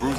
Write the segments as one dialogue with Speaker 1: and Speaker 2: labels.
Speaker 1: News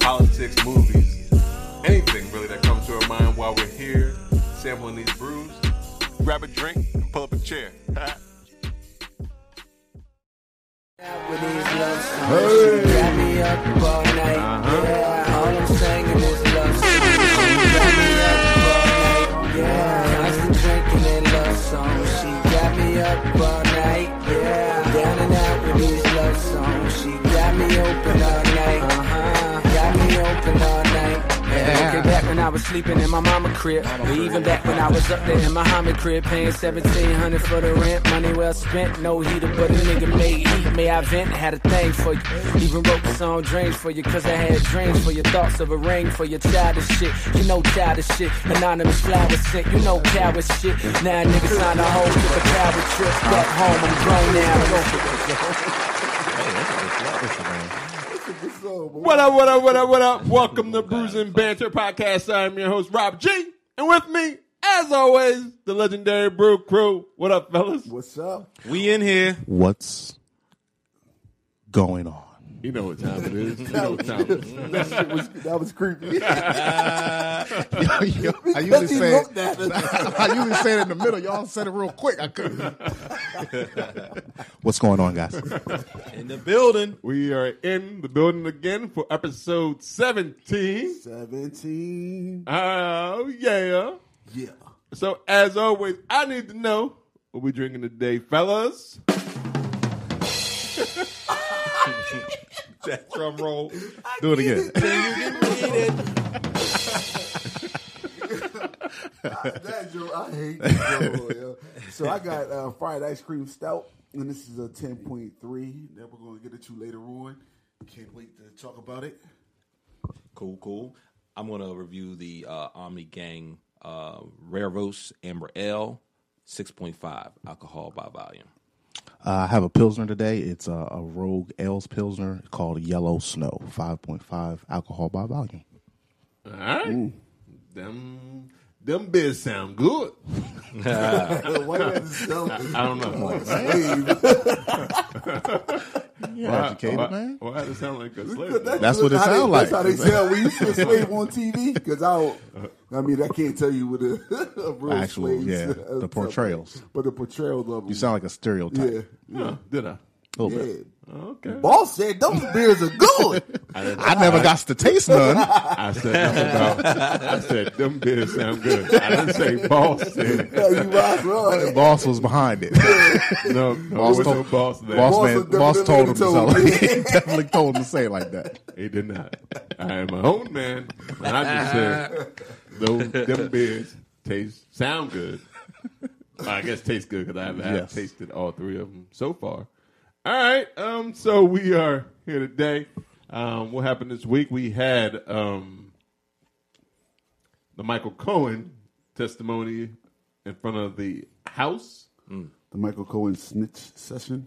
Speaker 1: politics, movies, anything really that comes to our mind while we're here sampling these brews. Grab a drink and pull up a chair.
Speaker 2: With these love songs, she got me up all night. Yeah, all I'm saying is love songs. She got me up all night. Yeah, constant drinking and love songs. She got me up all night. Yeah, down and out with these love songs. She got me open all night. Uh-huh. Got me open all night. Yeah. Okay, back when I was sleeping in my mama crib. Or even back when I was up there in my homie crib, paying 1700 for the rent. Money well spent, no heater, but a nigga made heat. May I vent, had a thing for you. Even wrote the song Dreams for you, cause I had dreams for your thoughts of a ring for your childish shit. You know childish shit, anonymous flower scent, you know coward shit. Now niggas on the whole took a coward trip. Fuck home, I'm grown now, go
Speaker 1: What up, what up, what up, what up? Welcome to Bruising Banter Podcast. I'm your host, Rob G. And with me, as always, the legendary Brew Crew. What up, fellas?
Speaker 3: What's up?
Speaker 4: We in here.
Speaker 5: what's going on.
Speaker 1: You know what time it is. You know what time it is.
Speaker 3: That was, that was creepy.
Speaker 5: I usually
Speaker 3: Because he
Speaker 5: say
Speaker 3: looked at us.
Speaker 5: I usually say it in the middle. Y'all said it real quick. I couldn't. what's going on, guys?
Speaker 4: In the building.
Speaker 1: We are in the building again for episode 17.
Speaker 3: 17.
Speaker 1: Oh, yeah.
Speaker 3: Yeah.
Speaker 1: So, as always, I need to know what we drinking today, fellas.
Speaker 4: That drum roll.
Speaker 5: Do it again.
Speaker 3: That joke, I hate that joke, yo. So I got uh, fried ice cream stout, and this is a 10.3 that we're going to get at you later on. Can't wait to talk about it.
Speaker 4: Cool, cool. I'm gonna review the uh, Omni Gang uh, Rare Roast Amber Ale, 6.5 alcohol by volume.
Speaker 5: Uh, I have a pilsner today. It's a, a Rogue Ales pilsner called Yellow Snow, five point five alcohol by volume.
Speaker 1: All right. Them, them bids sound good.
Speaker 3: Why you have to sell it?
Speaker 1: I don't know.
Speaker 5: You're educated, man.
Speaker 1: Why does it sound like a slave?
Speaker 5: That's what it
Speaker 3: how
Speaker 5: sound
Speaker 3: they, That's
Speaker 5: like.
Speaker 3: how they sound when you see a slave on TV. Because I, don't- I mean, I can't tell you what a, a real
Speaker 5: Actual,
Speaker 3: slaves,
Speaker 5: yeah,
Speaker 3: uh,
Speaker 5: the
Speaker 3: something.
Speaker 5: portrayals.
Speaker 3: but the portrayal of them.
Speaker 5: You sound like a stereotype.
Speaker 3: yeah,
Speaker 1: No, did I?
Speaker 5: A little
Speaker 3: yeah.
Speaker 5: bit.
Speaker 1: Okay.
Speaker 3: Boss said those beers are good.
Speaker 5: I never got to taste none.
Speaker 1: I said nothing about. I said them bids sound good. I didn't say boss. said-
Speaker 3: yeah, you might as well.
Speaker 5: boss was behind it.
Speaker 1: No, no,
Speaker 5: Boss
Speaker 1: it was no
Speaker 5: told-
Speaker 1: boss. there.
Speaker 5: Boss,
Speaker 3: Boss
Speaker 5: man,
Speaker 3: definitely
Speaker 5: boss told him to
Speaker 3: told
Speaker 5: sell
Speaker 3: me.
Speaker 5: it. He definitely told him to say it like that.
Speaker 1: He did not. I am my own man. And I just said, those them beers taste sound good. Well, I guess taste good because I haven't I haven't
Speaker 5: Yes.
Speaker 1: tasted all three of them so far. All right. Um. So we are here today. Um. What happened this week? We had um. The Michael Cohen testimony in front of the House.
Speaker 3: The Michael Cohen snitch session.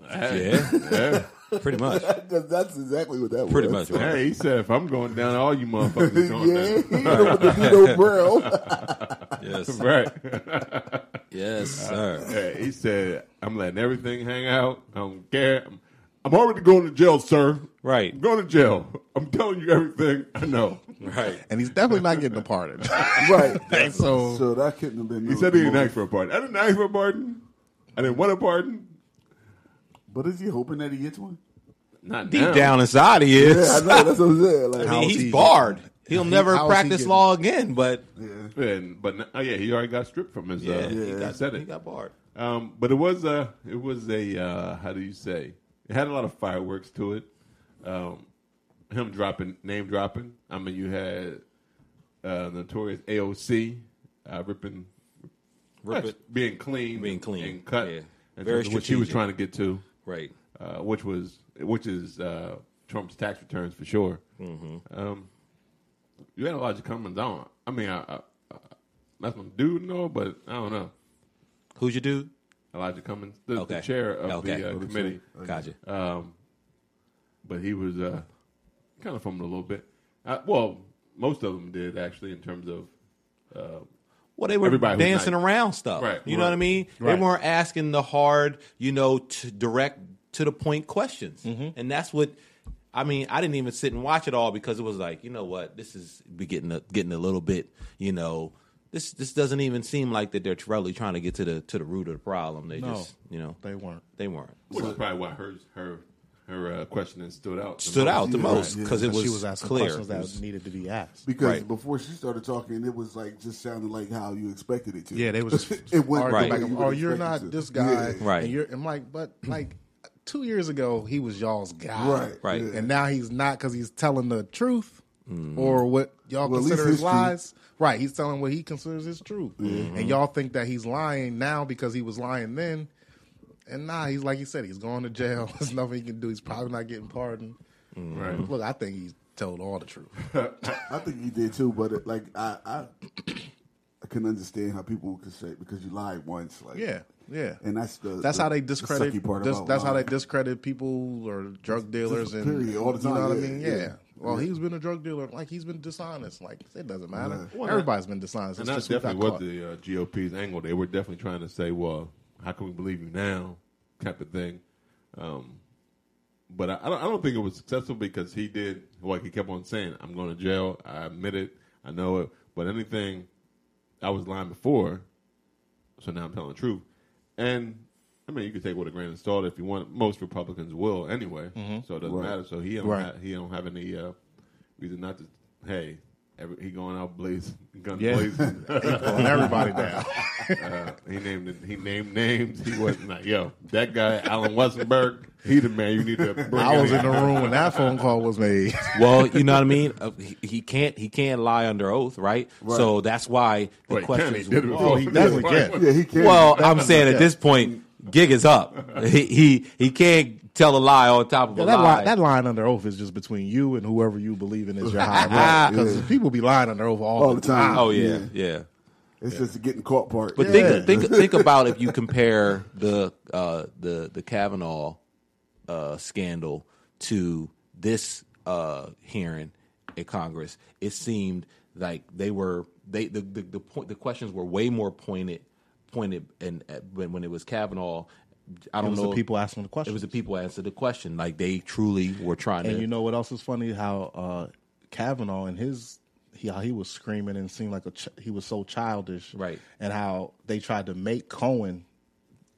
Speaker 4: Yeah,
Speaker 1: Yeah.
Speaker 4: pretty much.
Speaker 3: That- That's exactly what that
Speaker 4: Pretty
Speaker 3: was.
Speaker 4: much. Right?
Speaker 1: Hey, he said, if I'm going down, all you motherfuckers are going
Speaker 3: Yeah,
Speaker 1: down.
Speaker 3: you know, with the Vito Brown.
Speaker 4: Yes,
Speaker 1: Right.
Speaker 4: yes, sir.
Speaker 1: Yeah, he said, "I'm letting everything hang out. I don't care. I'm, I'm already going to jail, sir.
Speaker 4: Right.
Speaker 1: I'm going to jail. I'm telling you everything I know."
Speaker 4: Right.
Speaker 5: And he's definitely not getting a pardon.
Speaker 3: right.
Speaker 5: so
Speaker 3: So that couldn't have been.
Speaker 1: He said he didn't ask for a pardon. I didn't ask for a pardon. I didn't want a pardon.
Speaker 3: But is he hoping that he gets one?
Speaker 1: Not
Speaker 4: Deep
Speaker 1: now.
Speaker 4: down inside he
Speaker 3: Yeah, I
Speaker 4: is.
Speaker 3: know. That's what I'm saying. Like,
Speaker 5: How-
Speaker 4: he's
Speaker 5: he-
Speaker 4: barred. He'll never
Speaker 5: how is he
Speaker 4: practice
Speaker 5: getting-
Speaker 4: law again. But
Speaker 1: And, but now- oh yeah, he already got stripped from his.
Speaker 4: yeah,
Speaker 1: uh,
Speaker 4: he,
Speaker 1: I
Speaker 4: got,
Speaker 1: said
Speaker 4: he
Speaker 1: it.
Speaker 4: got barred.
Speaker 1: Um, but it was a, it was a, uh, how do you say? It had a lot of fireworks to it. Um, him dropping, name dropping. I mean, you had uh, notorious AOC uh, ripping,
Speaker 4: Rip
Speaker 1: That's
Speaker 4: it.
Speaker 1: being clean,
Speaker 4: Being clean,
Speaker 1: and cut.
Speaker 4: yeah.
Speaker 1: And
Speaker 4: Very
Speaker 1: Very what she was
Speaker 4: strategic.
Speaker 1: trying to get to,
Speaker 4: Right.
Speaker 1: uh, which was which is uh,
Speaker 6: Trump's tax returns for sure.
Speaker 4: Mm-hmm.
Speaker 6: Um, you had a lot of comments on. I mean, I, I, I, that's my dude, and all, but I don't know.
Speaker 4: Who's your dude?
Speaker 6: Elijah Cummings, the,
Speaker 4: Okay.
Speaker 6: the chair of
Speaker 4: Okay.
Speaker 6: the uh,
Speaker 4: Of the
Speaker 6: committee,
Speaker 4: Gotcha.
Speaker 6: um, but he was uh, kind of fumbled a little bit. Uh well, most of them did actually, in terms of uh,
Speaker 4: Well, they were
Speaker 6: Everybody who's
Speaker 4: dancing
Speaker 6: not-
Speaker 4: around stuff.
Speaker 6: Right,
Speaker 4: You know what I mean?
Speaker 5: Right.
Speaker 4: They weren't asking the hard, you know, to direct to the point questions.
Speaker 6: Mm-hmm.
Speaker 4: And that's what I mean, I didn't even sit and watch it all because it was like, you know what, this is be getting a, getting a little bit, you know, this this doesn't even seem like that they're really trying to get to the to the root of the problem. They
Speaker 5: No.
Speaker 4: just, you know,
Speaker 5: They weren't.
Speaker 4: they weren't.
Speaker 6: which is probably why her her her uh, questioning stood out. the
Speaker 4: Stood
Speaker 6: most.
Speaker 4: out the
Speaker 3: Yeah,
Speaker 4: most
Speaker 3: yeah,
Speaker 4: because it was,
Speaker 5: she was asking
Speaker 4: clear.
Speaker 5: questions
Speaker 4: It
Speaker 5: that
Speaker 4: was-
Speaker 5: needed to be asked.
Speaker 3: Because
Speaker 4: Right.
Speaker 3: before she started talking, it was like just sounded like how you expected it to.
Speaker 5: Yeah, they was just
Speaker 3: it went the
Speaker 5: arguing back
Speaker 4: Right.
Speaker 3: way
Speaker 5: and
Speaker 3: you
Speaker 5: forth. Oh,
Speaker 3: would
Speaker 5: you're
Speaker 3: expect it
Speaker 5: not
Speaker 3: to.
Speaker 5: this guy,
Speaker 3: Yeah.
Speaker 4: Right.
Speaker 5: And you're, I'm like, but like two years ago, he was y'all's guy,
Speaker 3: Right.
Speaker 4: Right.
Speaker 3: Yeah.
Speaker 5: And now he's not because he's telling the truth or what y'all
Speaker 3: Well, at least
Speaker 5: consider his
Speaker 3: his Mm-hmm.
Speaker 5: lies. Right, he's telling what he considers his truth, and y'all think that he's lying now because he was lying then. And nah, he's like he said, he's going to jail. There's nothing he can do. He's probably not getting pardoned.
Speaker 6: right?
Speaker 5: Look, I think he's told all the truth.
Speaker 3: I think he did too, but it, like I, I, I can understand how people could say because you lied once, like
Speaker 5: Yeah, yeah.
Speaker 3: and that's the
Speaker 5: That's
Speaker 3: the-
Speaker 5: how they
Speaker 3: the
Speaker 5: discredit.
Speaker 3: sucky part
Speaker 5: that's
Speaker 3: about
Speaker 5: that's how they
Speaker 3: lying.
Speaker 5: discredit people or drug dealers and
Speaker 3: period, all the
Speaker 5: You know
Speaker 3: time,
Speaker 5: what I
Speaker 3: yeah,
Speaker 5: mean? Yeah.
Speaker 3: yeah,
Speaker 5: Well,
Speaker 3: yeah.
Speaker 5: he's been a drug dealer. Like he's been dishonest. Like it doesn't matter.
Speaker 3: Yeah.
Speaker 5: Well, Everybody's been dishonest.
Speaker 6: And
Speaker 5: It's
Speaker 6: that's
Speaker 5: just we got
Speaker 6: definitely what
Speaker 5: caught.
Speaker 6: the uh, GOP's angle. They were definitely trying to say, "Well, how can we believe you now?" type of thing. Um, but I, I don't. I don't think it was successful because he did like he kept on saying, "I'm going to jail. I admit it. I know it." But anything, I was lying before, so now I'm telling the truth. And I mean, you can take it with a grain of salt if you want. Most Republicans will anyway, so it doesn't
Speaker 3: Right.
Speaker 6: matter. So he don't
Speaker 5: Mm-hmm. Right.
Speaker 6: have, he don't have any uh, reason not to. Hey, every, he going out blazing, gun
Speaker 5: Yeah.
Speaker 6: blazing.
Speaker 5: Pulling everybody down.
Speaker 6: Uh, he named it, he named names. He wasn't like, yo, that guy Alan Westenberg. He the man you need to bring.
Speaker 5: I was in
Speaker 6: out
Speaker 5: the
Speaker 6: here."
Speaker 5: room when that phone call was made.
Speaker 4: well, you know what I mean. Uh, he, he can't. He can't lie under oath, right? So that's why the
Speaker 6: Wait, Kenny
Speaker 4: questions.
Speaker 6: did it
Speaker 4: were-
Speaker 6: before.
Speaker 5: he definitely
Speaker 6: Right.
Speaker 5: can.
Speaker 3: yeah he can
Speaker 4: Well, I'm saying at this point, gig is up. He he, he can't tell a lie on top of
Speaker 5: Yeah,
Speaker 4: a
Speaker 5: that,
Speaker 4: lie.
Speaker 5: line, that line under oath is just between you and whoever you believe in is your high. Because people be lying under oath all,
Speaker 3: all the time.
Speaker 4: oh yeah, yeah.
Speaker 3: it's just the getting caught part.
Speaker 4: But think think think about if you compare the uh, the the Kavanaugh uh, scandal to this uh, hearing at Congress. It seemed like they were they the the, the point the questions were way more pointed pointed and uh, when when it was Kavanaugh. I
Speaker 5: It
Speaker 3: Oh,
Speaker 4: don't
Speaker 5: was
Speaker 4: know.
Speaker 5: the people asking the
Speaker 4: it
Speaker 5: question.
Speaker 4: was the people answered the question. Like they truly were trying
Speaker 5: And
Speaker 4: to.
Speaker 5: you know what else is funny? How uh, Kavanaugh and his he, how he was screaming and seemed like a ch- he was so childish,
Speaker 4: Right.
Speaker 5: And how they tried to make Cohen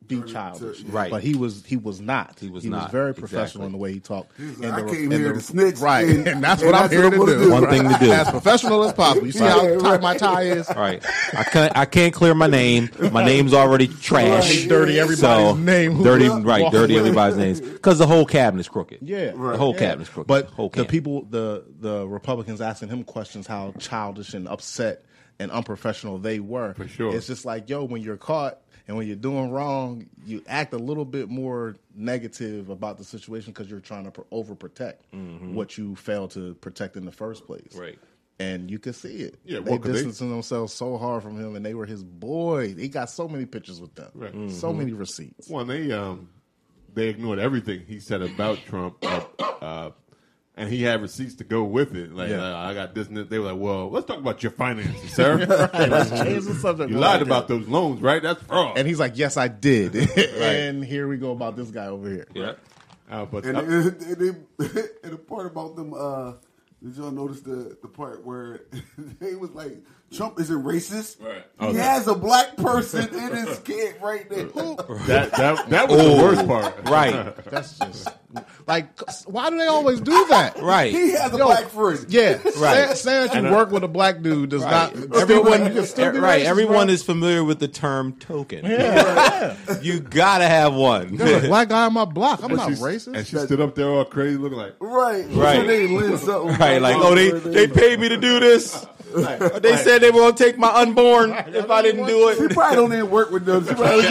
Speaker 5: be childish,
Speaker 4: Right.
Speaker 5: But he was he was not. He
Speaker 4: was not,
Speaker 5: very professional
Speaker 4: exactly.
Speaker 5: in the way he talked. He
Speaker 3: like, "I came here to snitch,
Speaker 5: right? And,
Speaker 3: and-
Speaker 5: that's
Speaker 3: and
Speaker 5: what I'm
Speaker 3: that's
Speaker 5: here
Speaker 3: what
Speaker 5: to
Speaker 3: I'm gonna
Speaker 5: do.
Speaker 3: do."
Speaker 4: One
Speaker 5: Right.
Speaker 4: thing to do.
Speaker 5: as professional as possible. You see how tight my tie is?
Speaker 4: All right, I can't. I can't clear my name. My name's already trash.
Speaker 5: Right. Dirty everybody's name. Who
Speaker 4: Dirty,
Speaker 5: was-
Speaker 4: right? Dirty everybody's names. Because the whole cabinet's crooked.
Speaker 5: Yeah,
Speaker 4: the whole
Speaker 5: yeah.
Speaker 4: cabinet's crooked.
Speaker 5: But
Speaker 4: whole
Speaker 5: the
Speaker 4: cabinet.
Speaker 5: people, the the Republicans asking him questions, how childish and upset and unprofessional they were. For
Speaker 6: sure.
Speaker 5: it's just like yo, when you're caught and when you're doing wrong, you act a little bit more negative about the situation because you're trying to pro- overprotect what you failed to protect in the first place.
Speaker 4: Mm-hmm. Right.
Speaker 5: And you can see it.
Speaker 6: Yeah,
Speaker 5: they
Speaker 6: well, 'cause they-
Speaker 5: distancing themselves so hard from him, and they were his boys. He got so many pictures with them,
Speaker 6: Right.
Speaker 5: so
Speaker 4: Mm-hmm.
Speaker 5: many receipts.
Speaker 6: Well, they um, they ignored everything he said about Trump, uh, uh, and he had receipts to go with it. Like
Speaker 5: Yeah.
Speaker 6: uh, I got this, and that. they were like, "Well, let's talk about your finances, sir.
Speaker 5: Let's change the subject.
Speaker 6: You
Speaker 5: Go
Speaker 6: lied
Speaker 5: back
Speaker 6: about
Speaker 5: there.
Speaker 6: those loans, right? That's fraud."
Speaker 5: And he's like, "Yes, I did." and here we go about this guy over here.
Speaker 4: Yeah.
Speaker 6: uh, but
Speaker 3: And,
Speaker 6: uh,
Speaker 3: and, and, they- and the part about them, uh, did y'all notice the, the part where they was like, Trump isn't racist?
Speaker 6: Right.
Speaker 3: He
Speaker 6: Oh, that-
Speaker 3: has a black person in his kid right there.
Speaker 6: that that that was
Speaker 5: Oh.
Speaker 6: the worst part,
Speaker 4: Right.
Speaker 5: That's just like, why do they always do that?
Speaker 3: he
Speaker 4: Right.
Speaker 3: has a
Speaker 5: Yo,
Speaker 3: black friend.
Speaker 5: Yeah, right. Saying,
Speaker 4: Right. uh,
Speaker 5: that you work with a black dude does not. Everyone,
Speaker 4: Everyone, e-,
Speaker 5: can still be
Speaker 4: right?
Speaker 5: racist,
Speaker 4: Everyone
Speaker 5: bro.
Speaker 4: is familiar with the term token. you gotta have one.
Speaker 5: There's a black guy on my block. I'm not
Speaker 6: She's-
Speaker 5: racist.
Speaker 6: And she stood up there all crazy, looking like,
Speaker 3: Right.
Speaker 4: Right. oh,
Speaker 3: So they lend something.
Speaker 4: Right, like oh they they paid me to do this. They said they were gonna take my unborn if I didn't do
Speaker 3: She
Speaker 4: it.
Speaker 3: probably don't even work with them. She probably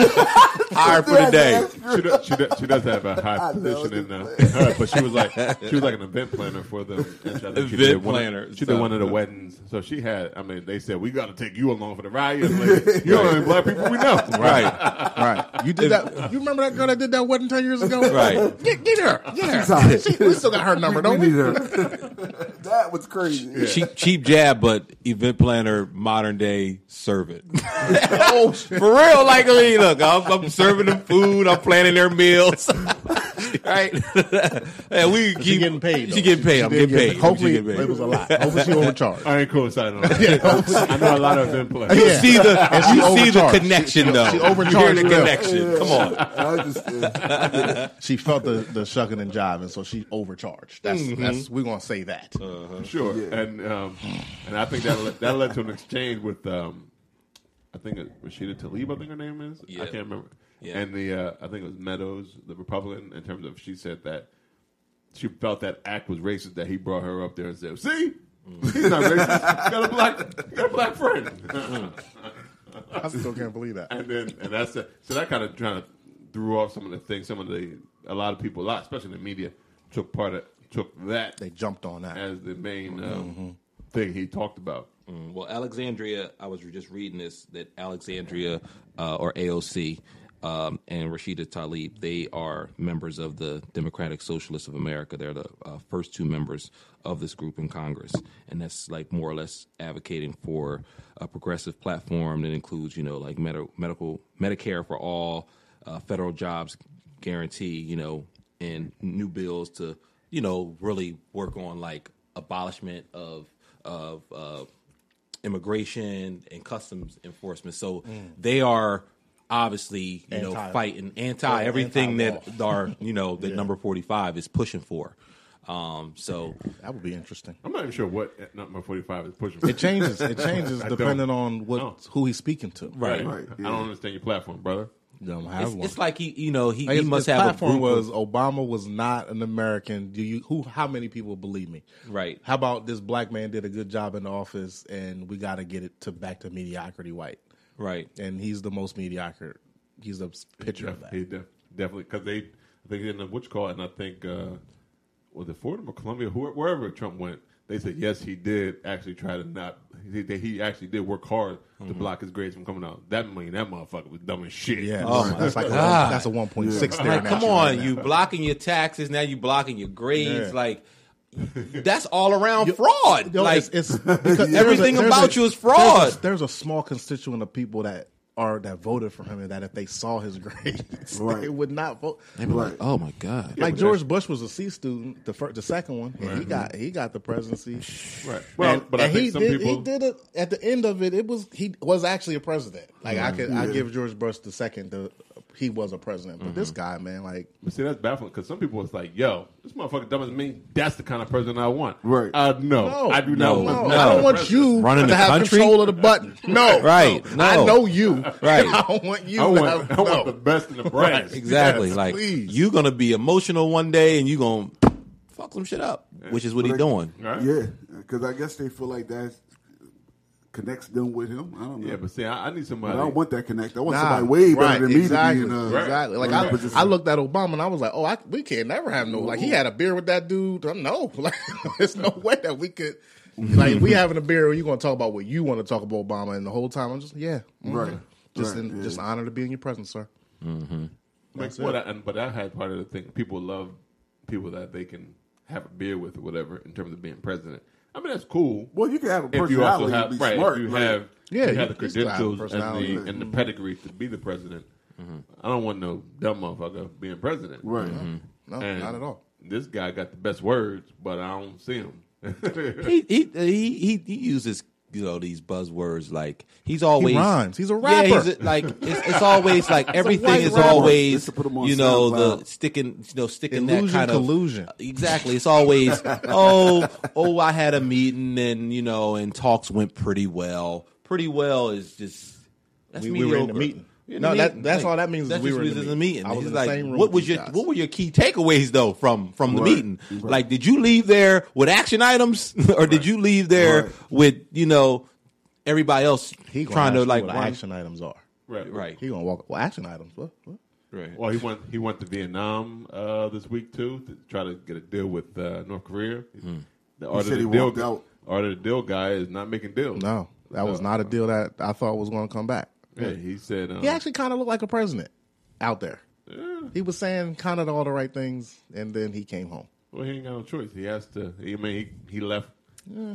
Speaker 4: Hired for the day.
Speaker 6: She, do, she, do, she does have a high
Speaker 3: I know,
Speaker 6: position in uh,
Speaker 3: it's
Speaker 6: her, but she was like she was like an event planner for them. And I think she
Speaker 4: Event
Speaker 6: did one-
Speaker 4: planner,
Speaker 6: She
Speaker 4: so-
Speaker 6: did one of the weddings, so she had. I mean, they said we got to take you along for the ride. You're like, you know, black people we know,
Speaker 4: Right,
Speaker 5: Right. You did that. You remember that girl that did that wedding ten years ago?
Speaker 4: Right.
Speaker 5: Get, get her. Get
Speaker 3: She's all
Speaker 5: her.
Speaker 3: right.
Speaker 5: She, we still got her number,
Speaker 3: we
Speaker 5: don't
Speaker 3: need
Speaker 5: we?
Speaker 3: her. that was crazy.
Speaker 4: cheap cheap jab, but event planner, modern day servant. oh, for real, like I mean, look, I'm, I'm serving them food, I'm planning their meals. right, and we keep,
Speaker 5: She getting paid. though.
Speaker 4: She getting paid.
Speaker 5: She
Speaker 4: I'm
Speaker 5: did
Speaker 4: getting
Speaker 5: get-
Speaker 4: paid.
Speaker 5: Hopefully,
Speaker 4: she getting
Speaker 5: it was
Speaker 4: paid.
Speaker 5: a lot. Hopefully, she overcharged.
Speaker 6: I ain't cool signing. I know a lot of event planners.
Speaker 4: You
Speaker 5: Yeah.
Speaker 4: see
Speaker 5: And she
Speaker 4: the you see the
Speaker 5: overcharged.
Speaker 4: connection though.
Speaker 5: she
Speaker 4: you hear
Speaker 5: overcharged
Speaker 4: the
Speaker 5: well.
Speaker 4: connection. Come on.
Speaker 3: I just, uh,
Speaker 5: She felt the, the shucking and jiving, so she overcharged. That's
Speaker 4: Mm-hmm.
Speaker 5: that's we're gonna say that.
Speaker 4: Uh.
Speaker 6: Uh-huh. Sure, and um, and I think that led, that led to an exchange with um, I think it, Rashida Tlaib, I think her name is.
Speaker 4: Yeah.
Speaker 6: I can't remember.
Speaker 4: Yeah.
Speaker 6: And the uh, I think it was Meadows, the Republican, in terms of she said that she felt that act was racist that he brought her up there and said, "See,
Speaker 4: Mm.
Speaker 6: he's not racist. He got a black, he got a black friend."
Speaker 5: I still can't believe that.
Speaker 6: and then and that's the, so that kind of trying to threw off some of the things. Some of the a lot of people, a lot, especially in the media, took part of took that
Speaker 5: They jumped on that.
Speaker 6: as the main um,
Speaker 5: Mm-hmm.
Speaker 6: thing he talked about.
Speaker 4: Well, Alexandria, I was just reading this that Alexandria uh, or AOC um, and Rashida Tlaib, they are members of the Democratic Socialists of America. They're the uh, first two members of this group in Congress, and that's like more or less advocating for a progressive platform that includes, you know, like med- medical Medicare for all, uh, federal jobs guarantee, you know, and new bills to, you know, really work on like abolishment of of uh, immigration and customs enforcement. So they are obviously you know
Speaker 5: Mm. Anti-
Speaker 4: fighting anti everything that are you know that number forty five is pushing for. Um, so
Speaker 5: That would be interesting.
Speaker 6: I'm not even sure what number 45 is pushing. For.
Speaker 5: It changes. It changes
Speaker 6: don't-
Speaker 5: depending on what
Speaker 6: No.
Speaker 5: who he's speaking to.
Speaker 4: right,
Speaker 3: Right,
Speaker 6: I don't understand your platform, brother.
Speaker 5: Don't have
Speaker 4: It's,
Speaker 5: one.
Speaker 4: it's like he you know he,
Speaker 5: Like,
Speaker 4: he
Speaker 5: his-
Speaker 4: must
Speaker 5: his
Speaker 4: have a
Speaker 5: platform
Speaker 4: group
Speaker 5: was
Speaker 4: of-
Speaker 5: Obama was not an American. Do you who? How many people believe me?
Speaker 4: Right.
Speaker 5: How about this black man did a good job in the office, and we got to get it to back to mediocrity white,
Speaker 4: right.
Speaker 5: and he's the most mediocre. He's the picture of
Speaker 6: He
Speaker 5: that.
Speaker 6: def- definitely because they, I think in the what you call, it, and I think uh, was it Fordham or Columbia, who, wherever Trump went, they said yes, he did actually try to not. He, that he actually did work hard to
Speaker 5: Mm-hmm.
Speaker 6: block his grades from coming out. That mean that motherfucker was dumb as shit.
Speaker 5: Yeah,
Speaker 4: Oh my
Speaker 5: that's like a,
Speaker 4: God.
Speaker 5: that's a one point six.
Speaker 4: Like, come on, you blocking your taxes now. You blocking your grades.
Speaker 5: Yeah.
Speaker 4: Like that's all around fraud.
Speaker 5: Yo,
Speaker 4: like
Speaker 5: it's, it's because
Speaker 4: everything
Speaker 5: there's a- there's
Speaker 4: about
Speaker 5: a-
Speaker 4: you is fraud.
Speaker 5: There's a, there's a small constituent of people that are that voted for him, and that if they saw his grades, they
Speaker 3: Right.
Speaker 5: would not vote.
Speaker 3: right.
Speaker 4: oh my god.
Speaker 5: like George Bush was a C student, the first, the second one, and he got he got the presidency.
Speaker 6: right. Well,
Speaker 5: and,
Speaker 6: but I
Speaker 5: and
Speaker 6: think
Speaker 5: he
Speaker 6: some
Speaker 5: did,
Speaker 6: people
Speaker 5: he did it at the end of it. It was he was actually a president. Like I could I give George Bush the second, the he was a president. But
Speaker 6: Mm-hmm.
Speaker 5: this guy, man, like
Speaker 6: But see, that's baffling because some people was like, "Yo, this motherfucker dumb as me. That's the kind of person I want."
Speaker 3: Right.
Speaker 6: Uh, no,
Speaker 5: No.
Speaker 6: I do
Speaker 4: No.
Speaker 6: not.
Speaker 5: no,
Speaker 6: Want
Speaker 5: I
Speaker 4: no.
Speaker 5: don't want you
Speaker 4: Running
Speaker 5: to
Speaker 4: the
Speaker 5: have
Speaker 4: country?
Speaker 5: control of the button. No,
Speaker 4: Right,
Speaker 5: I
Speaker 4: no.
Speaker 5: know you.
Speaker 4: Right.
Speaker 5: I don't want you.
Speaker 6: I
Speaker 5: to
Speaker 6: want,
Speaker 5: have-
Speaker 6: I
Speaker 5: no.
Speaker 6: want the best in the brand.
Speaker 4: Exactly.
Speaker 5: Yes,
Speaker 4: like
Speaker 5: please.
Speaker 4: you're gonna be emotional one day, and you're gonna fuck some shit up, which is what he's doing.
Speaker 6: Right?
Speaker 3: Yeah, because I guess they feel like that connects them with him. I don't know.
Speaker 6: Yeah, but see, I, I need
Speaker 3: But
Speaker 6: somebody.
Speaker 3: I don't want that connect. I want
Speaker 5: Nah,
Speaker 3: somebody way better
Speaker 5: right,
Speaker 3: than me
Speaker 5: exactly,
Speaker 3: to be in a,
Speaker 5: exactly. Like
Speaker 3: in a
Speaker 5: I,
Speaker 3: position.
Speaker 5: I looked at Obama and I was like, oh, I, we can't never have no. Like he had a beer with that dude. Um, No, like there's no way that we could. Like we having a beer, you gonna talk about what you want to talk about Obama, and the whole time I'm just yeah, mhm.
Speaker 3: Right,
Speaker 5: Just
Speaker 3: right,
Speaker 5: in,
Speaker 3: yeah.
Speaker 5: just honored to be in your presence, sir.
Speaker 6: Like, what I, and, but I had part of the thing. People love people that they can have a beer with or whatever in terms of being president. I mean, that's cool.
Speaker 3: well, you can have a
Speaker 6: if you also
Speaker 3: personality
Speaker 6: have
Speaker 3: and be
Speaker 6: right, if
Speaker 3: smart.
Speaker 6: you
Speaker 3: like,
Speaker 6: have
Speaker 5: Yeah,
Speaker 6: you
Speaker 5: you-
Speaker 6: have the
Speaker 5: you still have
Speaker 6: credentials and
Speaker 5: personality. Mm-hmm.
Speaker 6: the and the pedigree to be the president. I don't want no dumb motherfucker being president.
Speaker 3: right.
Speaker 5: No,
Speaker 6: And
Speaker 5: not at all.
Speaker 6: This guy got the best words, but I don't see him.
Speaker 4: He he he he, he uses you know these buzzwords like he's always
Speaker 5: rhymes. He's a
Speaker 4: Yeah,
Speaker 5: rapper.
Speaker 4: he's a- like it's, it's always like everything
Speaker 5: white
Speaker 4: is
Speaker 5: rapper.
Speaker 4: always
Speaker 3: Just to put him on
Speaker 4: you know the
Speaker 3: SoundCloud.
Speaker 4: sticking you know sticking that
Speaker 5: Illusion
Speaker 4: kind
Speaker 5: collusion.
Speaker 4: of exactly. It's always oh oh I had a meeting and you know and talks went pretty well. Pretty well is just that's
Speaker 5: We- we were in the
Speaker 4: mediocre.
Speaker 5: meeting.
Speaker 4: You
Speaker 5: No,
Speaker 4: what I
Speaker 5: that-
Speaker 4: mean?
Speaker 5: that's all that means is
Speaker 4: That's
Speaker 5: we
Speaker 4: just
Speaker 5: were in
Speaker 4: was
Speaker 5: the
Speaker 4: in the
Speaker 5: meeting. I
Speaker 4: meeting.
Speaker 5: was
Speaker 4: He's
Speaker 5: in the
Speaker 4: like,
Speaker 5: same room
Speaker 4: what
Speaker 5: with
Speaker 4: was
Speaker 5: you
Speaker 4: your
Speaker 5: guys."
Speaker 4: what were your key takeaways though from from the
Speaker 3: Right.
Speaker 4: meeting?
Speaker 3: Right.
Speaker 4: Like, did you leave there with action items, or did you leave there
Speaker 3: Right.
Speaker 4: with you know everybody else trying to like
Speaker 5: what
Speaker 4: one-
Speaker 5: action items are.
Speaker 6: Right.
Speaker 4: right?
Speaker 5: He gonna walk. Well, action items. What? what?
Speaker 4: Right.
Speaker 6: Well, he went he went to Vietnam uh, this week too to try to get a deal with uh, North Korea. The art
Speaker 3: said
Speaker 6: of the
Speaker 3: he
Speaker 6: deal,
Speaker 3: walked out.
Speaker 6: art of the deal guy is not making deals.
Speaker 5: No, that was not a deal that I thought was gonna come back.
Speaker 6: Yeah, he said um,
Speaker 5: He actually kind of looked like a president out there. He was saying kind of all the right things, and then he came home.
Speaker 6: Well, he ain't got no choice. He has to. I mean, he, he left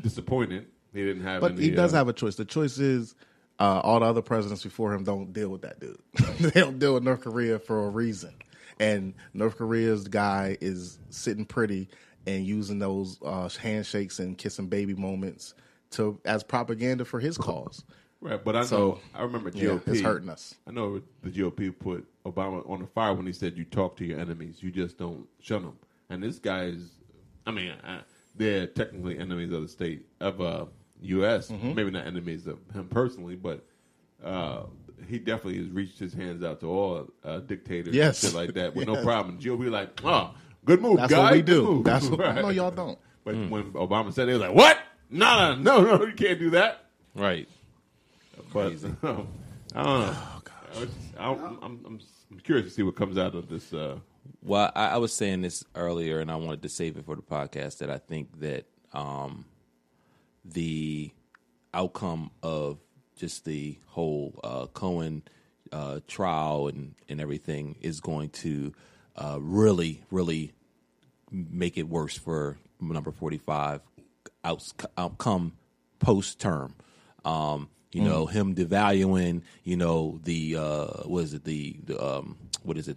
Speaker 6: disappointed. He didn't have.
Speaker 5: But
Speaker 6: any,
Speaker 5: he does
Speaker 6: uh,
Speaker 5: have a choice. The choice is uh, all the other presidents before him don't deal with that dude. they don't deal with North Korea for a reason. And North Korea's guy is sitting pretty and using those uh, handshakes and kissing baby moments to as propaganda for his cause.
Speaker 6: Right, but I
Speaker 5: So,
Speaker 6: know. I remember
Speaker 5: yeah,
Speaker 6: GOP.
Speaker 5: it's hurting us.
Speaker 6: I know the GOP put Obama on the fire when he said, "You talk to your enemies. You just don't shun them." And this guy is. I mean, I, they're technically enemies of the state of uh, U.S.
Speaker 5: Mm-hmm.
Speaker 6: Maybe not enemies of him personally, but uh, he definitely has reached his hands out to all uh, dictators, and
Speaker 5: Yes.
Speaker 6: shit like that, with no
Speaker 5: Yes.
Speaker 6: problem. GOP like, oh, good move,
Speaker 5: That's
Speaker 6: guy.
Speaker 5: what we
Speaker 6: good
Speaker 5: do.
Speaker 6: move."
Speaker 5: That's what,
Speaker 6: Right.
Speaker 5: No, y'all don't. Mm.
Speaker 6: But when Obama said it, they was like, "What? No, no, no, no, you can't do that."
Speaker 4: Right.
Speaker 6: But um, I don't know.
Speaker 4: Oh,
Speaker 6: I was- I don't- I'm, I'm, I'm curious to see what comes out of this. Uh,
Speaker 4: Well, I, I was saying this earlier, and I wanted to save it for the podcast. That I think that um, the outcome of just the whole uh, Cohen uh, trial and and everything is going to uh, really, really make it worse for number 45 outs- outcome post term. Um, you know, him devaluing, you know, the, uh, what is it, the, the um, what is it?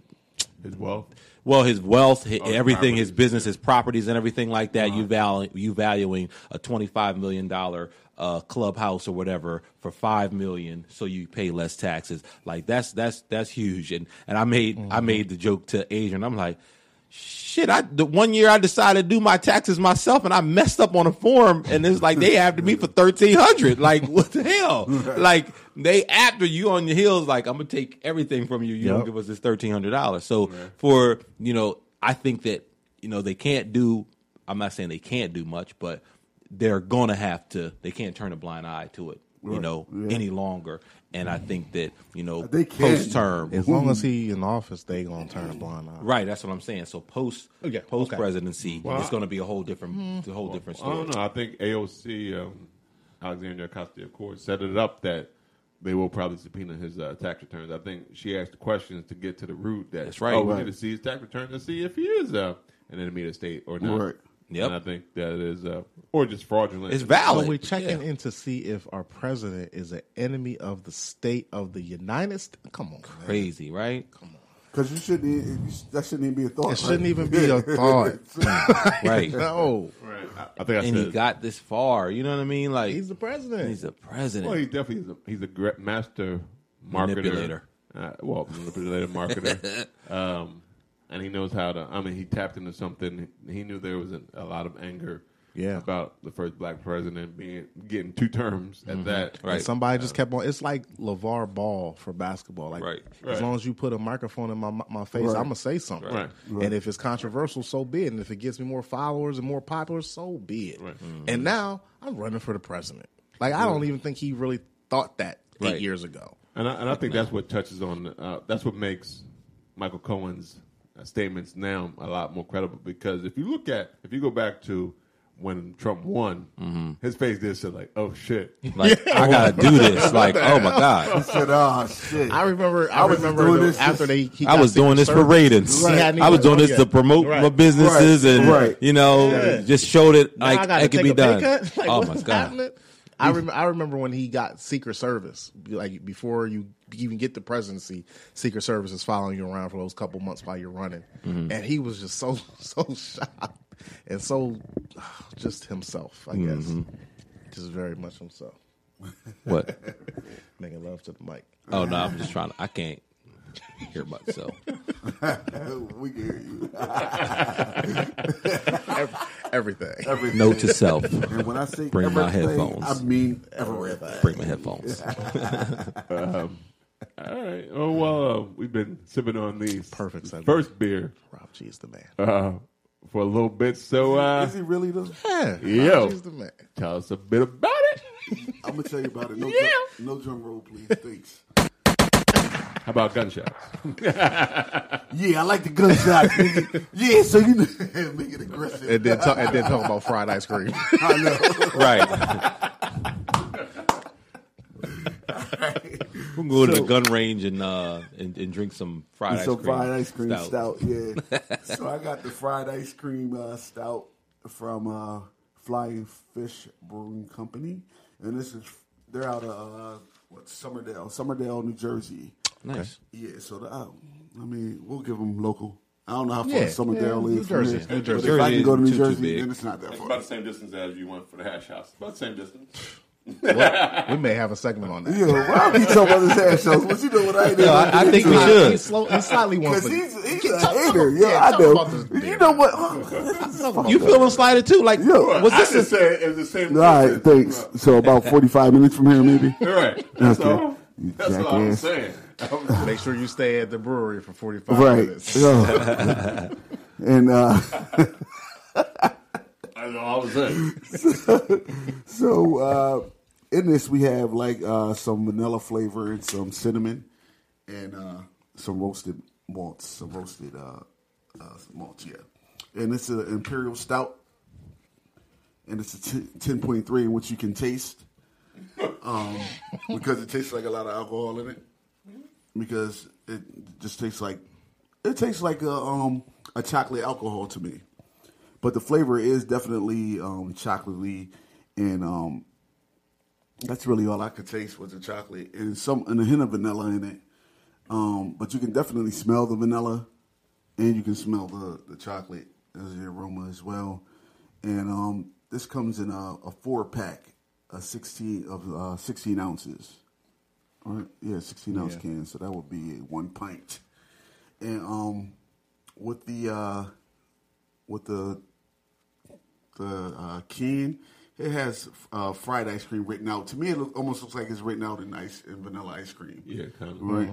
Speaker 6: his wealth.
Speaker 4: Well, his wealth, hi
Speaker 6: his
Speaker 4: everything,
Speaker 6: properties, Uh-huh.
Speaker 4: his business, his properties, and everything like that. You value you valuing a twenty five million dollar uh, clubhouse or whatever for five million, so you pay less taxes. Like that's that's that's huge. And and I made I
Speaker 6: Mm-hmm.
Speaker 4: made the joke to Adrian. I'm like. Shit! I the one year I decided to do my taxes myself, and I messed up on a form, and it's like they after me for thirteen hundred. Like what the hell? Like they after you on your heels. Like I'm gonna take everything from you. You don't
Speaker 5: Yep.
Speaker 4: give us this thirteen hundred dollars. So for you know, I think that you know they can't do. I'm not saying they can't do much, but they're gonna have to. They can't turn a blind eye to it. You
Speaker 3: Right.
Speaker 4: know,
Speaker 3: Yeah.
Speaker 4: any longer. And I think that you know,
Speaker 3: They can.
Speaker 4: post term,
Speaker 5: As long as he in office, they gonna turn a blind eye.
Speaker 4: right? That's what I'm saying. So post
Speaker 5: Okay,
Speaker 4: post
Speaker 5: okay.
Speaker 4: presidency,
Speaker 6: Well,
Speaker 4: it's
Speaker 6: I-
Speaker 4: going to be a whole different,
Speaker 5: Mm-hmm.
Speaker 4: a whole different
Speaker 6: I
Speaker 4: story.
Speaker 6: don't know. I think AOC, um, Alexandria Ocasio Cortez, set it up that they will probably subpoena his uh, tax returns. I think she asked questions to get to the root that
Speaker 4: That's right.
Speaker 6: Oh, we
Speaker 4: Right.
Speaker 6: need to see his tax return to see if he is uh, an enemy of the state or not.
Speaker 3: Right.
Speaker 4: Yep.
Speaker 6: And I think that is, uh, or just fraudulent.
Speaker 4: It's valid.
Speaker 5: So we're checking
Speaker 4: Yeah.
Speaker 5: in to see if our president is an enemy of the state of the United States. Come on, man.
Speaker 4: Crazy, right?
Speaker 3: Because you shouldn't. even- That shouldn't even be a thought.
Speaker 5: It shouldn't
Speaker 3: right?
Speaker 5: even be a thought.
Speaker 4: Right.
Speaker 5: no,
Speaker 6: Right. I, I think I
Speaker 4: and
Speaker 6: said
Speaker 4: he got this far. You know what I mean? Like
Speaker 5: he's the president.
Speaker 4: he's a president.
Speaker 6: Well, he definitely is a, he's a gre- master marketer.
Speaker 4: Manipulator.
Speaker 6: Uh, well, manipulator marketer. Um, and he knows how to. I mean, he tapped into something. He knew there was a, a lot of anger.
Speaker 5: Yeah.
Speaker 6: About the first black president being getting two terms at that.
Speaker 4: Mm-hmm. Right.
Speaker 5: And somebody just kept on. It's like LeVar Ball for basketball. Like,
Speaker 4: Right.
Speaker 6: Right.
Speaker 5: as long as you put a microphone in my my face,
Speaker 3: Right.
Speaker 5: I'm gonna say something.
Speaker 6: Right.
Speaker 5: And if it's controversial, so be it. And if it gets me more followers and more popular, so be it.
Speaker 6: Right.
Speaker 4: Mm-hmm.
Speaker 5: And now I'm running for the president. Like, I don't even think he really thought that
Speaker 4: Right.
Speaker 5: eight years ago.
Speaker 6: And I, and I think that's what touches on. Uh, that's what makes Michael Cohen's uh, statements now a lot more credible because if you look at if you go back to when Trump won,
Speaker 4: Mm-hmm.
Speaker 6: his face did say like, "Oh shit."
Speaker 4: like I gotta do this. Like oh my god,
Speaker 3: I said, ah, shit.
Speaker 5: I remember. I,
Speaker 3: I was
Speaker 5: remember
Speaker 3: doing
Speaker 5: the-
Speaker 3: this-
Speaker 5: after they. He
Speaker 4: I
Speaker 5: got
Speaker 4: was
Speaker 5: sick
Speaker 4: doing
Speaker 5: of
Speaker 4: this for
Speaker 5: service.
Speaker 4: ratings.
Speaker 5: Right. Yeah, I knew
Speaker 4: I was
Speaker 5: that.
Speaker 4: doing this
Speaker 5: oh, Yeah.
Speaker 4: to promote
Speaker 5: Right.
Speaker 4: my businesses
Speaker 3: Right.
Speaker 4: and
Speaker 3: Right.
Speaker 4: you know
Speaker 5: Yeah.
Speaker 4: just showed it
Speaker 5: Now I
Speaker 4: like
Speaker 5: gotta
Speaker 4: it could
Speaker 5: take
Speaker 4: be
Speaker 5: a pay
Speaker 4: done.
Speaker 5: cut? Like,
Speaker 4: oh my
Speaker 5: what's
Speaker 4: god,
Speaker 5: happening? I remember, I remember when he got Secret Service, like before you even get the presidency, Secret Service is following you around for those couple months while you're running,
Speaker 4: Mm-hmm.
Speaker 5: and he was just so so shocked and so ah, just himself, I
Speaker 4: Mm-hmm.
Speaker 5: guess, just very much himself,
Speaker 4: what?
Speaker 5: making love to the mic.
Speaker 4: Oh no, I'm just trying to. I can't hear myself.
Speaker 3: we can hear you.
Speaker 5: Ev- everything.
Speaker 3: Everything.
Speaker 4: Note to self:
Speaker 3: And when I say
Speaker 4: Bring my
Speaker 3: everything,
Speaker 4: headphones.
Speaker 3: I mean everything.
Speaker 4: bring my headphones.
Speaker 1: All right. Oh well, uh, we've been sipping on these
Speaker 5: Perfect segue.
Speaker 1: first beer
Speaker 5: Rob G is the man.
Speaker 1: uh, for a little bit. So uh,
Speaker 3: Is he really the?
Speaker 5: Yeah,
Speaker 1: Yo.
Speaker 5: Rob G is the man.
Speaker 1: tell us a bit about it.
Speaker 3: I'm gonna tell you about it. No,
Speaker 1: Yeah.
Speaker 3: drum, no drum roll, please. Thanks.
Speaker 1: How about gunshots?
Speaker 3: Yeah, I like the gunshot. nigga. yeah, so you know, make it aggressive.
Speaker 5: And then talk, and then talk about fried ice cream.
Speaker 3: I know.
Speaker 4: Right. We'll go to
Speaker 3: So-
Speaker 4: the gun range and uh and, and drink some fried
Speaker 3: And
Speaker 4: ice
Speaker 3: so
Speaker 4: cream.
Speaker 3: fried ice cream stout. yeah. so I got the fried ice cream uh, stout from uh, Flying Fish Brewing Company, and this is they're out of uh, what Summerdale, Summerdale, New Jersey.
Speaker 4: Nice.
Speaker 3: Yeah, so the, uh, I mean, we'll give them local. I don't know how far
Speaker 5: Yeah,
Speaker 3: Summerdale
Speaker 5: yeah,
Speaker 3: is.
Speaker 5: New
Speaker 3: from
Speaker 5: Jersey,
Speaker 3: here,
Speaker 5: New Jersey.
Speaker 3: But if I
Speaker 4: Jersey
Speaker 3: can go to
Speaker 4: isn't
Speaker 3: New
Speaker 4: too, too
Speaker 3: Jersey,
Speaker 4: big.
Speaker 3: then it's not that
Speaker 1: It's about
Speaker 3: far.
Speaker 1: the same distance as you went for the hash house. About the same distance.
Speaker 5: Well, we may have a segment on that.
Speaker 3: Yeah, Rob be talking about his ass shows, but you know what I do.
Speaker 4: I- I think we
Speaker 5: Nah,
Speaker 4: should.
Speaker 5: He's, slow, he's slightly one
Speaker 3: Because
Speaker 5: foot.
Speaker 3: he's, he's
Speaker 5: Talk-
Speaker 3: a
Speaker 5: talk
Speaker 3: hater.
Speaker 5: about-
Speaker 3: Yeah, I
Speaker 5: yeah, talk about this
Speaker 3: know.
Speaker 5: beer.
Speaker 3: You know what?
Speaker 4: You feeling slighted too? Like
Speaker 3: Yeah.
Speaker 4: was
Speaker 1: I
Speaker 4: this
Speaker 1: just
Speaker 4: a,
Speaker 1: said it was the same.
Speaker 3: All right,
Speaker 1: distance.
Speaker 3: thanks. So about 45 minutes from here, maybe?
Speaker 1: All right. That's
Speaker 3: Okay.
Speaker 1: all.
Speaker 3: You
Speaker 1: That's all I'm
Speaker 3: jackass.
Speaker 1: saying.
Speaker 5: Make sure you stay at the brewery for 45
Speaker 3: Right.
Speaker 5: minutes.
Speaker 3: Yeah. and uh,
Speaker 1: That's all I'm saying.
Speaker 3: so uh, in this, we have like uh, some vanilla flavor and some cinnamon and uh, some roasted malts, some roasted uh, uh, malts, yeah. And it's an imperial stout. And it's a t- 10.3 in which you can taste. um, because it tastes like a lot of alcohol in it. Because it just tastes like it tastes like a um a chocolate alcohol to me. But the flavor is definitely um chocolatey and um that's really all I could taste was the chocolate and some and a hint of vanilla in it. Um but you can definitely smell the vanilla and you can smell the, the chocolate as the aroma as well. And um, this comes in a, a four pack, a sixteen of uh, sixteen ounces. All right, yeah, sixteen ounce can. So that would be a one pint. And um, with the uh, with the the uh, can, it has uh, fried ice cream written out. To me, it look, almost looks like it's written out in ice in vanilla ice cream.
Speaker 1: Yeah, kind of.
Speaker 3: Right.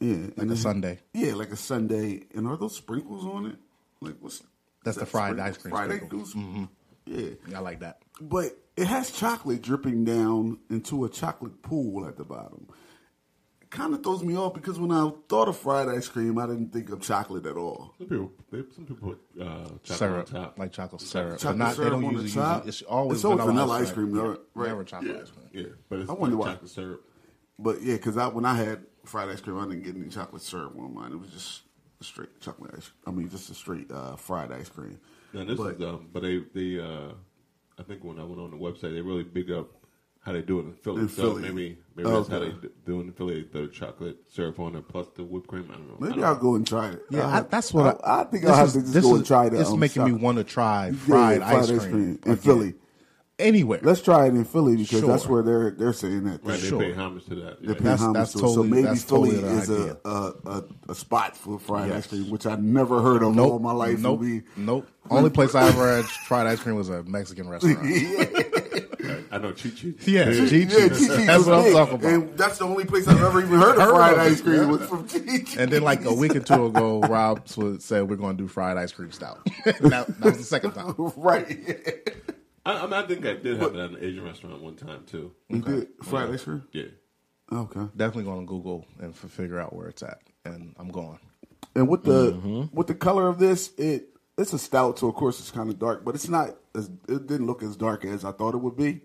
Speaker 3: Yeah.
Speaker 5: Mm-hmm. Like a sundae.
Speaker 3: Yeah, like a Sunday. And are those sprinkles on it? Like what's
Speaker 5: That's
Speaker 3: is
Speaker 5: the
Speaker 3: that
Speaker 5: fried
Speaker 3: sprinkles?
Speaker 5: ice cream Mm-hmm.
Speaker 3: Fried
Speaker 5: sprinkles.
Speaker 3: ice cream? Yeah,
Speaker 5: I like that.
Speaker 3: but it has chocolate dripping down into a chocolate pool at the bottom. Kind of throws me off because when I thought of fried ice cream, I didn't think of chocolate at all.
Speaker 1: Some people, they, some people put uh, chocolate
Speaker 5: Syrup,
Speaker 1: on top.
Speaker 5: like chocolate syrup.
Speaker 3: Chocolate
Speaker 5: but not,
Speaker 3: syrup
Speaker 5: they don't
Speaker 3: on the
Speaker 5: usually
Speaker 3: top?
Speaker 5: use it. It's always
Speaker 3: It's always vanilla ice cream,
Speaker 5: Yeah,
Speaker 3: though, right?
Speaker 5: Never chocolate
Speaker 1: yeah,
Speaker 5: ice cream.
Speaker 1: yeah, but it's
Speaker 3: I wonder
Speaker 1: like
Speaker 3: why.
Speaker 1: chocolate syrup.
Speaker 3: But yeah, because I when I had fried ice cream, I didn't get any chocolate syrup on mine. It was just straight chocolate ice. I mean, just a straight uh, fried ice cream.
Speaker 1: Now this
Speaker 3: But-
Speaker 1: is um, but they they uh, I think when I went on the website, they really big up how they do it in Philly.
Speaker 3: In
Speaker 1: so
Speaker 3: Philly.
Speaker 1: maybe maybe that's how they
Speaker 3: Okay.
Speaker 1: d- do it in Philly. They throw chocolate syrup on it plus the whipped cream. I don't know. I
Speaker 3: Maybe
Speaker 1: don't
Speaker 3: I'll go and try it.
Speaker 5: Yeah,
Speaker 3: I'll-
Speaker 5: I, that's what
Speaker 3: I, I think I'll have
Speaker 5: is-
Speaker 3: to just
Speaker 5: this
Speaker 3: go
Speaker 5: is-
Speaker 3: and try that.
Speaker 5: It's
Speaker 3: um,
Speaker 5: making
Speaker 3: stuff.
Speaker 5: me want to try
Speaker 3: Yeah,
Speaker 5: fried, ice, cream
Speaker 3: in
Speaker 5: again.
Speaker 3: Philly.
Speaker 5: anywhere.
Speaker 3: Let's try it in Philly because that's
Speaker 5: Sure.
Speaker 3: where they're they're saying that.
Speaker 1: Right,
Speaker 3: They're
Speaker 5: Sure.
Speaker 1: they pay homage to that.
Speaker 3: paying
Speaker 1: Right.
Speaker 5: That's-
Speaker 3: homage
Speaker 5: that's
Speaker 3: to it.
Speaker 5: totally-
Speaker 3: so maybe
Speaker 5: that's
Speaker 3: Philly
Speaker 5: totally the
Speaker 3: is a,
Speaker 5: idea.
Speaker 3: a, a a spot for fried
Speaker 5: Yes.
Speaker 3: ice cream, which I never heard of all my life.
Speaker 5: Nope.
Speaker 3: We-
Speaker 5: Nope. Only place I ever had fried ice cream was a Mexican restaurant.
Speaker 1: I know Chi Chi.
Speaker 5: Yeah,
Speaker 1: They-
Speaker 5: Chi
Speaker 3: Yeah,
Speaker 5: Chi's.
Speaker 3: Chi-Chi's
Speaker 5: That's
Speaker 3: was
Speaker 5: what I'm
Speaker 3: big,
Speaker 5: talking about.
Speaker 3: And that's the only place I've ever even heard of
Speaker 5: Heard
Speaker 3: fried
Speaker 5: of it,
Speaker 3: ice cream
Speaker 5: yeah.
Speaker 3: was from Chi-Chi.
Speaker 5: And then, like a week or two ago, Rob sw- said we're going to do fried ice cream stout. that, that was the second time.
Speaker 3: right.
Speaker 1: I, I, mean, I think I did have it at an Asian restaurant one time too.
Speaker 3: You did fried ice cream?
Speaker 1: Yeah,
Speaker 3: Okay.
Speaker 5: Definitely going to Google and f- figure out where it's at. And I'm going.
Speaker 3: And with the with the color of this, it it's a stout, so of course it's kind of dark, but it's not. As, it didn't look as dark as I thought it would be.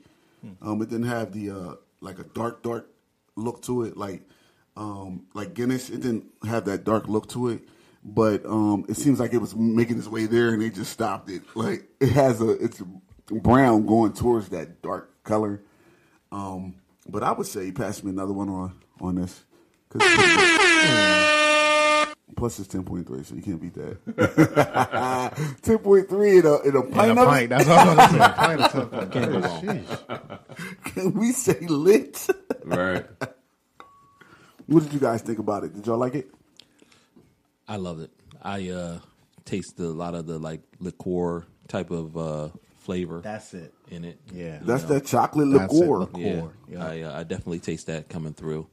Speaker 3: Um, it didn't have the uh, like a dark dark look to it, like um, like Guinness. It didn't have that dark look to it, but um, it seems like it was making its way there, and they just stopped it. Like it has a it's brown going towards that dark color. Um, but I would say pass me another one on on this. 'Cause- Plus it's ten point three, so you can't beat that. ten point three in a in a
Speaker 5: And
Speaker 3: pint
Speaker 5: a
Speaker 3: of
Speaker 5: pint. That's all I'm going to say. A pint of something.
Speaker 4: Can't go wrong.
Speaker 3: Can we say lit?
Speaker 1: right.
Speaker 3: what did you guys think about it? Did y'all like it?
Speaker 4: I love it. I uh taste a lot of the like liqueur type of uh flavor
Speaker 5: That's it.
Speaker 4: in it.
Speaker 5: Yeah.
Speaker 3: That's
Speaker 4: Yeah.
Speaker 3: that chocolate
Speaker 5: That's it,
Speaker 3: liqueur.
Speaker 5: liqueur.
Speaker 4: Yeah,
Speaker 5: Yeah.
Speaker 4: I, uh, I definitely taste that coming through.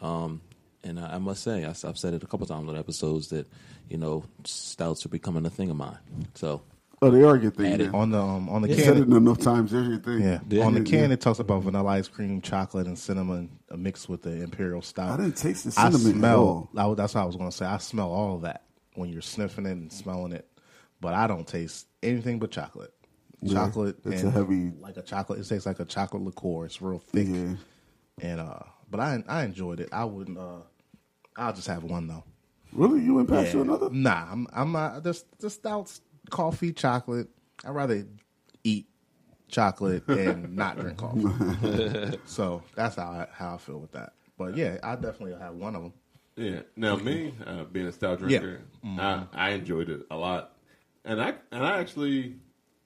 Speaker 4: Um, And I, I must say, I, have said it a couple times on episodes that you know stouts are becoming a thing of mine. So
Speaker 3: Oh, they are your thing.
Speaker 4: Add it
Speaker 3: Man.
Speaker 5: on the um, on the
Speaker 3: You
Speaker 5: can.
Speaker 3: said it enough times. There's your thing.
Speaker 5: Yeah.
Speaker 4: Yeah.
Speaker 5: On the
Speaker 3: Yeah,
Speaker 5: can,
Speaker 3: yeah.
Speaker 5: it talks about vanilla ice cream, chocolate, and cinnamon uh, mixed with the imperial stout.
Speaker 3: I didn't taste the
Speaker 5: I
Speaker 3: cinnamon at
Speaker 5: smell.
Speaker 3: all.
Speaker 5: I, w- that's what I was going to say. I smell all of that when you're sniffing it and smelling it, but I don't taste anything but chocolate. Chocolate.
Speaker 3: It's
Speaker 5: and
Speaker 3: a heavy-
Speaker 5: like a chocolate. It tastes like a chocolate liqueur. It's real thick.
Speaker 3: Yeah.
Speaker 5: And uh, but I I enjoyed it. I wouldn't. uh I'll just have one though.
Speaker 3: Really? You went past to another?
Speaker 5: Nah, I'm I'm uh, the the stouts, coffee, chocolate. I'd rather eat chocolate and not drink coffee. so that's how I, how I feel with that. But yeah, I definitely have one of them.
Speaker 6: Yeah. Now me, uh, being a stout drinker, I, I enjoyed it a lot, and I and I actually,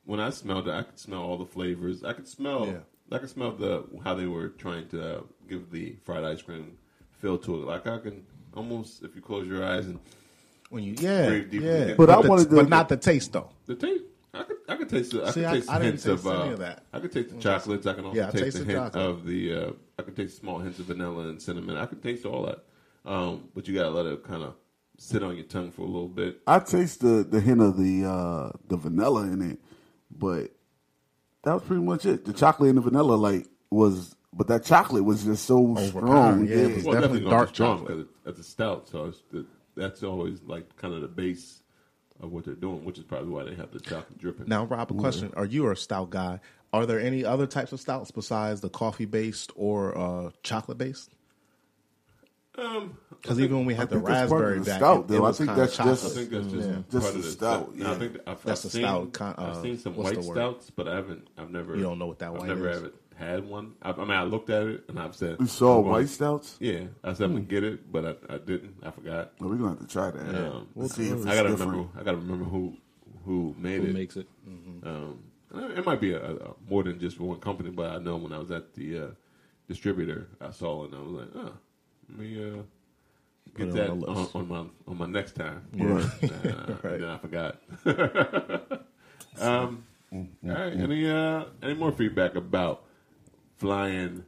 Speaker 6: when I smelled it, I could smell all the flavors. I could smell.
Speaker 5: Yeah.
Speaker 6: I could smell the how they were trying to uh, give the fried ice cream feel to it. Like I can almost, if you close your eyes and
Speaker 5: When you yeah
Speaker 6: Breathe deeply.
Speaker 5: yeah,
Speaker 6: But
Speaker 3: I
Speaker 5: the-
Speaker 3: wanted to-
Speaker 5: but not the taste though.
Speaker 6: the taste. I could, I could taste the I
Speaker 5: See,
Speaker 6: could
Speaker 5: I-
Speaker 6: taste
Speaker 5: I didn't
Speaker 6: hints of,
Speaker 5: taste any
Speaker 6: uh,
Speaker 5: of that. Mm.
Speaker 6: I could taste the chocolates. I can also
Speaker 5: Yeah, I
Speaker 6: taste
Speaker 5: taste
Speaker 6: the,
Speaker 5: the
Speaker 6: hint
Speaker 5: chocolate.
Speaker 6: of the. Uh, I could taste small hints of vanilla and cinnamon. I could taste all that, um, but you gotta let it kind of sit on your tongue for a little bit.
Speaker 3: I taste the, the hint of the uh, the vanilla in it, but that was pretty much it. The chocolate and the vanilla, like, was, but that chocolate was just so strong.
Speaker 5: Overpowering, yeah,
Speaker 3: Yeah,
Speaker 5: it was- definitely
Speaker 6: Well, definitely dark
Speaker 5: dark
Speaker 6: strong
Speaker 5: chocolate.
Speaker 6: because it's a stout, so it's the, that's always like kind of the base of what they're doing, which is probably why they have the chocolate dripping.
Speaker 5: Now, Rob, a question: Are you a stout guy? Are there any other types of stouts besides the coffee based or uh, chocolate based?
Speaker 6: um,
Speaker 5: Because even when we had the
Speaker 3: think that's part of
Speaker 5: raspberry
Speaker 3: the
Speaker 5: back,
Speaker 3: stout,
Speaker 5: it-
Speaker 3: though.
Speaker 5: it
Speaker 3: I
Speaker 5: was
Speaker 3: think
Speaker 5: kinda
Speaker 3: that's just-
Speaker 6: I
Speaker 5: chocolate.
Speaker 6: think that's just,
Speaker 3: Just
Speaker 6: part
Speaker 3: the
Speaker 6: of the
Speaker 3: stout,
Speaker 6: Now, I
Speaker 3: yeah.
Speaker 6: think I've,
Speaker 5: That's
Speaker 6: I've
Speaker 5: a
Speaker 6: seen,
Speaker 5: stout kind- uh,
Speaker 6: I've seen some
Speaker 5: what's
Speaker 6: white
Speaker 5: the word?
Speaker 6: stouts, but I haven't. I've never.
Speaker 5: You don't know what that white
Speaker 6: I've never
Speaker 5: is.
Speaker 6: haven't had one. I, I mean, I looked at it and I've said
Speaker 3: You saw
Speaker 6: I'm going-
Speaker 3: white stouts?
Speaker 6: Yeah, I said I'm
Speaker 5: Hmm.
Speaker 6: gonna get it, but I, I didn't. I forgot.
Speaker 3: Well, we're going to have to try that.
Speaker 6: Um,
Speaker 3: We'll see if it's
Speaker 6: I gotta
Speaker 3: different.
Speaker 6: remember. I gotta remember who who made
Speaker 4: who
Speaker 6: it.
Speaker 4: makes it?
Speaker 6: Um, and it might be a, a, more than just one company, but I know when I was at the uh, distributor, I saw it and I was like, oh, let me uh,
Speaker 5: it
Speaker 6: get
Speaker 5: on
Speaker 6: that
Speaker 5: the
Speaker 6: on, on,
Speaker 5: list.
Speaker 6: my on my next time. Uh,
Speaker 5: Right.
Speaker 6: And then I forgot. um,
Speaker 5: Mm,
Speaker 6: all right, any uh, any more feedback about Flying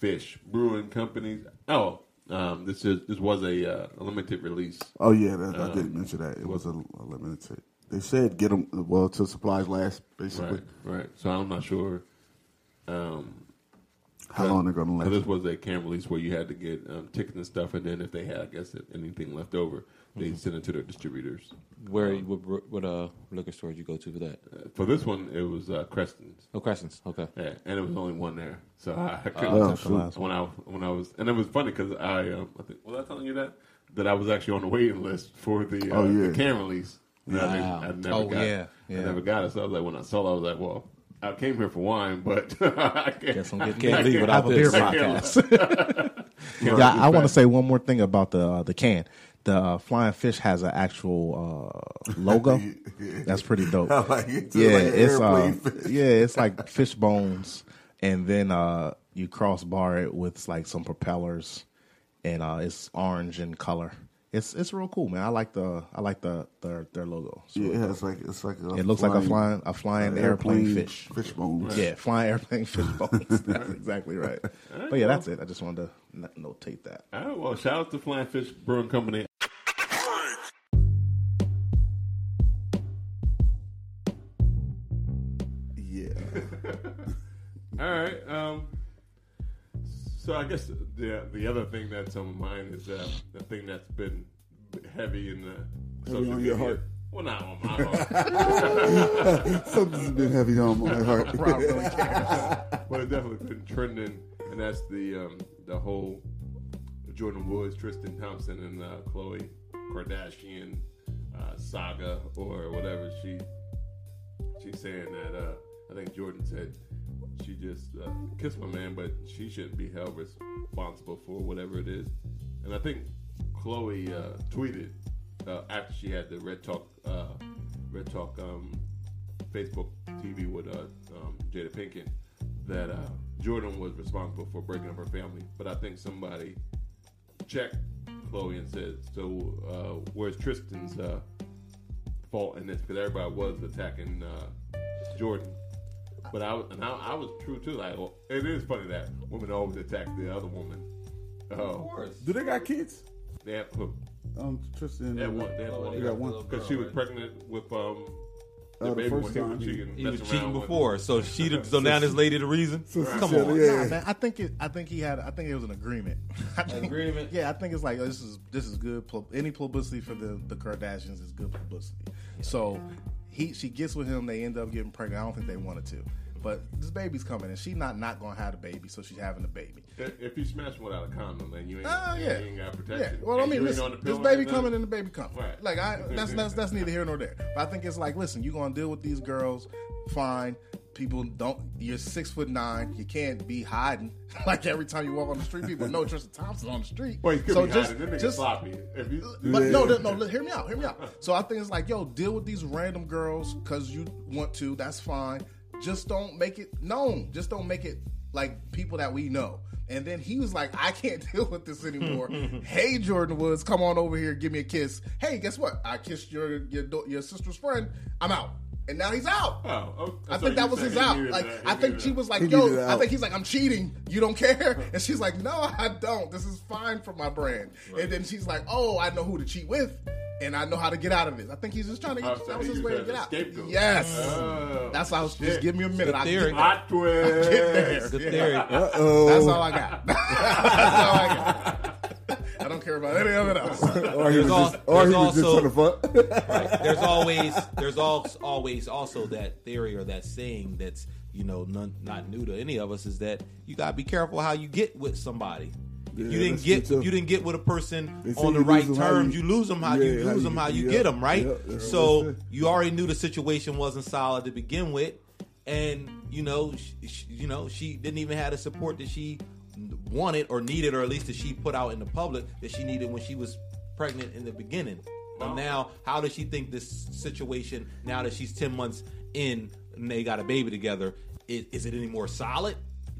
Speaker 6: Fish Brewing Company? Oh, um, this is this was a, uh, a limited release.
Speaker 3: Oh yeah, that, I didn't mention that. It was a, a limited. tape. They said get them well till supplies last, basically.
Speaker 6: Right, right. So I'm not sure. Um,
Speaker 3: How long they're gonna
Speaker 6: So this
Speaker 3: last?
Speaker 6: was a can release where you had to get um, tickets and stuff, and then if they had, I guess, if anything left over, they
Speaker 3: Mm-hmm.
Speaker 6: sent it to their distributors.
Speaker 4: Where what, what uh liquor store did you go to for that?
Speaker 6: Uh, For this one, it was uh, Creston's,
Speaker 4: Oh, Crescent's. Okay.
Speaker 6: yeah, and it was only one there, so I, I couldn't.
Speaker 3: Oh, shoot.
Speaker 6: when I when I was, and it was funny because I, um, I think, was I telling you that that I was actually on the waiting list for the, uh,
Speaker 3: Oh, yeah.
Speaker 6: the can release. And I, didn't- I never
Speaker 5: Oh,
Speaker 6: got it.
Speaker 5: yeah, yeah.
Speaker 6: I never got it. So I was like, when I saw, it, I was like, well, I came here for wine, but I can't,
Speaker 5: Guess I'm
Speaker 6: I
Speaker 5: getting
Speaker 4: Can't leave
Speaker 5: I have
Speaker 4: without
Speaker 5: a beer
Speaker 4: this.
Speaker 6: I can't-
Speaker 5: podcast. yeah, I want to say one more thing about the uh, the can. The uh, flying fish has an actual uh, logo. That's pretty dope.
Speaker 3: I like it too,
Speaker 5: yeah,
Speaker 3: like an
Speaker 5: it's uh,
Speaker 3: airplane fish.
Speaker 5: yeah, it's like fish bones, and then uh, you crossbar it with like some propellers, and uh, it's orange in color. It's it's real cool, man. I like the I like the their their logo. So
Speaker 3: Yeah, it's like it's like a
Speaker 5: it looks like a flying a flying airplane, fish.
Speaker 3: fish bones.
Speaker 5: Yeah, flying airplane fish bones. that's exactly right. But yeah, that's it. I just wanted to n- notate that.
Speaker 6: All right, Oh, well, shout out to Flying Fish Brewing Company.
Speaker 3: Yeah,
Speaker 6: All right. Um, so I guess the the other thing that's on my mind is uh, the thing that's been heavy in the
Speaker 3: Heavy on your heart.
Speaker 6: Well, not on my heart,
Speaker 3: something's been heavy on my heart.
Speaker 6: but it definitely been trending, and that's the um, the whole Jordan Woods, Tristan Thompson, and uh, Khloe Kardashian uh, saga or whatever she she's saying that uh, I think Jordan said she just uh, kissed my man, but she shouldn't be held responsible for whatever it is. And I think Chloe uh, tweeted uh, after she had the Red Talk uh, Red Talk um, Facebook TV with uh, um, Jada Pinkett that uh, Jordan was responsible for breaking up her family, but I think somebody checked Chloe and said, "So uh, where's Tristan's?" Uh, fault in this because everybody was attacking uh, Jordan. But I was, and I, I was true too. Like, well, it is funny that women always attack the other woman uh,
Speaker 7: Of
Speaker 1: Oh,
Speaker 7: course.
Speaker 3: Do they got kids?
Speaker 1: they had who?
Speaker 3: Um, Tristan.
Speaker 1: They had one. They had
Speaker 7: Oh,
Speaker 1: one.
Speaker 7: they
Speaker 3: got one.
Speaker 1: because she was pregnant with um. The
Speaker 3: the
Speaker 1: baby
Speaker 3: uh, first
Speaker 1: when he
Speaker 3: time
Speaker 1: was
Speaker 3: he-
Speaker 1: cheating.
Speaker 4: He
Speaker 1: messing
Speaker 4: was cheating
Speaker 1: around with-
Speaker 4: before, so she. the- So now this lady the reason. Come
Speaker 3: Yeah,
Speaker 4: on.
Speaker 3: yeah.
Speaker 5: Nah, man, I think it. I think he had. I think it was an agreement. I think-
Speaker 7: agreement?
Speaker 5: Yeah, I think it's like oh, this is this is good. pub- Any publicity for the the Kardashians is good publicity. So he she gets with him. They end up getting pregnant. I don't think they wanted to, but this baby's coming, and she's not not going to have a baby, so she's having a baby.
Speaker 1: If if you smash without a condom, then you ain't,
Speaker 5: Oh yeah,
Speaker 1: you ain't got
Speaker 5: yeah.
Speaker 1: protection.
Speaker 5: Well, I
Speaker 1: And
Speaker 5: mean,
Speaker 1: you ain't
Speaker 5: listen,
Speaker 1: on the
Speaker 5: this
Speaker 1: pill
Speaker 5: baby
Speaker 1: right now.
Speaker 5: coming and the baby coming.
Speaker 1: Right.
Speaker 5: Like I, that's that's that's neither here nor there. But I think it's like, listen, you're gonna deal with these girls, fine. People don't. You're six foot nine. You can't be hiding. Like every time you walk on the street, people know Tristan Thompson on the street.
Speaker 1: Well, he could
Speaker 5: so
Speaker 1: be
Speaker 5: just,
Speaker 1: hiding. That nigga
Speaker 5: just
Speaker 1: sloppy. If you,
Speaker 5: but no, no, no, li- hear me out, hear me out. So I think it's like, yo, deal with these random girls because you want to. That's fine. Just don't make it known. Just don't make it like people that we know. And then he was like, I can't deal with this anymore. hey, Jordan Woods, come on over here, give me a kiss. Hey, guess what? I kissed your your, do- your sister's friend. I'm out. And now he's out.
Speaker 1: Oh, oh,
Speaker 5: I
Speaker 1: so
Speaker 5: think that
Speaker 1: you
Speaker 5: was
Speaker 1: saying
Speaker 5: his
Speaker 1: he
Speaker 5: out.
Speaker 1: needed
Speaker 5: Like
Speaker 1: that. He
Speaker 5: I think
Speaker 1: needed
Speaker 5: she
Speaker 1: that.
Speaker 5: was like,
Speaker 3: He needed
Speaker 5: "Yo,"
Speaker 3: that
Speaker 5: I
Speaker 3: out.
Speaker 5: think he's like, "I'm cheating. You don't care," and she's like, "No, I don't. This is fine for my brand." And then she's like, "Oh, I know who to cheat with, and I know how to get out of it." I think he's just trying to.
Speaker 1: Oh, so
Speaker 5: that was
Speaker 1: he
Speaker 5: his
Speaker 1: used
Speaker 5: way
Speaker 1: that
Speaker 5: to
Speaker 1: as
Speaker 5: get
Speaker 1: a
Speaker 5: out.
Speaker 1: scapegoat.
Speaker 5: Yes,
Speaker 1: Oh,
Speaker 5: that's why I was
Speaker 1: shit.
Speaker 5: just give me a minute. I
Speaker 4: theory.
Speaker 5: get, I
Speaker 1: Hot twist.
Speaker 5: get there.
Speaker 4: Good
Speaker 5: Yeah.
Speaker 4: theory.
Speaker 5: That's all I got. That's all I got. I don't care about any of it else.
Speaker 3: Or he was
Speaker 4: There's al-
Speaker 3: just, or he
Speaker 4: there's
Speaker 3: was just
Speaker 4: also-
Speaker 3: trying to fuck.
Speaker 4: Right. There's always there's al- always also that theory or that saying that's you know none, not new to any of us is that you gotta be careful how you get with somebody. If
Speaker 3: Yeah,
Speaker 4: you didn't
Speaker 3: that's true,
Speaker 4: get
Speaker 3: too.
Speaker 4: you didn't get with a person
Speaker 3: They say
Speaker 4: on the
Speaker 3: you
Speaker 4: right
Speaker 3: lose 'em how
Speaker 4: terms, you,
Speaker 3: you-
Speaker 4: lose them how you
Speaker 3: Yeah, how
Speaker 4: lose
Speaker 3: you-
Speaker 4: them how you
Speaker 3: yeah,
Speaker 4: get them right.
Speaker 3: yeah, that's what
Speaker 4: so
Speaker 3: they say.
Speaker 4: you already knew the situation wasn't solid to begin with, and you know sh sh you know she didn't even have the support that she wanted or needed, or at least that she put out in the public that she needed when she was pregnant in the beginning. But now, how does she think this situation now that she's ten months in and they got a baby together? Is, is it any more solid?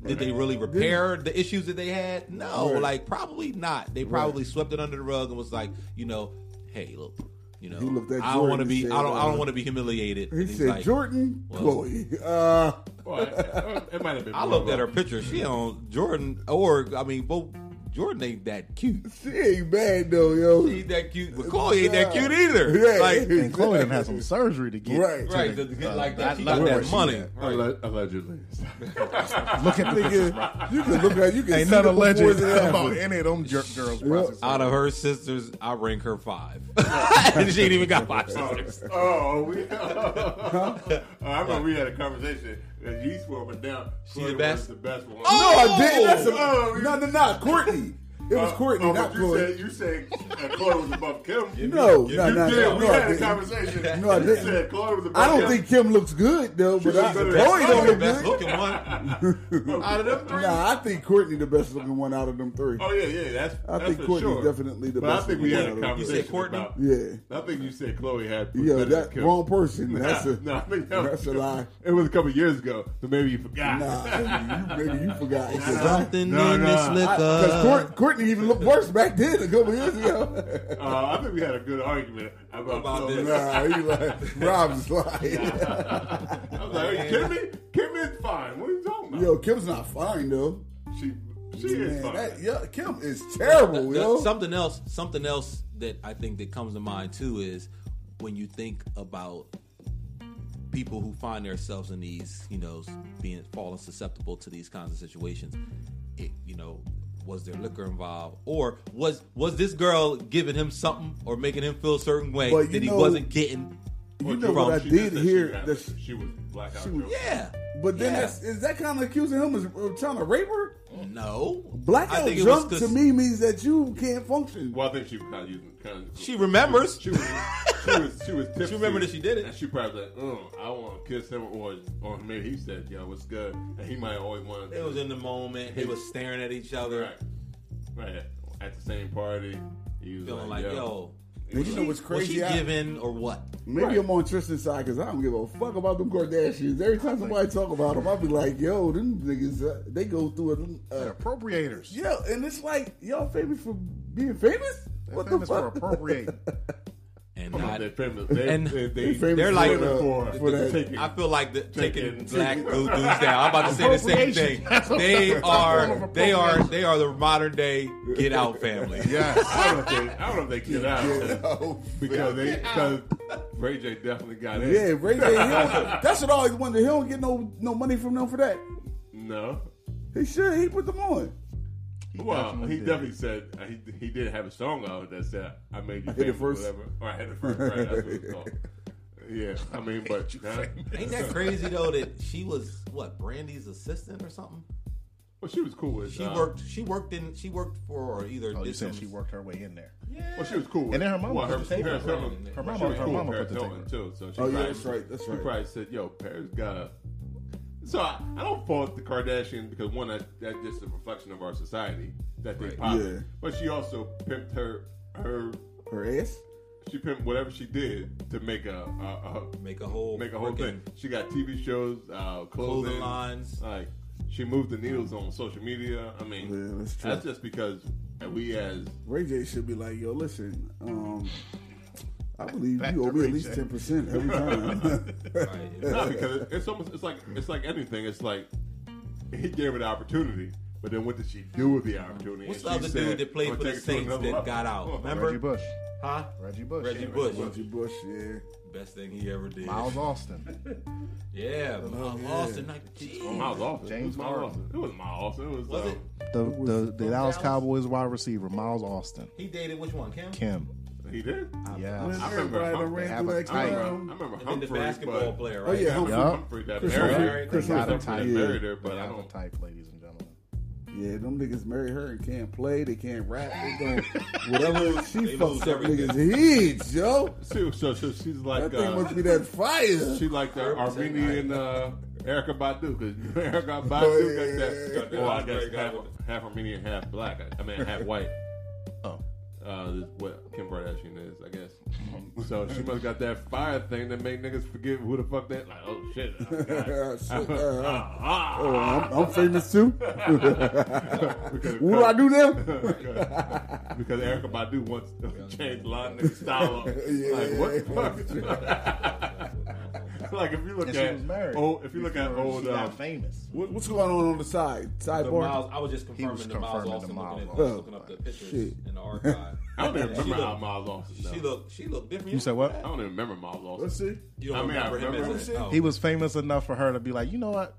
Speaker 4: Did they really repair the issues that they had? No,
Speaker 3: Right.
Speaker 4: like probably not. They probably swept it under the rug and was like, you know, hey, look, you know,
Speaker 3: He looked at
Speaker 4: I don't want to
Speaker 3: Jordan
Speaker 4: be,
Speaker 3: and
Speaker 4: I don't, I don't
Speaker 3: said, uh,
Speaker 4: want to be humiliated.
Speaker 3: He
Speaker 4: And he's
Speaker 3: said,
Speaker 4: like,
Speaker 3: Jordan,
Speaker 4: well-
Speaker 3: Chloe. Uh,
Speaker 1: Well, it, it might have been.
Speaker 4: I
Speaker 1: more
Speaker 4: looked
Speaker 1: of
Speaker 4: at
Speaker 1: a-
Speaker 4: her picture. She on Jordan or I mean, both Jordan ain't that cute.
Speaker 3: she ain't bad, though, yo.
Speaker 4: She ain't that cute, but Chloe ain't that cute either.
Speaker 3: Yeah.
Speaker 4: Like,
Speaker 5: And Chloe done had some surgery to get.
Speaker 3: Right.
Speaker 4: right, to get like that, she
Speaker 5: Right.
Speaker 4: got that
Speaker 5: Right.
Speaker 4: money. Right.
Speaker 1: Alle- Allegedly.
Speaker 5: Look at the
Speaker 3: Nigga, you can look at you can
Speaker 5: Ain't
Speaker 3: see
Speaker 5: none
Speaker 3: the
Speaker 5: of legend
Speaker 3: befores and
Speaker 5: about
Speaker 3: afters.
Speaker 5: any of them jerk girls. process.
Speaker 4: Out of her sisters, I rank her five, and she ain't even got five sisters.
Speaker 1: Oh, we. I remember we had a conversation. And you swore me down.
Speaker 4: She
Speaker 1: Chloe
Speaker 4: the
Speaker 1: was
Speaker 4: best?
Speaker 1: the best one.
Speaker 3: No, I didn't. That's a,
Speaker 1: Oh.
Speaker 3: no, no, no. Courtney. It was
Speaker 1: Uh,
Speaker 3: Courtney,
Speaker 1: oh,
Speaker 3: not
Speaker 1: but you
Speaker 3: Chloe.
Speaker 1: said you said uh, Chloe was above Kim.
Speaker 3: No,
Speaker 1: you
Speaker 3: no, no,
Speaker 1: did.
Speaker 3: no,
Speaker 1: we
Speaker 3: no, I
Speaker 1: had a
Speaker 3: didn't.
Speaker 1: conversation.
Speaker 3: No, I
Speaker 1: you
Speaker 3: didn't.
Speaker 1: said Chloe was above
Speaker 3: I don't
Speaker 1: Kim.
Speaker 3: think Kim looks good though, but I,
Speaker 1: was the best-
Speaker 3: Chloe
Speaker 1: she was
Speaker 3: don't
Speaker 4: the
Speaker 3: look
Speaker 4: best
Speaker 3: good.
Speaker 4: looking one.
Speaker 1: out of them three.
Speaker 3: Nah, I think Courtney the best looking one out of them three.
Speaker 1: Oh yeah, yeah. That's
Speaker 3: I
Speaker 1: that's
Speaker 3: think
Speaker 1: for
Speaker 3: Courtney's
Speaker 1: sure.
Speaker 3: definitely the
Speaker 1: but
Speaker 3: best
Speaker 1: I think
Speaker 3: one
Speaker 1: we had
Speaker 3: out
Speaker 1: a
Speaker 3: of them.
Speaker 4: You
Speaker 1: conversation
Speaker 4: said Courtney?
Speaker 1: about.
Speaker 3: Yeah.
Speaker 1: I think you said Chloe had. was
Speaker 3: Yeah,
Speaker 1: better than
Speaker 3: that
Speaker 1: Kim.
Speaker 3: wrong person. That's
Speaker 1: Nah,
Speaker 3: a
Speaker 1: nah, I think that
Speaker 3: that's
Speaker 1: was,
Speaker 3: a lie.
Speaker 1: It was a couple years ago, so maybe you forgot.
Speaker 3: Nah, you, maybe you forgot.
Speaker 4: Something
Speaker 1: No,
Speaker 4: in
Speaker 1: no.
Speaker 4: this
Speaker 1: I-
Speaker 4: liquor.
Speaker 3: Because Court, Courtney even looked worse back then a couple years ago.
Speaker 1: Uh, I think we had a good argument about,
Speaker 4: About
Speaker 1: Chloe.
Speaker 4: this.
Speaker 3: nah, he like Rob's lying.
Speaker 1: I was like, "Are you kidding me? Kim is fine. What are you talking about?
Speaker 3: yo, Kim's not fine though.
Speaker 1: she she is
Speaker 3: Man,
Speaker 1: fine.
Speaker 3: that, yeah, Kim is terrible,
Speaker 4: The-
Speaker 3: yo.
Speaker 4: something else something else that I think that comes to mind too is when you think about people who find themselves in these, you know, being falling susceptible to these kinds of situations. It, you know, was there liquor involved, or was was this girl giving him something or making him feel a certain way
Speaker 3: But you
Speaker 4: that he
Speaker 3: know-
Speaker 4: wasn't getting?
Speaker 3: you
Speaker 1: Well,
Speaker 3: know
Speaker 4: Rob,
Speaker 3: what I
Speaker 1: she
Speaker 3: did
Speaker 1: say
Speaker 3: hear?
Speaker 1: She, got-
Speaker 3: This,
Speaker 1: she was blackout.
Speaker 3: she was-
Speaker 1: drunk.
Speaker 4: Yeah,
Speaker 3: but then
Speaker 4: Yeah.
Speaker 3: that's, is that kind of accusing him of of trying to rape her?
Speaker 4: no I
Speaker 3: Blackout
Speaker 4: think it was
Speaker 3: drunk
Speaker 4: 'cause
Speaker 3: to me means that you can't function.
Speaker 1: Well, I think she was kind of using. Kind of,
Speaker 4: She remembers.
Speaker 1: She was. She was. She was. Tipsy,
Speaker 4: She remembered that she did it.
Speaker 1: And she probably like, oh,
Speaker 6: "Mm,
Speaker 1: I want to kiss him, or or maybe he said, "Yo, what's good?" And he might always want.
Speaker 4: It was in the moment. They was staring at each other,
Speaker 1: right, right at the same party. He was
Speaker 4: feeling like, "Yo,
Speaker 3: And you know what's
Speaker 4: was she
Speaker 3: crazy? I-
Speaker 4: giving or what?"
Speaker 3: Maybe I'm on Tristan's side because I don't give a fuck about them Kardashians. Every time somebody talk about them, I'll be like, yo, them niggas, uh, they go through it. Uh,
Speaker 5: Appropriators.
Speaker 3: yeah, and it's like, y'all famous for being famous?
Speaker 5: They're
Speaker 3: What the
Speaker 5: famous for
Speaker 3: fuck?
Speaker 5: appropriating.
Speaker 4: and not.
Speaker 6: They famous. They,
Speaker 4: And-
Speaker 6: they, they,
Speaker 4: They're
Speaker 6: they're
Speaker 4: like-
Speaker 6: like for, for
Speaker 3: uh, that-
Speaker 6: that. Taking,
Speaker 4: I feel like the, taking
Speaker 6: Taking-
Speaker 4: black dudes down. I'm about to say the same thing. They are they are they are the modern day get out family.
Speaker 5: Oh,
Speaker 3: Yes.
Speaker 6: I don't know if they, I don't know if they get out because they because Ray J definitely got in.
Speaker 3: yeah, Ray J. he don't- That's what I always wondered. He don't get no no money from them for that.
Speaker 6: No.
Speaker 3: He should. He put them on.
Speaker 6: well,
Speaker 5: definitely
Speaker 6: he
Speaker 5: did.
Speaker 6: definitely said uh, he he did have a song out that said I made you
Speaker 3: hit it
Speaker 6: famous,
Speaker 3: first.
Speaker 6: whatever, or I had it first. Right, that's what it's called. Yeah, I mean, but huh?
Speaker 4: Ain't that crazy though that she was what Brandy's assistant or something?
Speaker 6: well, she was cool with.
Speaker 4: She
Speaker 6: uh,
Speaker 4: worked. She worked in. She worked for either.
Speaker 5: Oh, you
Speaker 4: this
Speaker 5: said she worked her way in there.
Speaker 6: Well, she was cool. With,
Speaker 5: And then her mama
Speaker 6: well,
Speaker 5: put the tape
Speaker 6: her,
Speaker 5: on.
Speaker 6: Hilton-
Speaker 5: Her mama-
Speaker 6: she was
Speaker 5: her
Speaker 6: cool with
Speaker 5: mama
Speaker 6: Paris
Speaker 5: put the tape
Speaker 6: Hilton,
Speaker 5: on.
Speaker 6: too. So she
Speaker 3: Oh, yeah,
Speaker 6: probably-
Speaker 3: that's right, that's
Speaker 6: She
Speaker 3: right.
Speaker 6: probably said, "Yo, Paris got a." So I, I don't fault the Kardashians because one, that, that's just a reflection of our society that they pop.
Speaker 3: Yeah.
Speaker 6: But she also pimped her her.
Speaker 3: Her ass.
Speaker 6: She pimped whatever she did to make a, a, a
Speaker 4: Make a whole
Speaker 6: make a whole
Speaker 4: freaking
Speaker 6: thing. She got TV shows, uh, clothing,
Speaker 4: Clothing lines.
Speaker 6: Like she moved the needles on social media. I mean,
Speaker 3: Yeah, that's true.
Speaker 6: just because we as
Speaker 3: Ray J should be like, yo, listen, um, I believe
Speaker 5: Back
Speaker 3: you
Speaker 5: to
Speaker 3: owe me
Speaker 5: Ray
Speaker 3: at least
Speaker 5: J.
Speaker 3: ten percent every time.
Speaker 4: Right.
Speaker 6: No, because it- it's almost it's like it's like anything. It's like he gave her the opportunity, but then what did she do with the opportunity?
Speaker 4: What's the
Speaker 6: And she
Speaker 4: other
Speaker 6: said,
Speaker 4: dude that played
Speaker 6: "I'm
Speaker 4: for
Speaker 6: gonna
Speaker 4: the
Speaker 6: take it to
Speaker 4: Saints
Speaker 6: another
Speaker 4: that
Speaker 6: level."
Speaker 4: got out? Remember?
Speaker 5: Reggie Bush.
Speaker 4: Huh?
Speaker 5: Reggie Bush.
Speaker 4: Reggie Bush.
Speaker 3: Reggie Bush, yeah.
Speaker 4: Best thing he ever did.
Speaker 5: Miles Austin.
Speaker 4: Yeah, Miles Austin. Like, geez.
Speaker 6: Miles Austin.
Speaker 5: James
Speaker 6: James it was Miles
Speaker 5: Harden.
Speaker 6: Austin. It was Miles Austin. It was,
Speaker 4: Was
Speaker 6: uh,
Speaker 4: it?
Speaker 5: The, the, the Dallas
Speaker 4: Dallas?
Speaker 5: Cowboys wide receiver, Miles Austin.
Speaker 4: He dated which one? Kim.
Speaker 5: Kim.
Speaker 6: He did.
Speaker 5: Yes.
Speaker 6: I remember
Speaker 3: Everybody ran through
Speaker 5: They
Speaker 6: Humphrey.
Speaker 5: have a
Speaker 3: that
Speaker 6: I
Speaker 5: tight-
Speaker 6: remember,
Speaker 3: town.
Speaker 6: I remember
Speaker 4: And then
Speaker 6: Humphrey,
Speaker 4: the basketball
Speaker 6: but,
Speaker 4: player,
Speaker 3: Oh,
Speaker 4: right?
Speaker 3: yeah,
Speaker 6: I remember
Speaker 3: Humphrey.
Speaker 5: Yup.
Speaker 6: Humphrey that
Speaker 3: Chris
Speaker 6: married
Speaker 3: Humphrey.
Speaker 6: her.
Speaker 3: Chris
Speaker 6: Humphrey
Speaker 5: Humphrey.
Speaker 6: that married her, but
Speaker 5: They
Speaker 6: I
Speaker 5: have a
Speaker 6: don't.
Speaker 5: type, ladies and gentlemen.
Speaker 3: Yeah, them niggas marry her and can't play, they can't rap, they don't whatever she
Speaker 4: They lose
Speaker 3: fucks up
Speaker 4: everything.
Speaker 3: niggas heads, yo.
Speaker 6: So, so, so she's
Speaker 3: That
Speaker 6: like
Speaker 3: thing
Speaker 6: uh,
Speaker 3: must be that fire.
Speaker 6: She like the Armenian uh, Erica Badu because Erica Badu got that. Well, I guess half, half Armenian, half black. I mean, half white.
Speaker 5: Oh.
Speaker 6: Uh, this is what Kim Kardashian is, I guess. So she must got that fire thing that make niggas forget who the fuck that. Like, oh shit. Ah, Oh, God.
Speaker 3: Oh, I'm, I'm famous too. what do I do now?
Speaker 6: because Erica Badu wants to change a lot of niggas' style. Up. like what the fuck? like if you look
Speaker 5: And she was
Speaker 6: at
Speaker 5: married.
Speaker 6: oh, if you look at
Speaker 5: Before
Speaker 6: old
Speaker 5: she got
Speaker 6: um,
Speaker 5: famous.
Speaker 3: What, what's going on on the side?
Speaker 4: The
Speaker 3: Sidebar?
Speaker 4: Miles, I was just confirming
Speaker 5: was
Speaker 4: the Miles
Speaker 5: confirming the
Speaker 4: Austin.
Speaker 5: Miles
Speaker 4: looking, at,
Speaker 3: Austin.
Speaker 4: looking up the pictures
Speaker 3: Oh, Shit.
Speaker 4: in the archive.
Speaker 6: I don't even
Speaker 4: She
Speaker 6: remember how
Speaker 4: looked-
Speaker 6: Miles Austin.
Speaker 4: She
Speaker 6: though.
Speaker 4: looked. She looked different.
Speaker 5: You said what?
Speaker 6: I don't even remember Miles Lawson.
Speaker 3: Let's see.
Speaker 4: You don't
Speaker 6: I mean, I
Speaker 4: remember him
Speaker 6: remember
Speaker 4: as
Speaker 6: him.
Speaker 4: a, oh.
Speaker 5: He was famous enough for her to be like, you know what?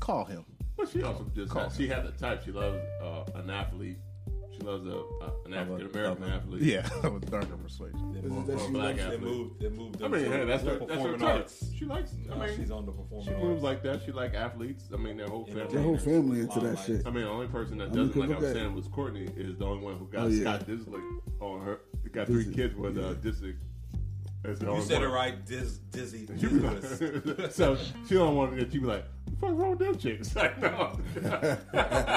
Speaker 5: Call him.
Speaker 6: But she also just had, she had the type. She loves uh, an athlete. She loves a, a an African American athlete.
Speaker 5: Yeah, that was darker persuasion.
Speaker 4: They
Speaker 3: Is it
Speaker 4: moved,
Speaker 3: that
Speaker 6: Or a
Speaker 3: she
Speaker 6: black
Speaker 3: likes-
Speaker 4: they
Speaker 6: athlete.
Speaker 4: moved. They moved.
Speaker 6: I mean,
Speaker 4: him
Speaker 6: hey,
Speaker 4: to
Speaker 6: that's her that's her
Speaker 4: performing
Speaker 6: type.
Speaker 4: arts.
Speaker 6: She likes. I
Speaker 4: Now
Speaker 6: mean,
Speaker 4: she's on the
Speaker 6: she
Speaker 4: performing
Speaker 6: moves
Speaker 4: arts.
Speaker 6: like that. She like athletes. I mean, their whole family.
Speaker 4: Their
Speaker 3: whole family into that shit.
Speaker 6: I mean, the only person that
Speaker 3: mean,
Speaker 6: doesn't,
Speaker 3: you
Speaker 6: like
Speaker 3: can
Speaker 6: I was
Speaker 3: look at-
Speaker 6: saying, was Courtney is the only one who got
Speaker 3: Oh, yeah.
Speaker 6: Scott Disick on her. Got three
Speaker 3: Disick,
Speaker 6: kids with uh,
Speaker 3: yeah.
Speaker 6: Disick. as the
Speaker 4: You
Speaker 6: only
Speaker 4: said it
Speaker 6: one.
Speaker 4: right. Diz, dizzy.
Speaker 6: You be like- so she don't want to. She be like, "What the fuck wrong with them chicks?" Like, no.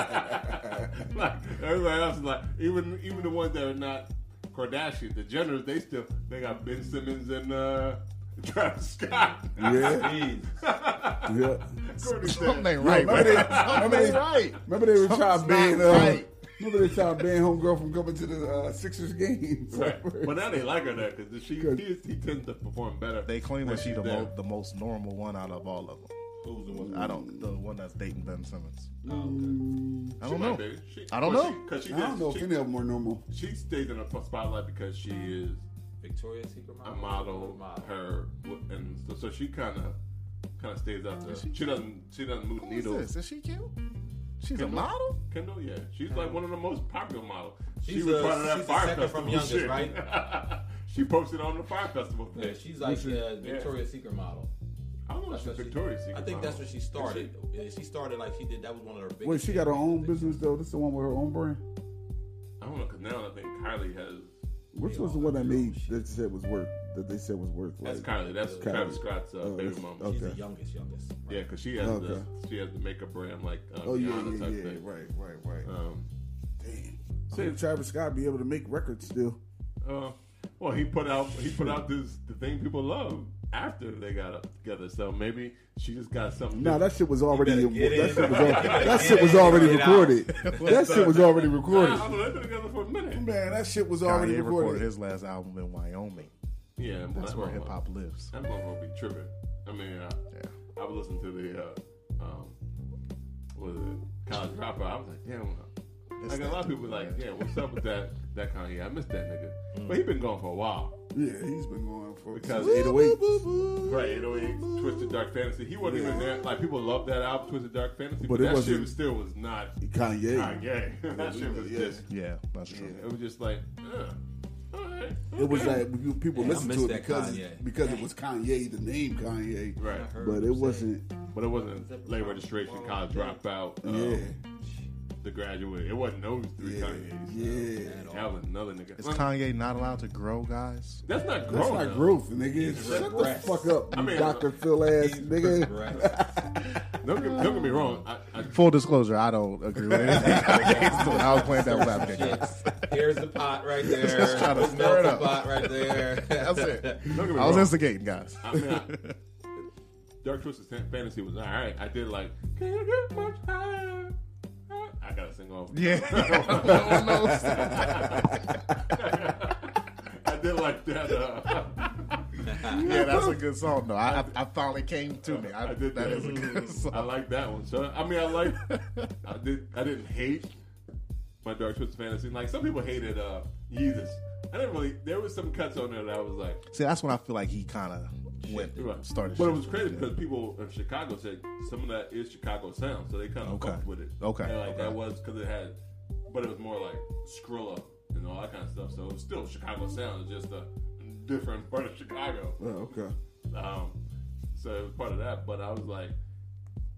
Speaker 6: like everybody else is like, even even the ones that are not Kardashian, the Jenners, they still they got Ben Simmons and uh, Travis Scott.
Speaker 3: Yeah,
Speaker 4: Jeez.
Speaker 3: yeah.
Speaker 6: Courtney said,
Speaker 5: Something ain't right.
Speaker 3: remember they-
Speaker 5: man. Something
Speaker 3: remember
Speaker 5: ain't
Speaker 3: they-
Speaker 5: right.
Speaker 3: Remember they were trying to
Speaker 5: Something's
Speaker 3: ban.
Speaker 5: not
Speaker 3: Uh,
Speaker 5: right.
Speaker 3: Remember they tried to ban homegirl from coming to the uh, Sixers games.
Speaker 6: Right. But now they like her there because she, she he tends to perform better.
Speaker 5: They claim
Speaker 6: when
Speaker 5: that she
Speaker 6: she's
Speaker 5: the,
Speaker 6: there.
Speaker 5: mo- the most normal one out of all of them.
Speaker 6: Who's the one?
Speaker 5: I don't. The one that's dating Ben Simmons. Oh, I
Speaker 6: She
Speaker 5: don't
Speaker 6: might
Speaker 5: know.
Speaker 6: be. She-
Speaker 5: I don't
Speaker 6: well,
Speaker 5: know.
Speaker 6: she- 'cause she
Speaker 3: I don't
Speaker 6: did-
Speaker 3: know if
Speaker 6: she-
Speaker 3: any of them are normal.
Speaker 6: She stays in the spotlight because she is
Speaker 4: Victoria's Secret
Speaker 6: I
Speaker 4: model.
Speaker 6: model her, and so, so she kind of kind of stays out there. She doesn't she doesn't move
Speaker 5: Who is this?
Speaker 6: needles.
Speaker 5: Is she cute? She's a
Speaker 6: Kendall?
Speaker 5: model.
Speaker 6: Kendall, yeah, she's like one of the most popular models. She
Speaker 4: She's
Speaker 6: was
Speaker 4: a-
Speaker 6: part of that
Speaker 4: she's the
Speaker 6: fire
Speaker 4: second
Speaker 6: festival
Speaker 4: from youngest,
Speaker 6: shit.
Speaker 4: right?
Speaker 6: she posted on the fire festival thing.
Speaker 4: Yeah, she's like uh, Victoria's Secret model.
Speaker 6: I don't know
Speaker 4: That's
Speaker 6: if she's
Speaker 4: what she-
Speaker 6: Victoria's Secret.
Speaker 4: I think that's
Speaker 6: model.
Speaker 4: what she started. Yeah, she started like she did. That was one of her biggest.
Speaker 3: Wait, she got her
Speaker 4: things.
Speaker 3: own business though. This is the one with her own brand.
Speaker 6: I don't know because now I think Kylie has.
Speaker 3: Which was the one that made that said was worth that they said was worth
Speaker 6: That's
Speaker 3: like
Speaker 6: Kylie. That's
Speaker 3: Kylie.
Speaker 6: Travis Scott's uh,
Speaker 3: Oh,
Speaker 6: baby
Speaker 3: that's-
Speaker 6: mama.
Speaker 3: okay.
Speaker 4: She's the youngest, youngest.
Speaker 6: Yeah, because she has
Speaker 3: Okay.
Speaker 6: the she has the makeup brand like uh,
Speaker 3: Oh yeah,
Speaker 6: Rihanna
Speaker 3: yeah,
Speaker 6: type
Speaker 3: yeah,
Speaker 6: thing.
Speaker 3: right, right, right.
Speaker 4: Uh.
Speaker 6: Um,
Speaker 3: Damn.
Speaker 6: so-
Speaker 3: Should Travis Scott be able to make records still?
Speaker 6: Uh, well, he put out he put out this the thing people love after they got together. So maybe she just got something.
Speaker 3: No, nah, that shit was already
Speaker 4: better
Speaker 3: that
Speaker 4: get in.
Speaker 3: shit was, al-
Speaker 4: You better
Speaker 3: that
Speaker 4: get
Speaker 3: shit was
Speaker 4: in.
Speaker 3: already
Speaker 4: Get out.
Speaker 3: recorded. That shit was already recorded.
Speaker 6: Nah, I don't know, they've been together for a minute.
Speaker 3: Man, that shit was already
Speaker 5: Kanye recorded
Speaker 3: recorded.
Speaker 5: his last album in Wyoming.
Speaker 6: Yeah,
Speaker 5: That's
Speaker 6: that
Speaker 5: where
Speaker 6: motherfucker-
Speaker 5: hip hop lives.
Speaker 6: That motherfucker be tripping. I mean, I, I was listening to the uh, um, what was it college dropout. I was like, damn. Like a lot of people like, yeah, what's up with that that Kanye? I miss that nigga,
Speaker 3: Mm.
Speaker 6: but he been gone for a while.
Speaker 3: Yeah, he's been going for
Speaker 6: Because-
Speaker 4: oh
Speaker 6: Right, 808, Twisted Dark Fantasy. He wasn't even there. Like people love that album, Twisted Dark Fantasy, but,
Speaker 3: it
Speaker 6: that shit
Speaker 3: wasn't-
Speaker 6: was still was not
Speaker 3: Kanye.
Speaker 6: Kanye. that shit was
Speaker 3: Yeah.
Speaker 6: just.
Speaker 5: Yeah, that's true.
Speaker 6: It was just like, ugh. all right.
Speaker 3: It was like you- people listened
Speaker 4: miss
Speaker 3: to it
Speaker 4: that
Speaker 3: because
Speaker 4: Kanye.
Speaker 3: because it was Kanye, the name Kanye.
Speaker 6: Right.
Speaker 3: But it wasn't.
Speaker 6: But it wasn't late registration, college dropout, um,
Speaker 4: Oh.
Speaker 3: Yeah.
Speaker 6: the graduate. It wasn't those three
Speaker 3: Yeah.
Speaker 6: Kanye's.
Speaker 3: Yeah.
Speaker 6: That was another nigga.
Speaker 5: Is
Speaker 6: Well,
Speaker 5: Kanye not allowed to grow, guys?
Speaker 6: that's not growth.
Speaker 3: That's not
Speaker 6: though.
Speaker 3: growth, nigga. Shut the
Speaker 4: regressed.
Speaker 3: fuck up,
Speaker 6: I
Speaker 3: you
Speaker 6: mean,
Speaker 3: Dr. Phil ass nigga.
Speaker 6: Don't get, don't get me wrong. I, I,
Speaker 5: Full disclosure, I don't agree with anything. Kanye's doing. I was playing devil's advocate. guys.
Speaker 4: Here's the pot right there.
Speaker 5: Just trying to
Speaker 4: There's
Speaker 5: stir it
Speaker 4: melting
Speaker 5: up.
Speaker 4: pot right there.
Speaker 5: That's it.
Speaker 6: don't get me
Speaker 5: I was
Speaker 6: wrong.
Speaker 5: instigating, guys.
Speaker 6: I mean, I, Dark Twisted Fan- Fantasy was all right. I did like, can you get much higher? I gotta sing off.
Speaker 5: Yeah. no one knows.
Speaker 6: I did like that. Uh,
Speaker 5: Yeah, that's a good song, though. I, I, I finally came to me. I,
Speaker 6: I did
Speaker 5: that
Speaker 6: that.
Speaker 5: is a good song.
Speaker 6: I like that one. So I mean, I like. I did. I didn't hate my Dark Twisted Fantasy. Like some people hated uh Yeezus. I didn't really. There was some cuts on there that I was like,
Speaker 5: See, that's when I feel like he kind of went
Speaker 6: right.
Speaker 5: started.
Speaker 6: But it
Speaker 5: shit.
Speaker 6: was crazy because people in Chicago said some of that is Chicago sound, so they kind of
Speaker 5: Okay.
Speaker 6: fucked with it.
Speaker 5: Okay.
Speaker 6: and like that
Speaker 5: Okay.
Speaker 6: was because it had, but it was more like Skrilla and all that kind of stuff. So it was still Chicago sound, it's just a different part of Chicago.
Speaker 3: Oh, okay.
Speaker 6: Um, so it was part of that, but I was like,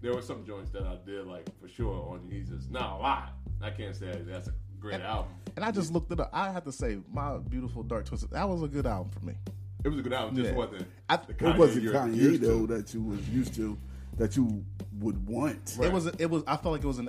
Speaker 6: there were some joints that I did like for sure on Jesus. Not a lot. I can't say that's a great album.
Speaker 5: and I just looked it up. I have to say, my beautiful dark twisted. That was a good album for me.
Speaker 6: It was a good album, just
Speaker 5: Yeah.
Speaker 6: wasn't.
Speaker 5: I-
Speaker 6: the
Speaker 5: it
Speaker 6: Kanye
Speaker 3: It wasn't
Speaker 6: you're
Speaker 3: Kanye
Speaker 6: used to.
Speaker 3: though that you was used to, that you would want.
Speaker 5: It was. It was. I felt like it was an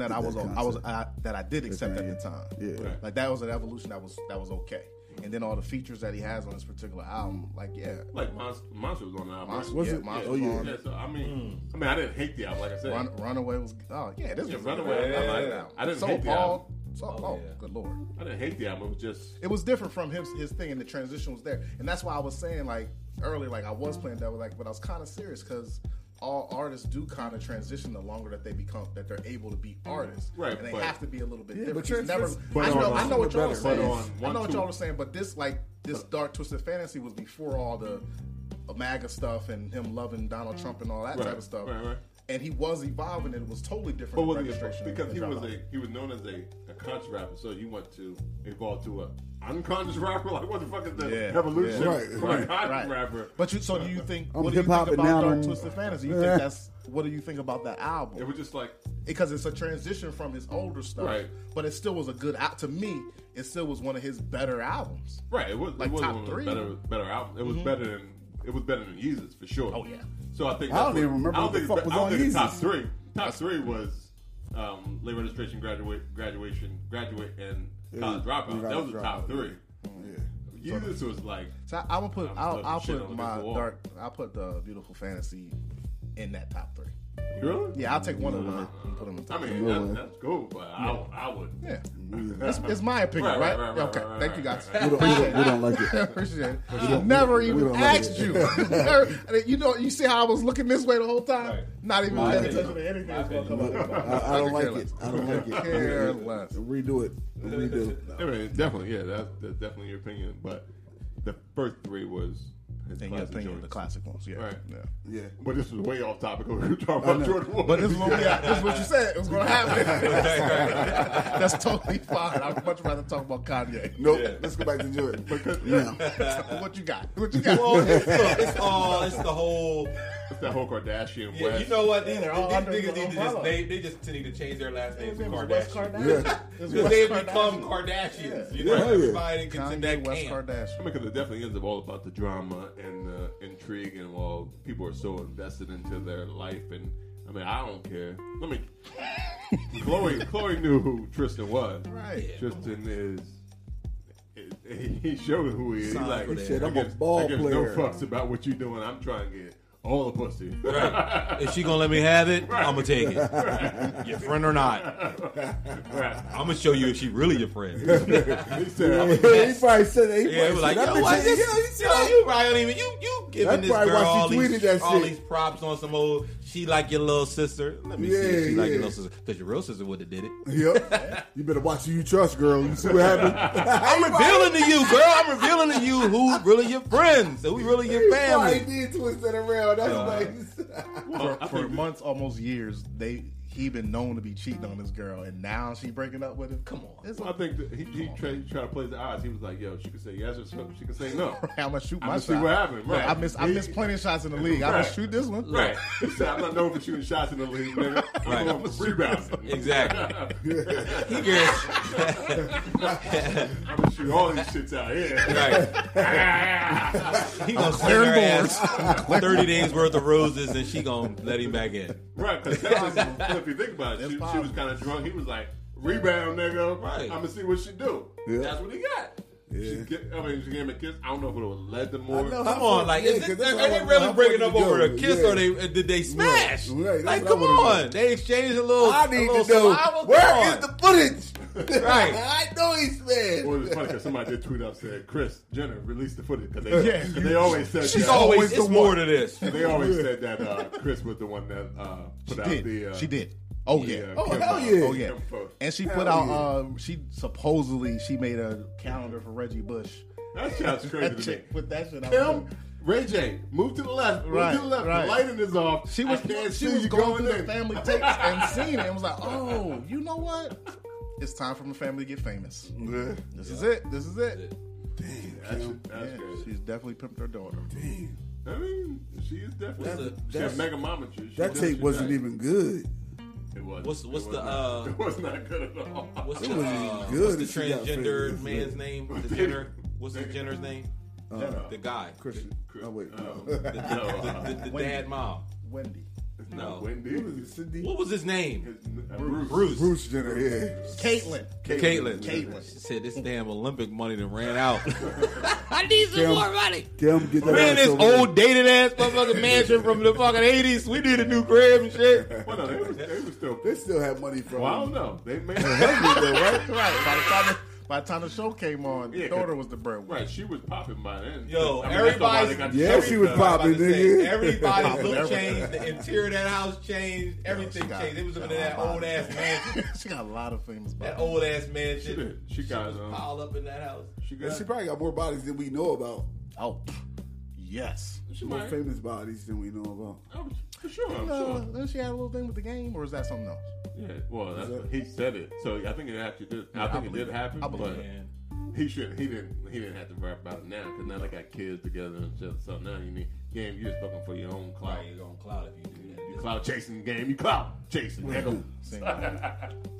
Speaker 3: accepted
Speaker 5: that I
Speaker 3: that
Speaker 5: was. I was. I, that I did accept at the time.
Speaker 3: Yeah. Right.
Speaker 5: Like that was an evolution that was. That was okay. And then all the features that he has on this particular album, like yeah,
Speaker 6: Like Monster, Monster was on the album.
Speaker 5: Monster,
Speaker 6: right?
Speaker 3: Was
Speaker 5: yeah,
Speaker 3: it?
Speaker 5: Monster
Speaker 3: Oh, yeah.
Speaker 5: Ball.
Speaker 6: Yeah, so I mean,
Speaker 5: Mm.
Speaker 6: I mean, I didn't hate the album. Like I said,
Speaker 5: Run, Runaway was. Oh yeah, this
Speaker 6: Yeah,
Speaker 5: was
Speaker 6: Runaway, I like that. I didn't
Speaker 5: so
Speaker 6: hate the
Speaker 5: Paul. So, oh,
Speaker 4: yeah.
Speaker 5: good lord.
Speaker 6: I didn't hate the album. It was just
Speaker 5: it was different from his his thing, and the transition was there, and that's why I was saying like earlier, like I was playing that, like, but I was kind of serious because all artists do kind of transition the longer that they become that they're able to be artists,
Speaker 6: Right,
Speaker 5: And they
Speaker 6: but-
Speaker 5: have to be a little bit different.
Speaker 3: but
Speaker 5: He's never,
Speaker 3: transition-
Speaker 5: I
Speaker 3: but
Speaker 5: know,
Speaker 3: on-
Speaker 5: I know what y'all are
Speaker 3: but
Speaker 5: saying. I
Speaker 6: on
Speaker 5: know what
Speaker 6: one,
Speaker 5: y'all
Speaker 6: two.
Speaker 5: are saying, but this like this dark twisted fantasy was before all the MAGA stuff and him loving Donald
Speaker 3: Mm.
Speaker 5: Trump and all that
Speaker 6: Right,
Speaker 5: type of stuff.
Speaker 6: right, right.
Speaker 5: And he was evolving, and it was totally different.
Speaker 6: But
Speaker 5: than
Speaker 6: was
Speaker 5: registration
Speaker 6: he, because
Speaker 5: and
Speaker 6: he
Speaker 5: Drop
Speaker 6: was
Speaker 5: Out.
Speaker 6: a he was known as a, a conscious rapper, so he went to evolve to a unconscious rapper. Like what the fuck is the
Speaker 5: Yeah,
Speaker 6: evolution
Speaker 5: yeah.
Speaker 3: Right,
Speaker 6: from a
Speaker 3: right,
Speaker 6: conscious
Speaker 5: right.
Speaker 6: rapper?
Speaker 5: But you, so do you think?
Speaker 3: I'm
Speaker 5: what do you
Speaker 3: hip-hop
Speaker 5: think
Speaker 3: and
Speaker 5: about
Speaker 3: now
Speaker 5: Dark
Speaker 3: I'm-
Speaker 5: Twisted Fantasy? You
Speaker 3: Yeah.
Speaker 5: think that's what do you think about that
Speaker 6: it
Speaker 5: album?
Speaker 6: was just like
Speaker 5: Because it's a transition from his older stuff,
Speaker 6: Right.
Speaker 5: but it still was a good out to me. It still was one of his better albums.
Speaker 6: right. It was
Speaker 5: Like
Speaker 6: it was
Speaker 5: top
Speaker 6: one of the
Speaker 5: three. Mm-hmm.
Speaker 6: better better album. It was better than it was better than Yeezus for sure.
Speaker 5: Oh, yeah.
Speaker 6: So I think
Speaker 3: I don't
Speaker 6: that's
Speaker 3: even
Speaker 6: what-
Speaker 3: remember
Speaker 6: I
Speaker 3: what the
Speaker 6: think
Speaker 3: fuck
Speaker 6: it's-
Speaker 3: was
Speaker 6: I don't
Speaker 3: on
Speaker 6: think it's Top
Speaker 3: Yeezus.
Speaker 6: three. Top three was um, late registration, graduate, graduation, graduate, and college dropout. That was the
Speaker 3: Dropout,
Speaker 6: top three.
Speaker 3: Yeah.
Speaker 6: Yeezus was like
Speaker 5: So I, I would put
Speaker 6: I'm
Speaker 5: I'll,
Speaker 6: stuck
Speaker 5: I'll
Speaker 6: shit
Speaker 5: put
Speaker 6: on
Speaker 5: my
Speaker 6: this wall.
Speaker 5: dark I'll put the beautiful fantasy in that top three.
Speaker 6: really.
Speaker 5: Yeah, I'll take one of them and put them in the
Speaker 6: I
Speaker 5: top.
Speaker 6: mean, that, that's cool, but I, I would.
Speaker 5: three. yeah, it's, it's my opinion, right?
Speaker 6: Right, right, right, right,
Speaker 5: okay,
Speaker 6: right,
Speaker 5: thank
Speaker 6: right,
Speaker 5: you guys.
Speaker 3: We, don't, we, don't, we don't like it.
Speaker 5: Appreciate it. Never
Speaker 3: we
Speaker 5: even
Speaker 3: don't like
Speaker 5: asked
Speaker 3: it.
Speaker 5: you. Never- and then, you know, you see how I was looking this way the whole time. Not even paying attention to anything. that's gonna come up.
Speaker 3: I, I don't like it.
Speaker 5: Care less.
Speaker 3: I don't like
Speaker 5: Care
Speaker 3: it.
Speaker 5: less.
Speaker 3: Redo it. Redo.
Speaker 6: I mean, definitely, yeah, that's, that's definitely your opinion. But the first three was his
Speaker 5: And your
Speaker 6: classic
Speaker 5: opinion, the
Speaker 6: joints.
Speaker 5: classic ones, yeah.
Speaker 6: Right.
Speaker 5: yeah.
Speaker 3: Yeah.
Speaker 6: But this was way off topic. We were talking about Jordan Woods.
Speaker 5: But this is what we got. This is what you said. It was going to happen. That's totally fine. I'd much rather talk about Kanye.
Speaker 3: Nope. Let's go back to Jordan. yeah.
Speaker 5: what you got? What you got?
Speaker 4: Well, it's, the, it's all. It's the whole.
Speaker 6: It's that whole Kardashian
Speaker 4: Yeah,
Speaker 6: West.
Speaker 4: you know what? These,
Speaker 5: Yeah, they're all
Speaker 4: these
Speaker 5: under
Speaker 4: niggas
Speaker 5: one
Speaker 4: need to
Speaker 5: umbrella.
Speaker 4: just they, they just need to change their last names to
Speaker 5: West
Speaker 4: Kardashian.
Speaker 5: Kardashian. It's
Speaker 4: Because
Speaker 5: West
Speaker 4: they
Speaker 5: Kardashian.
Speaker 4: become Kardashians.
Speaker 3: Yeah.
Speaker 4: You know,
Speaker 3: Yeah.
Speaker 4: everybody gets in that
Speaker 5: Kanye West
Speaker 4: camp.
Speaker 6: I
Speaker 5: Kardashian.
Speaker 6: mean, because it definitely is all about the drama and the intrigue, and while people are so invested into their life, and I mean, I don't care. I mean, Chloe, Chloe knew who Tristan was.
Speaker 5: Right.
Speaker 6: Tristan is. He he showed who he is. He's
Speaker 4: Sign
Speaker 6: like,
Speaker 4: for that.
Speaker 6: I
Speaker 3: He said, "I'm a
Speaker 6: gives-
Speaker 3: ball
Speaker 6: I gives
Speaker 3: player."
Speaker 6: No fucks about what you're doing. I'm trying to get all the pussy.
Speaker 4: If she gonna let me have it, I'm gonna take it. Your friend or not, I'm gonna show you if she really your friend.
Speaker 6: he said, I'm a-
Speaker 3: he probably said he
Speaker 4: Yeah,
Speaker 3: probably
Speaker 4: it was like,
Speaker 3: said,
Speaker 4: yo,
Speaker 3: that
Speaker 4: why
Speaker 3: bitch-
Speaker 4: this,
Speaker 3: yeah, he said
Speaker 4: yo,
Speaker 3: that.
Speaker 4: you probably don't even, you, you giving
Speaker 3: That's
Speaker 4: this
Speaker 3: probably why
Speaker 4: girl
Speaker 3: she
Speaker 4: all,
Speaker 3: tweeted
Speaker 4: these,
Speaker 3: that
Speaker 4: all
Speaker 3: shit.
Speaker 4: these props on some old, she like your little sister. Let me see
Speaker 3: Yeah,
Speaker 4: if she like
Speaker 3: yeah.
Speaker 4: your little sister. Because your real sister would have did it.
Speaker 3: Yep. you better watch who you trust, girl. You see what happened?
Speaker 4: I'm revealing to you, girl. I'm revealing to you who really your friends and who really your
Speaker 3: Why
Speaker 4: family.
Speaker 3: he did twist that around? That's why he said.
Speaker 5: for, for months, almost years, they he been known to be cheating on this girl, and now she breaking up with him. Come on, it's
Speaker 6: I
Speaker 5: like,
Speaker 6: think that he, he tried, tried to play the odds. He was like, yo, she could say yes or so- she could say no.
Speaker 5: how much shoot
Speaker 6: I'm
Speaker 5: my
Speaker 6: gonna
Speaker 5: shot?
Speaker 6: see what happened,
Speaker 5: Look,
Speaker 6: right.
Speaker 5: I miss I
Speaker 6: He-
Speaker 5: miss plenty of shots in the league. I
Speaker 6: Right.
Speaker 5: just shoot this one.
Speaker 6: Right. He said, I'm not known for shooting shots in the league, nigga.
Speaker 4: Right.
Speaker 6: I'm known for rebounding.
Speaker 4: Exactly. he gets
Speaker 6: I'm going to shoot all these shits out here.
Speaker 4: right. He gonna send her ass thirty days worth of roses, and she gonna let him back in.
Speaker 6: Right, because if you think about it, she, she was kind of drunk. He was like, rebound, nigga.
Speaker 4: Right.
Speaker 6: I'm going to see what she do.
Speaker 3: Yeah.
Speaker 6: That's what he got. She get, I mean, she gave him a kiss. I don't know if it would have led them
Speaker 3: I
Speaker 6: more.
Speaker 3: know.
Speaker 4: Come on, like,
Speaker 3: Yeah,
Speaker 4: is
Speaker 3: 'cause
Speaker 4: it,
Speaker 3: that's
Speaker 4: are
Speaker 3: how I
Speaker 4: they
Speaker 3: wanted
Speaker 4: really
Speaker 3: to
Speaker 4: breaking
Speaker 3: go.
Speaker 4: up over a kiss
Speaker 3: Yeah.
Speaker 4: or they uh, did they smash?
Speaker 3: Right, that's
Speaker 4: like,
Speaker 3: what I
Speaker 4: come
Speaker 3: wanted
Speaker 4: on, they exchanged a little.
Speaker 3: I
Speaker 4: a
Speaker 3: need
Speaker 4: little
Speaker 3: to know
Speaker 4: saliva? Come
Speaker 3: where
Speaker 4: on.
Speaker 3: is the footage.
Speaker 4: Right.
Speaker 3: I know he's mad.
Speaker 6: Well, it's funny because somebody did tweet out said, Chris Jenner released the footage because they, 'cause they always said
Speaker 4: She's
Speaker 6: that.
Speaker 4: always, it's more to this.
Speaker 6: They always said that uh, Chris was the one that uh, put out
Speaker 5: did.
Speaker 6: the. Uh,
Speaker 5: she did. Oh yeah.
Speaker 6: yeah,
Speaker 5: Oh,
Speaker 6: Kim
Speaker 3: hell
Speaker 6: Post.
Speaker 3: yeah.
Speaker 5: oh, yeah.
Speaker 6: Kim Post.
Speaker 5: And she put out. Uh, she supposedly she made a calendar for Reggie Bush.
Speaker 6: That shit's crazy
Speaker 5: That
Speaker 6: to me.
Speaker 5: chick put that shit out.
Speaker 6: Kim, Ray J, move to the left. Move
Speaker 5: Right,
Speaker 6: to the left.
Speaker 5: right.
Speaker 6: The lighting is off.
Speaker 5: She was
Speaker 6: I can't
Speaker 5: she
Speaker 6: see
Speaker 5: was
Speaker 6: you
Speaker 5: going through
Speaker 6: in.
Speaker 5: the family tapes and seen it and was like, oh, you know what? It's time for my family to get famous. This is it. This is it.
Speaker 6: That's, that's
Speaker 5: Yeah,
Speaker 6: crazy.
Speaker 5: she's definitely pimped her daughter.
Speaker 6: I mean, she is definitely
Speaker 4: That's-
Speaker 6: she
Speaker 3: that's-
Speaker 6: a mega mama. She, she
Speaker 3: That
Speaker 6: did
Speaker 3: tape
Speaker 6: she
Speaker 3: wasn't
Speaker 6: did.
Speaker 3: even good.
Speaker 6: It was.
Speaker 4: What's- what's
Speaker 6: it
Speaker 4: the,
Speaker 6: was
Speaker 4: uh,
Speaker 6: Not, it was not good at all.
Speaker 4: What's
Speaker 3: It
Speaker 4: the,
Speaker 3: was
Speaker 4: uh,
Speaker 3: good
Speaker 4: what's
Speaker 3: if
Speaker 4: the
Speaker 3: she got
Speaker 4: transgender
Speaker 3: famous.
Speaker 4: man's name? The Jenner. What's the Jenner's name?
Speaker 3: Uh,
Speaker 6: Jenner.
Speaker 4: The guy.
Speaker 3: Christian. Oh, wait.
Speaker 6: Um,
Speaker 3: no.
Speaker 4: The, the,
Speaker 6: no, uh,
Speaker 4: the, the, the
Speaker 5: Wendy.
Speaker 4: dad mom.
Speaker 5: Wendy.
Speaker 4: No.
Speaker 6: Wendy.
Speaker 3: Who was it, Cindy?
Speaker 4: What was his name?
Speaker 6: His- uh, Bruce.
Speaker 4: Bruce.
Speaker 3: Bruce Jenner, yeah.
Speaker 5: Caitlin.
Speaker 4: Caitlin.
Speaker 5: Caitlin.
Speaker 4: She said this damn Olympic money that ran out. I need some
Speaker 3: Kim.
Speaker 4: more money.
Speaker 3: Tell him to get that
Speaker 4: Man,
Speaker 3: ass
Speaker 4: this
Speaker 3: over
Speaker 4: old dated ass motherfucking mansion from the fucking eighties. We need a new crib and shit.
Speaker 6: Well, no, they was, they was still.
Speaker 3: there. They still have money from
Speaker 6: Well, I don't know. They made. right.
Speaker 3: him, though, right?
Speaker 5: Right. By the time the, by the time the show came on, the
Speaker 6: Yeah, 'cause-
Speaker 5: daughter was the bird.
Speaker 6: She was popping by then.
Speaker 4: Yo,
Speaker 6: I mean, that's why
Speaker 4: everybody's-
Speaker 6: they got the
Speaker 3: Yeah,
Speaker 6: show
Speaker 3: she was
Speaker 6: done.
Speaker 4: I was about
Speaker 3: popping,
Speaker 4: to say,
Speaker 3: nigga.
Speaker 4: Everybody's look
Speaker 5: Everything.
Speaker 4: changed. The interior of that house changed. Everything
Speaker 5: got-
Speaker 4: changed. It was in
Speaker 5: got
Speaker 4: that
Speaker 5: a lot
Speaker 4: old
Speaker 5: of-
Speaker 4: ass mansion.
Speaker 5: she got a lot of famous
Speaker 4: That
Speaker 5: bodies.
Speaker 4: old ass
Speaker 6: She
Speaker 4: mansion.
Speaker 6: did. She got.
Speaker 4: was
Speaker 6: um,
Speaker 4: piled up in that house.
Speaker 6: She
Speaker 3: And
Speaker 6: got.
Speaker 3: she probably got more bodies than we know about.
Speaker 5: Oh, yes.
Speaker 6: She
Speaker 3: More
Speaker 6: might.
Speaker 3: famous bodies than we know about.
Speaker 6: Oh, For sure. I'm
Speaker 5: Uh,
Speaker 6: sure.
Speaker 5: then she had a little thing with the game, or is that something else?
Speaker 6: Yeah. Well, that's, he said it, so I think it actually did. I think it
Speaker 5: believe
Speaker 6: did
Speaker 5: it.
Speaker 6: happen.
Speaker 5: I believe
Speaker 6: but
Speaker 5: it.
Speaker 4: Man.
Speaker 6: He should. He didn't. He didn't have to worry about it now because now they got kids together and shit. So now you need game. You're just looking for your own clout.
Speaker 4: Right, you're gonna cloud if you do that.
Speaker 6: You clout chasing game. You clout chasing. Nigga.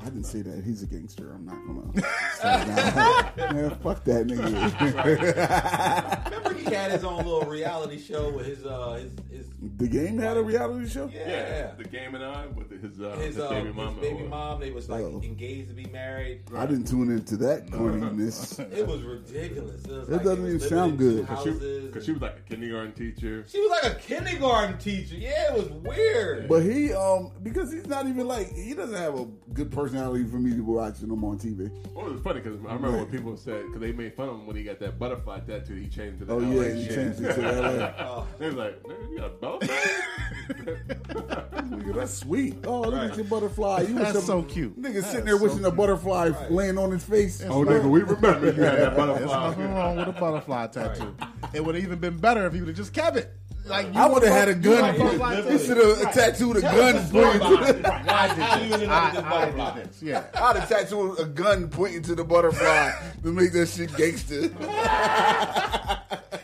Speaker 3: I didn't say that. He's a gangster. I'm not gonna. say that. Man, fuck that nigga.
Speaker 4: Remember, he had his own little reality show with his uh his his
Speaker 3: the game had a reality show.
Speaker 4: yeah,
Speaker 6: Yeah, The game and I with his uh,
Speaker 4: his,
Speaker 6: his,
Speaker 4: uh,
Speaker 6: baby
Speaker 4: his
Speaker 6: mama.
Speaker 4: baby
Speaker 6: or-
Speaker 4: mom. They was like
Speaker 3: Oh.
Speaker 4: engaged to be married.
Speaker 3: I didn't tune into that corniness.
Speaker 4: It was ridiculous. It, was
Speaker 3: That
Speaker 4: like
Speaker 3: doesn't
Speaker 4: they was
Speaker 3: even sound
Speaker 4: living in
Speaker 3: good.
Speaker 4: two
Speaker 6: She,
Speaker 4: houses
Speaker 6: Cause she
Speaker 4: and-
Speaker 6: was like a kindergarten teacher.
Speaker 4: she was like a kindergarten teacher. Yeah, it was weird.
Speaker 3: But he, um, because he's not even like he doesn't have a good personality for me to be watching him on TV.
Speaker 6: Well, it was funny because I remember when people said because they made fun of him when he got that butterfly tattoo. He changed it.
Speaker 3: Oh
Speaker 6: LA
Speaker 3: yeah, he
Speaker 6: shit.
Speaker 3: changed it to LA.
Speaker 6: They was like, nigga, you got a butterfly?
Speaker 3: Nigga, that's sweet. Oh, look at your butterfly. You
Speaker 5: That's
Speaker 3: was
Speaker 5: so cute.
Speaker 3: Nigga
Speaker 5: That
Speaker 3: sitting
Speaker 5: is
Speaker 3: there
Speaker 5: so
Speaker 3: wishing a
Speaker 5: cute.
Speaker 3: butterfly laying on his face.
Speaker 6: oh nigga, we remember you had
Speaker 5: There's
Speaker 6: that
Speaker 5: nothing
Speaker 6: butterfly.
Speaker 5: wrong with a butterfly tattoo. It would have even been better if you would have just kept it. Like you
Speaker 3: I would have had a gun.
Speaker 5: You like
Speaker 3: He should have tattooed a gun pointing. to-
Speaker 4: Why did you end up with this
Speaker 5: I,
Speaker 4: butterfly?
Speaker 5: did this. Yeah.
Speaker 3: I'd have tattooed a gun pointing to the butterfly to make that shit gangster.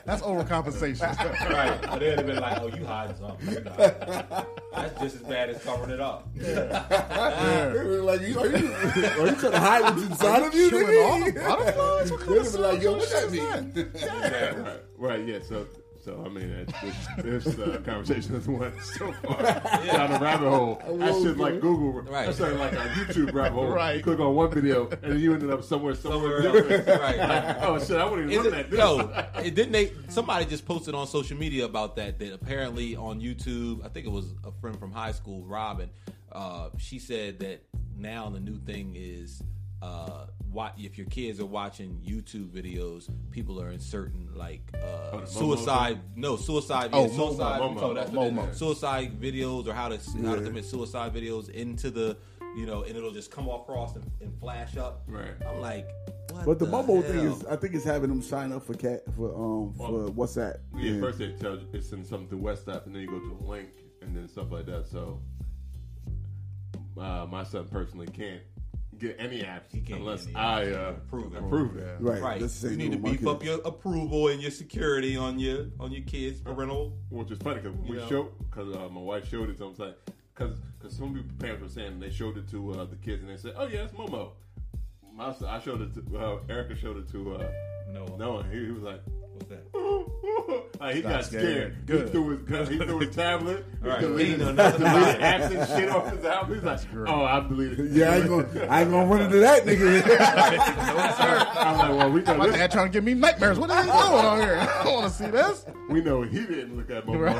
Speaker 5: That's overcompensation.
Speaker 4: Right. But they'd have been like, "Oh, you hiding something? You hiding something." That's just as bad as covering it up."
Speaker 3: They were like, you, are, you, are you trying to hide what's inside of you?
Speaker 5: Killing all the butterflies? What
Speaker 3: They'd
Speaker 5: kind of
Speaker 3: be like, yo,
Speaker 5: social
Speaker 3: what that
Speaker 5: shit is
Speaker 3: mean?
Speaker 6: right, right, yeah. So, so So I mean, it, this, this uh, conversation has went so far down a rabbit hole. I should like Google.
Speaker 4: Right.
Speaker 6: I should like a YouTube rabbit hole.
Speaker 5: Right.
Speaker 6: Click on one video, and you ended up somewhere somewhere,
Speaker 4: Somewhere
Speaker 6: different.
Speaker 4: else. Right.
Speaker 6: Like, oh shit! I wouldn't
Speaker 4: Is
Speaker 6: even look
Speaker 4: it,
Speaker 6: at this.
Speaker 4: yo, it- didn't they? Somebody just posted on social media about that. That apparently on YouTube, I think it was a friend from high school, Robin. Uh, she said that now the new thing is uh, wa if your kids are watching YouTube videos, people are inserting like uh,
Speaker 6: the Momo
Speaker 4: suicide. No, suicide.
Speaker 5: Oh,
Speaker 4: yeah,
Speaker 5: Momo,
Speaker 4: suicide.
Speaker 6: Momo,
Speaker 4: oh, that's what it is.
Speaker 6: Momo.
Speaker 4: Suicide videos or how to how to
Speaker 3: Yeah.
Speaker 4: commit suicide videos into the you know, and it'll just come across and, and flash up.
Speaker 6: Right.
Speaker 4: I'm like, what
Speaker 3: But the, Momo thing
Speaker 4: hell?
Speaker 3: is, I think it's having them sign up for cat for um for
Speaker 6: Well,
Speaker 3: what's that?
Speaker 6: Yeah, first it tells it sends something to West app, and then you go to a link, and then stuff like that. So uh, my son personally can't get any apps
Speaker 4: He can't
Speaker 6: unless
Speaker 4: get any
Speaker 6: I
Speaker 4: apps.
Speaker 6: uh,
Speaker 4: Approve
Speaker 6: approve
Speaker 4: it.
Speaker 6: it.
Speaker 3: right.
Speaker 4: Right.
Speaker 3: That's the
Speaker 4: You
Speaker 3: same
Speaker 4: need
Speaker 3: thing
Speaker 4: to
Speaker 3: with
Speaker 4: beef
Speaker 3: my
Speaker 4: up your approval and your security on your on your kids' parental.
Speaker 6: Which is funny because we
Speaker 4: know.
Speaker 6: showed because uh, my wife showed it to him. It's like because because some people parents were saying they showed it to uh, the kids and they said, "Oh yeah, it's Momo." My, son- I showed it to uh, Erica. Showed it to uh,
Speaker 4: Noah.
Speaker 6: Noah. He, he was like.
Speaker 4: What's that?
Speaker 6: like, he got
Speaker 5: scared.
Speaker 6: scared.
Speaker 5: Good.
Speaker 6: He threw his gun. He through his tablet. He
Speaker 4: Right.
Speaker 6: deleted,
Speaker 4: He know
Speaker 6: deleted
Speaker 4: nothing about it.
Speaker 6: apps and shit off his album. He's like, oh, I deleted. it."
Speaker 3: Yeah, I ain't gonna I ain't gonna run into that nigga.
Speaker 6: I'm like, well, we know
Speaker 5: My
Speaker 6: this,
Speaker 5: dad trying to give me nightmares. What is he doing on here? I don't want to see this.
Speaker 6: we know he didn't look at Momo.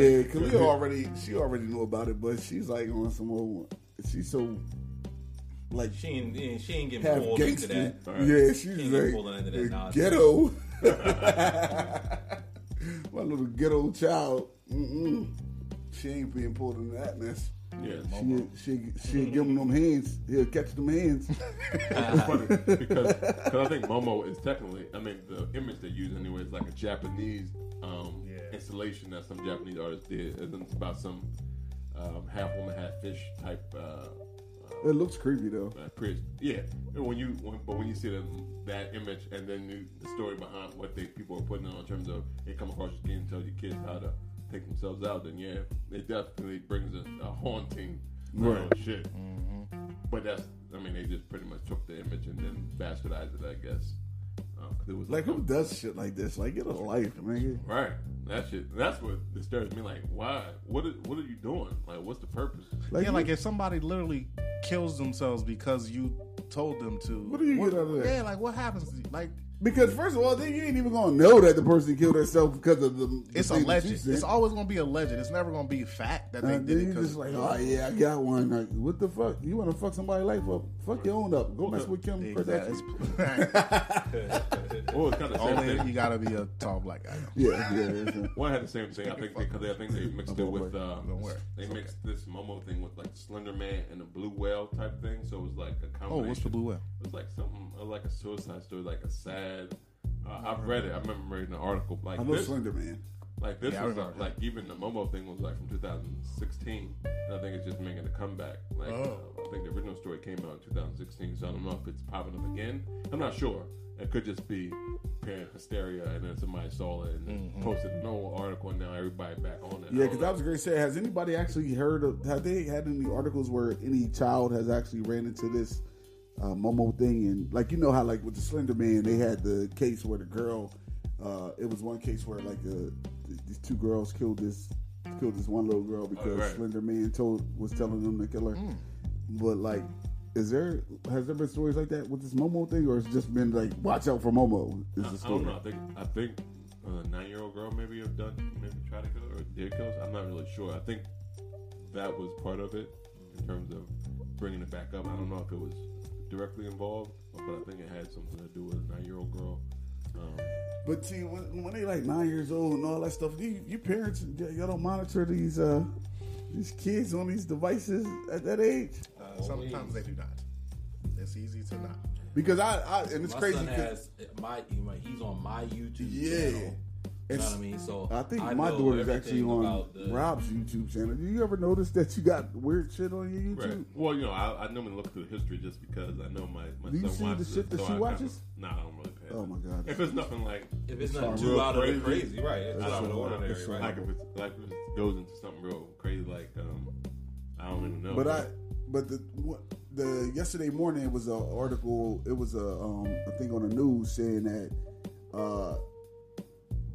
Speaker 3: yeah, Khalil already she already knew about it, but she's like on some old. She's so like
Speaker 4: She ain't yeah, she ain't getting
Speaker 3: half
Speaker 4: pulled into
Speaker 3: gangster.
Speaker 4: that.
Speaker 3: Yeah, she's
Speaker 4: Can't get pulled into that
Speaker 3: like uh,
Speaker 4: nonsense.
Speaker 3: ghetto. My little ghetto child. Mm-mm. She ain't being pulled into that mess.
Speaker 6: Yeah,
Speaker 3: She she she give him them hands. He'll catch them hands.
Speaker 6: it's funny because cause I think Momo is technically, I mean, the image they use anyway is like a Japanese um, installation that some Japanese artist did. And it's about some um, half woman, half fish type. Uh,
Speaker 3: It looks creepy though.
Speaker 6: uh, Chris, yeah. And When you, when, but when you see them, that image and then you, the story behind what they people are putting on in terms of it come across your skin and tell your kids how to take themselves out, then yeah, it definitely brings a, a haunting right. shit.
Speaker 3: Mm-hmm.
Speaker 6: But that's, I mean, they just pretty much took the image and then bastardized it, I guess. Uh, 'cause it was
Speaker 3: Like who does shit like this? Like get a life, man.
Speaker 6: right. That shit. That's what disturbs me. Like, why? What? Is, what are you doing? Like, what's the purpose?
Speaker 3: Like,
Speaker 5: yeah, like if somebody literally kills themselves because you told them to.
Speaker 3: What do you get out of that?
Speaker 5: Yeah, like what happens? To you? Like
Speaker 3: because first of all, then you ain't even gonna know that the person killed herself because of the. the
Speaker 5: it's a
Speaker 3: thing that you
Speaker 5: legend.
Speaker 3: said.
Speaker 5: It's always gonna be a legend. It's never gonna be fact that they
Speaker 3: And
Speaker 5: did
Speaker 3: then
Speaker 5: it
Speaker 3: you just like,
Speaker 5: because
Speaker 3: oh yeah, I got one. Like, what the fuck? You want to fuck somebody's life up? Fuck your own up. Go mess with Kim
Speaker 5: Exactly.
Speaker 3: Kardashian.
Speaker 5: It's-
Speaker 6: Well, it's kind of
Speaker 5: Only you gotta be a tall black guy.
Speaker 3: Yeah, yeah. that's it.
Speaker 6: Well, I had the same thing. I think because I think they mixed it with uh,
Speaker 5: Don't worry.
Speaker 6: they mixed this Momo thing with like Slender Man and the Blue Whale type thing. So it was like a combination.
Speaker 5: Oh, what's the blue whale?
Speaker 6: It was like something uh, like a suicide story, like a sad. Uh, I've read it. I remember reading an article like
Speaker 3: I know
Speaker 6: this.
Speaker 3: Slender Man.
Speaker 6: Like this
Speaker 5: Yeah, I
Speaker 6: was uh,
Speaker 5: remember.
Speaker 6: like even the Momo thing was like from 2016. And I think it's just making a comeback. Like
Speaker 5: Oh.
Speaker 6: uh, I think the original story came out in 2016, so I don't know if it's popping up again. I'm not sure. It could just be parent hysteria, and then somebody saw it and
Speaker 5: Mm-hmm.
Speaker 6: posted an old article, and now everybody back on it.
Speaker 3: Yeah,
Speaker 6: I don't
Speaker 3: because I was going to say, has anybody actually heard of? Have they had any articles where any child has actually ran into this uh, Momo thing? And like you know how like with the Slender Man, they had the case where the girl. Uh, it was one case where like uh, th- these two girls killed this killed this one little girl because
Speaker 6: right. Hmm.
Speaker 3: Slender Man told was telling them to kill her. But like, is there has there been stories like that with this Momo thing, or it's just been like watch out for Momo? Is the
Speaker 6: I don't
Speaker 3: story?
Speaker 6: know. I think I think a nine-year-old girl maybe have done maybe try to kill her or did kill. Her. I'm not really sure. I think that was part of it in terms of bringing it back up. I don't know if it was directly involved, but I think it had something to do with a nine-year-old girl. Um,
Speaker 3: But see, when, when they like nine years old and all that stuff, you, you parents y- y'all don't monitor these uh these kids on these devices at that age
Speaker 5: Uh, sometimes they do not. It's easy to not.
Speaker 3: because I, I and it's
Speaker 4: my
Speaker 3: crazy.
Speaker 4: son
Speaker 3: 'cause-
Speaker 4: has uh, my you know, he's on my YouTube
Speaker 3: yeah,
Speaker 4: channel. You know
Speaker 3: It's-
Speaker 4: what I mean? So
Speaker 3: I think
Speaker 4: I
Speaker 3: my
Speaker 4: know
Speaker 3: daughter's actually
Speaker 4: everything
Speaker 3: on
Speaker 4: about the-
Speaker 3: Rob's YouTube channel. Do you ever notice that you got weird shit on your YouTube?
Speaker 6: Right. Well, you know, I, I normally look through history just because I know my, my
Speaker 3: Do you
Speaker 6: son
Speaker 3: see the
Speaker 6: watches
Speaker 3: shit
Speaker 6: it,
Speaker 3: that
Speaker 6: so
Speaker 3: she
Speaker 6: I
Speaker 3: watches?
Speaker 6: Kind of, nah, I don't really pay.
Speaker 3: Oh my
Speaker 6: attention.
Speaker 3: god!
Speaker 6: If it's nothing like
Speaker 4: if it's not
Speaker 6: real
Speaker 4: too out of the
Speaker 6: crazy.
Speaker 4: crazy, right? It's
Speaker 6: I
Speaker 4: out
Speaker 6: don't
Speaker 4: of the
Speaker 6: know.
Speaker 4: ordinary,
Speaker 6: It's
Speaker 4: right?
Speaker 6: Like if, it's, like if it goes into something real crazy, like um, I don't even know.
Speaker 3: But I, but the what- the yesterday morning was an article. It was a um, a thing on the news saying that uh,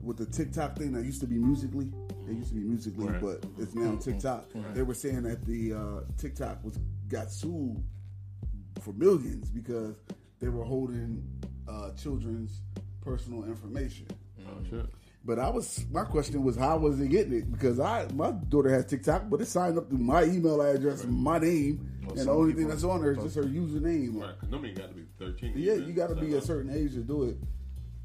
Speaker 3: with the TikTok thing that used to be musically. It used to be musically,
Speaker 6: Right. Mm-hmm.
Speaker 3: but it's now TikTok. They were saying that the uh, TikTok was got sued for millions because they were holding uh, children's personal information.
Speaker 6: Oh shit.
Speaker 3: But I was my question was how was they getting it? Because I my daughter has TikTok, but it's signed up through my email address and my name, and the
Speaker 5: some
Speaker 3: only
Speaker 5: people-
Speaker 3: thing that's on there is just her username.
Speaker 6: Right, 'cause normally you got to be thirteen.
Speaker 3: Yeah, you got to
Speaker 6: So,
Speaker 3: be a
Speaker 6: uh,
Speaker 3: certain age to do it.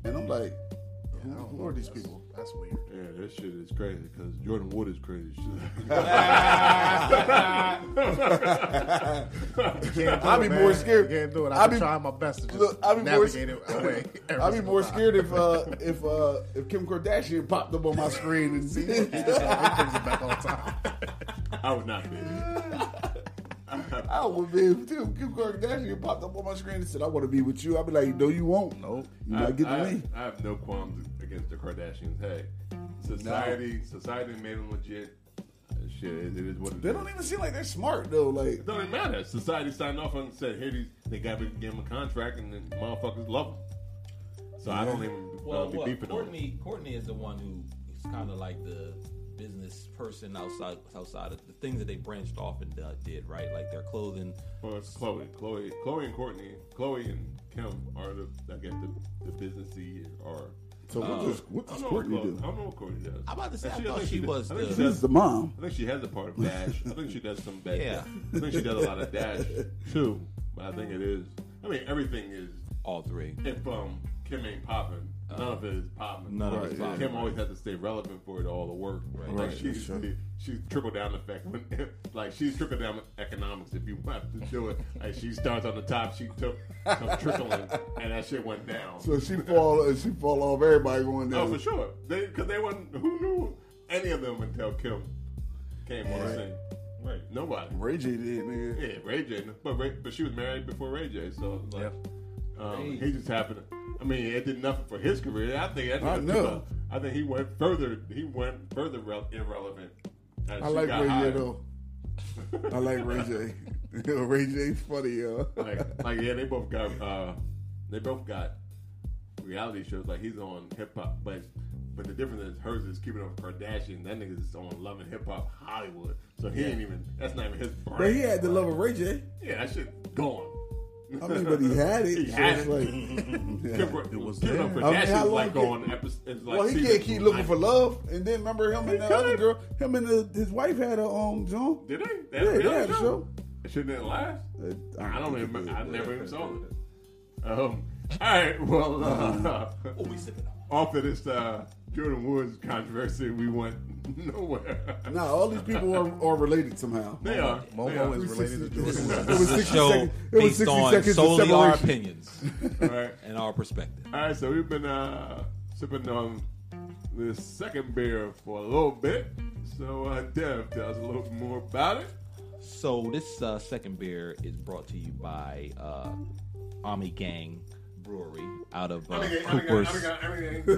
Speaker 3: And I'm like,
Speaker 5: I don't know,
Speaker 3: are these
Speaker 5: that's- That's weird.
Speaker 6: Yeah, this shit is crazy because Jordan Wood is crazy.
Speaker 3: I'd be more scared.
Speaker 5: Can't do it.
Speaker 3: I'll
Speaker 5: I've
Speaker 3: be-
Speaker 5: been trying my best to just
Speaker 3: Look, I'd be more-
Speaker 5: navigate it away. every
Speaker 3: I'd be
Speaker 5: single
Speaker 3: more
Speaker 5: time.
Speaker 3: scared if uh, if uh, if Kim Kardashian popped up on my screen and see.
Speaker 5: Brings it back on time.
Speaker 6: I would not be.
Speaker 3: I would be if Tim- Kim Kardashian popped up on my screen and said, "I want to be with you." I'd be like, "No, you won't.
Speaker 5: Nope.
Speaker 3: you not getting
Speaker 6: I,
Speaker 3: me."
Speaker 6: I have no qualms against the Kardashians. Hey, society, society made them legit. Uh, Shit, it, it is what it is.
Speaker 3: They don't even seem like they're smart though. Like,
Speaker 6: It doesn't matter. Society signed off and said, "Here, these they got to give them a contract, and then motherfuckers love them." So I don't even
Speaker 4: Well,
Speaker 6: I'll be
Speaker 4: well,
Speaker 6: beeping on it.
Speaker 4: Courtney Courtney is the one who is kind of like the business person outside outside of the things that they branched off and uh, did right, like their clothing.
Speaker 6: Well, it's Chloe, Chloe, Chloe, and Courtney, Chloe and Kim are the I guess the, the businessy or.
Speaker 3: so what does what
Speaker 6: I
Speaker 3: does
Speaker 6: don't know
Speaker 3: Courtney
Speaker 6: Chloe-
Speaker 3: do?
Speaker 6: I don't know what Courtney does.
Speaker 4: I'm about to say,
Speaker 6: And
Speaker 4: I thought
Speaker 6: think
Speaker 4: she
Speaker 6: does-
Speaker 4: was
Speaker 6: I think
Speaker 4: the-
Speaker 6: she
Speaker 3: She's
Speaker 6: does
Speaker 3: the mom.
Speaker 6: I think she has a part of Dash. I think she does some bad.
Speaker 4: Yeah.
Speaker 6: I think she does a lot of Dash too. But I think it is. I mean, everything is.
Speaker 4: All three.
Speaker 6: If um, Kim ain't popping, none of it is popping.
Speaker 4: none of
Speaker 6: Right,
Speaker 4: it's popping,
Speaker 6: Kim always has to stay relevant for it all to work. Right. Like
Speaker 3: Right,
Speaker 6: she's
Speaker 3: sure.
Speaker 6: she's trickle down effect. When, like she's trickle down economics. If you have to do it, like she starts on the top, she took some trickling, and that shit went down.
Speaker 3: So she fall she fall off everybody going down.
Speaker 6: Oh, for sure. They because they wasn't. Who knew any of them until Kim came on the
Speaker 3: Right.
Speaker 6: scene? Right. Nobody.
Speaker 3: Ray J did, nigga.
Speaker 6: Yeah, Ray J. But Ray, but she was married before Ray J. So like, um, he just happened. To, I mean, it did nothing for his career. I think. I, think
Speaker 3: I
Speaker 6: took
Speaker 3: know.
Speaker 6: a- I think he went further. He went further rel- irrelevant.
Speaker 3: I like Ray J though. I like Ray J. Ray J's funny, yo.
Speaker 6: Like, like yeah, they both got. Uh, they both got reality shows. Like he's on hip hop, but but the difference is hers is keeping up with Kardashian. That nigga's is on Love and Hip Hop Hollywood. So he ain't even. That's not even his brand.
Speaker 3: But he had the love of Ray J.
Speaker 6: Yeah, that shit gone.
Speaker 3: I mean, but he had it.
Speaker 6: He
Speaker 3: so
Speaker 6: had
Speaker 3: it's
Speaker 6: it.
Speaker 3: like, yeah.
Speaker 6: It
Speaker 5: was there.
Speaker 6: Kim Kardashian's
Speaker 3: I mean, how long
Speaker 6: like
Speaker 3: can-
Speaker 6: on episodes. Like
Speaker 3: Well, he
Speaker 6: season
Speaker 3: can't keep looking for
Speaker 6: nine.
Speaker 3: love. And then remember him and the
Speaker 6: could.
Speaker 3: other girl. Him and the, his wife had a um John.
Speaker 6: Did they?
Speaker 3: Yeah,
Speaker 6: That
Speaker 3: they
Speaker 6: yeah,
Speaker 3: had a show.
Speaker 6: Shouldn't it last?
Speaker 3: Uh,
Speaker 6: I don't
Speaker 3: think
Speaker 6: even.
Speaker 3: it
Speaker 6: I
Speaker 3: did.
Speaker 6: never even saw it. Um. All right. Well, uh,
Speaker 4: Oh, we sipping on.
Speaker 6: off of this uh, Jordan Woods controversy, we went nowhere.
Speaker 3: Nah, all these people are, are related somehow.
Speaker 6: They are. they
Speaker 5: Momo
Speaker 6: are.
Speaker 5: is related to Jordan.
Speaker 3: It
Speaker 5: Woods.
Speaker 3: was 60
Speaker 4: Show
Speaker 3: seconds. It was
Speaker 4: based
Speaker 3: 60
Speaker 4: on
Speaker 3: seconds of
Speaker 4: solely our
Speaker 3: separation.
Speaker 4: opinions
Speaker 6: All right.
Speaker 4: and our perspective.
Speaker 6: All right, so we've been uh, sipping on the second beer for a little bit. So, uh, Dev, tell us a little more about it.
Speaker 4: So this uh, second beer is brought to you by uh, Army Gang Brewery out of uh, Cooper's.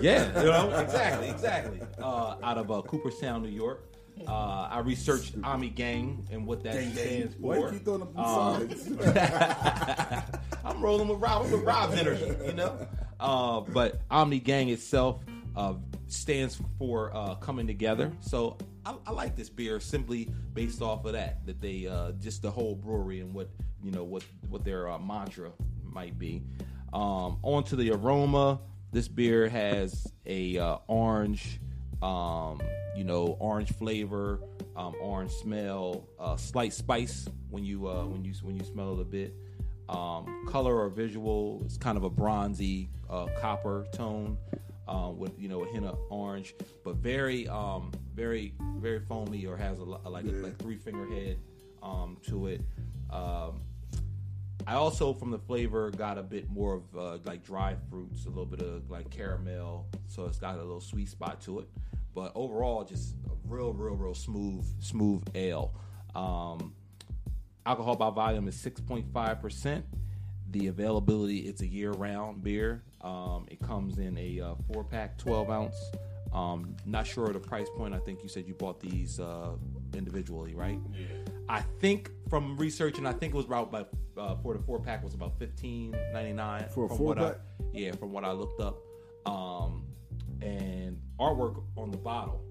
Speaker 4: Yeah, you know, exactly, exactly. Uh, out of uh, Cooperstown, New York. Uh, I researched Ami Gang and what that stands
Speaker 3: Why you
Speaker 4: for.
Speaker 3: keep throwing up the signs?
Speaker 4: I'm rolling with Rob. I'm with Rob's energy, you know. Uh, but Omni Gang itself uh, stands for uh, coming together. So I, I like this beer simply based off of that. That they uh, just the whole brewery and what you know what what their uh, mantra might be. Um, on to the aroma. This beer has a uh, orange, um, you know, orange flavor, um, orange smell, uh, slight spice when you uh, when you when you smell it a bit um, color or visual. It's kind of a bronzy uh, copper tone um, with you know a hint of orange, but very um, very very foamy or has a lo- like a, like three finger head um, to it. Um, I also from the flavor got a bit more of uh, like dry fruits, a little bit of like caramel, so it's got a little sweet spot to it. But overall, just a real, real, real smooth, smooth ale. Um, alcohol by volume is 6.5%. The availability, it's a year round beer. Um, it comes in a uh, four pack, 12 ounce. Um, not sure of the price point. I think you said you bought these uh, individually, right? Yeah. I think from researching, I think it was about about, uh, for the four pack was about fifteen ninety nine
Speaker 3: For a
Speaker 4: from
Speaker 3: four
Speaker 4: what I-
Speaker 3: pack?
Speaker 4: yeah, from what I looked up. Um, and artwork on the bottle.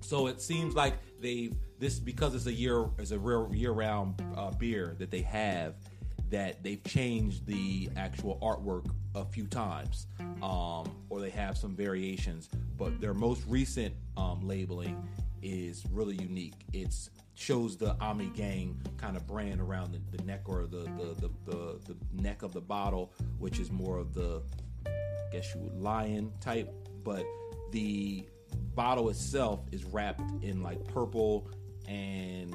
Speaker 4: So it seems like they this because it's a year it's a real year round uh, beer that they have that they've changed the actual artwork a few times, um, or they have some variations. But their most recent um, labeling is really unique. It's shows the Omni Gang kind of brand around the, the neck or the the, the, the the neck of the bottle, which is more of the guess you would lion type, but the bottle itself is wrapped in like purple and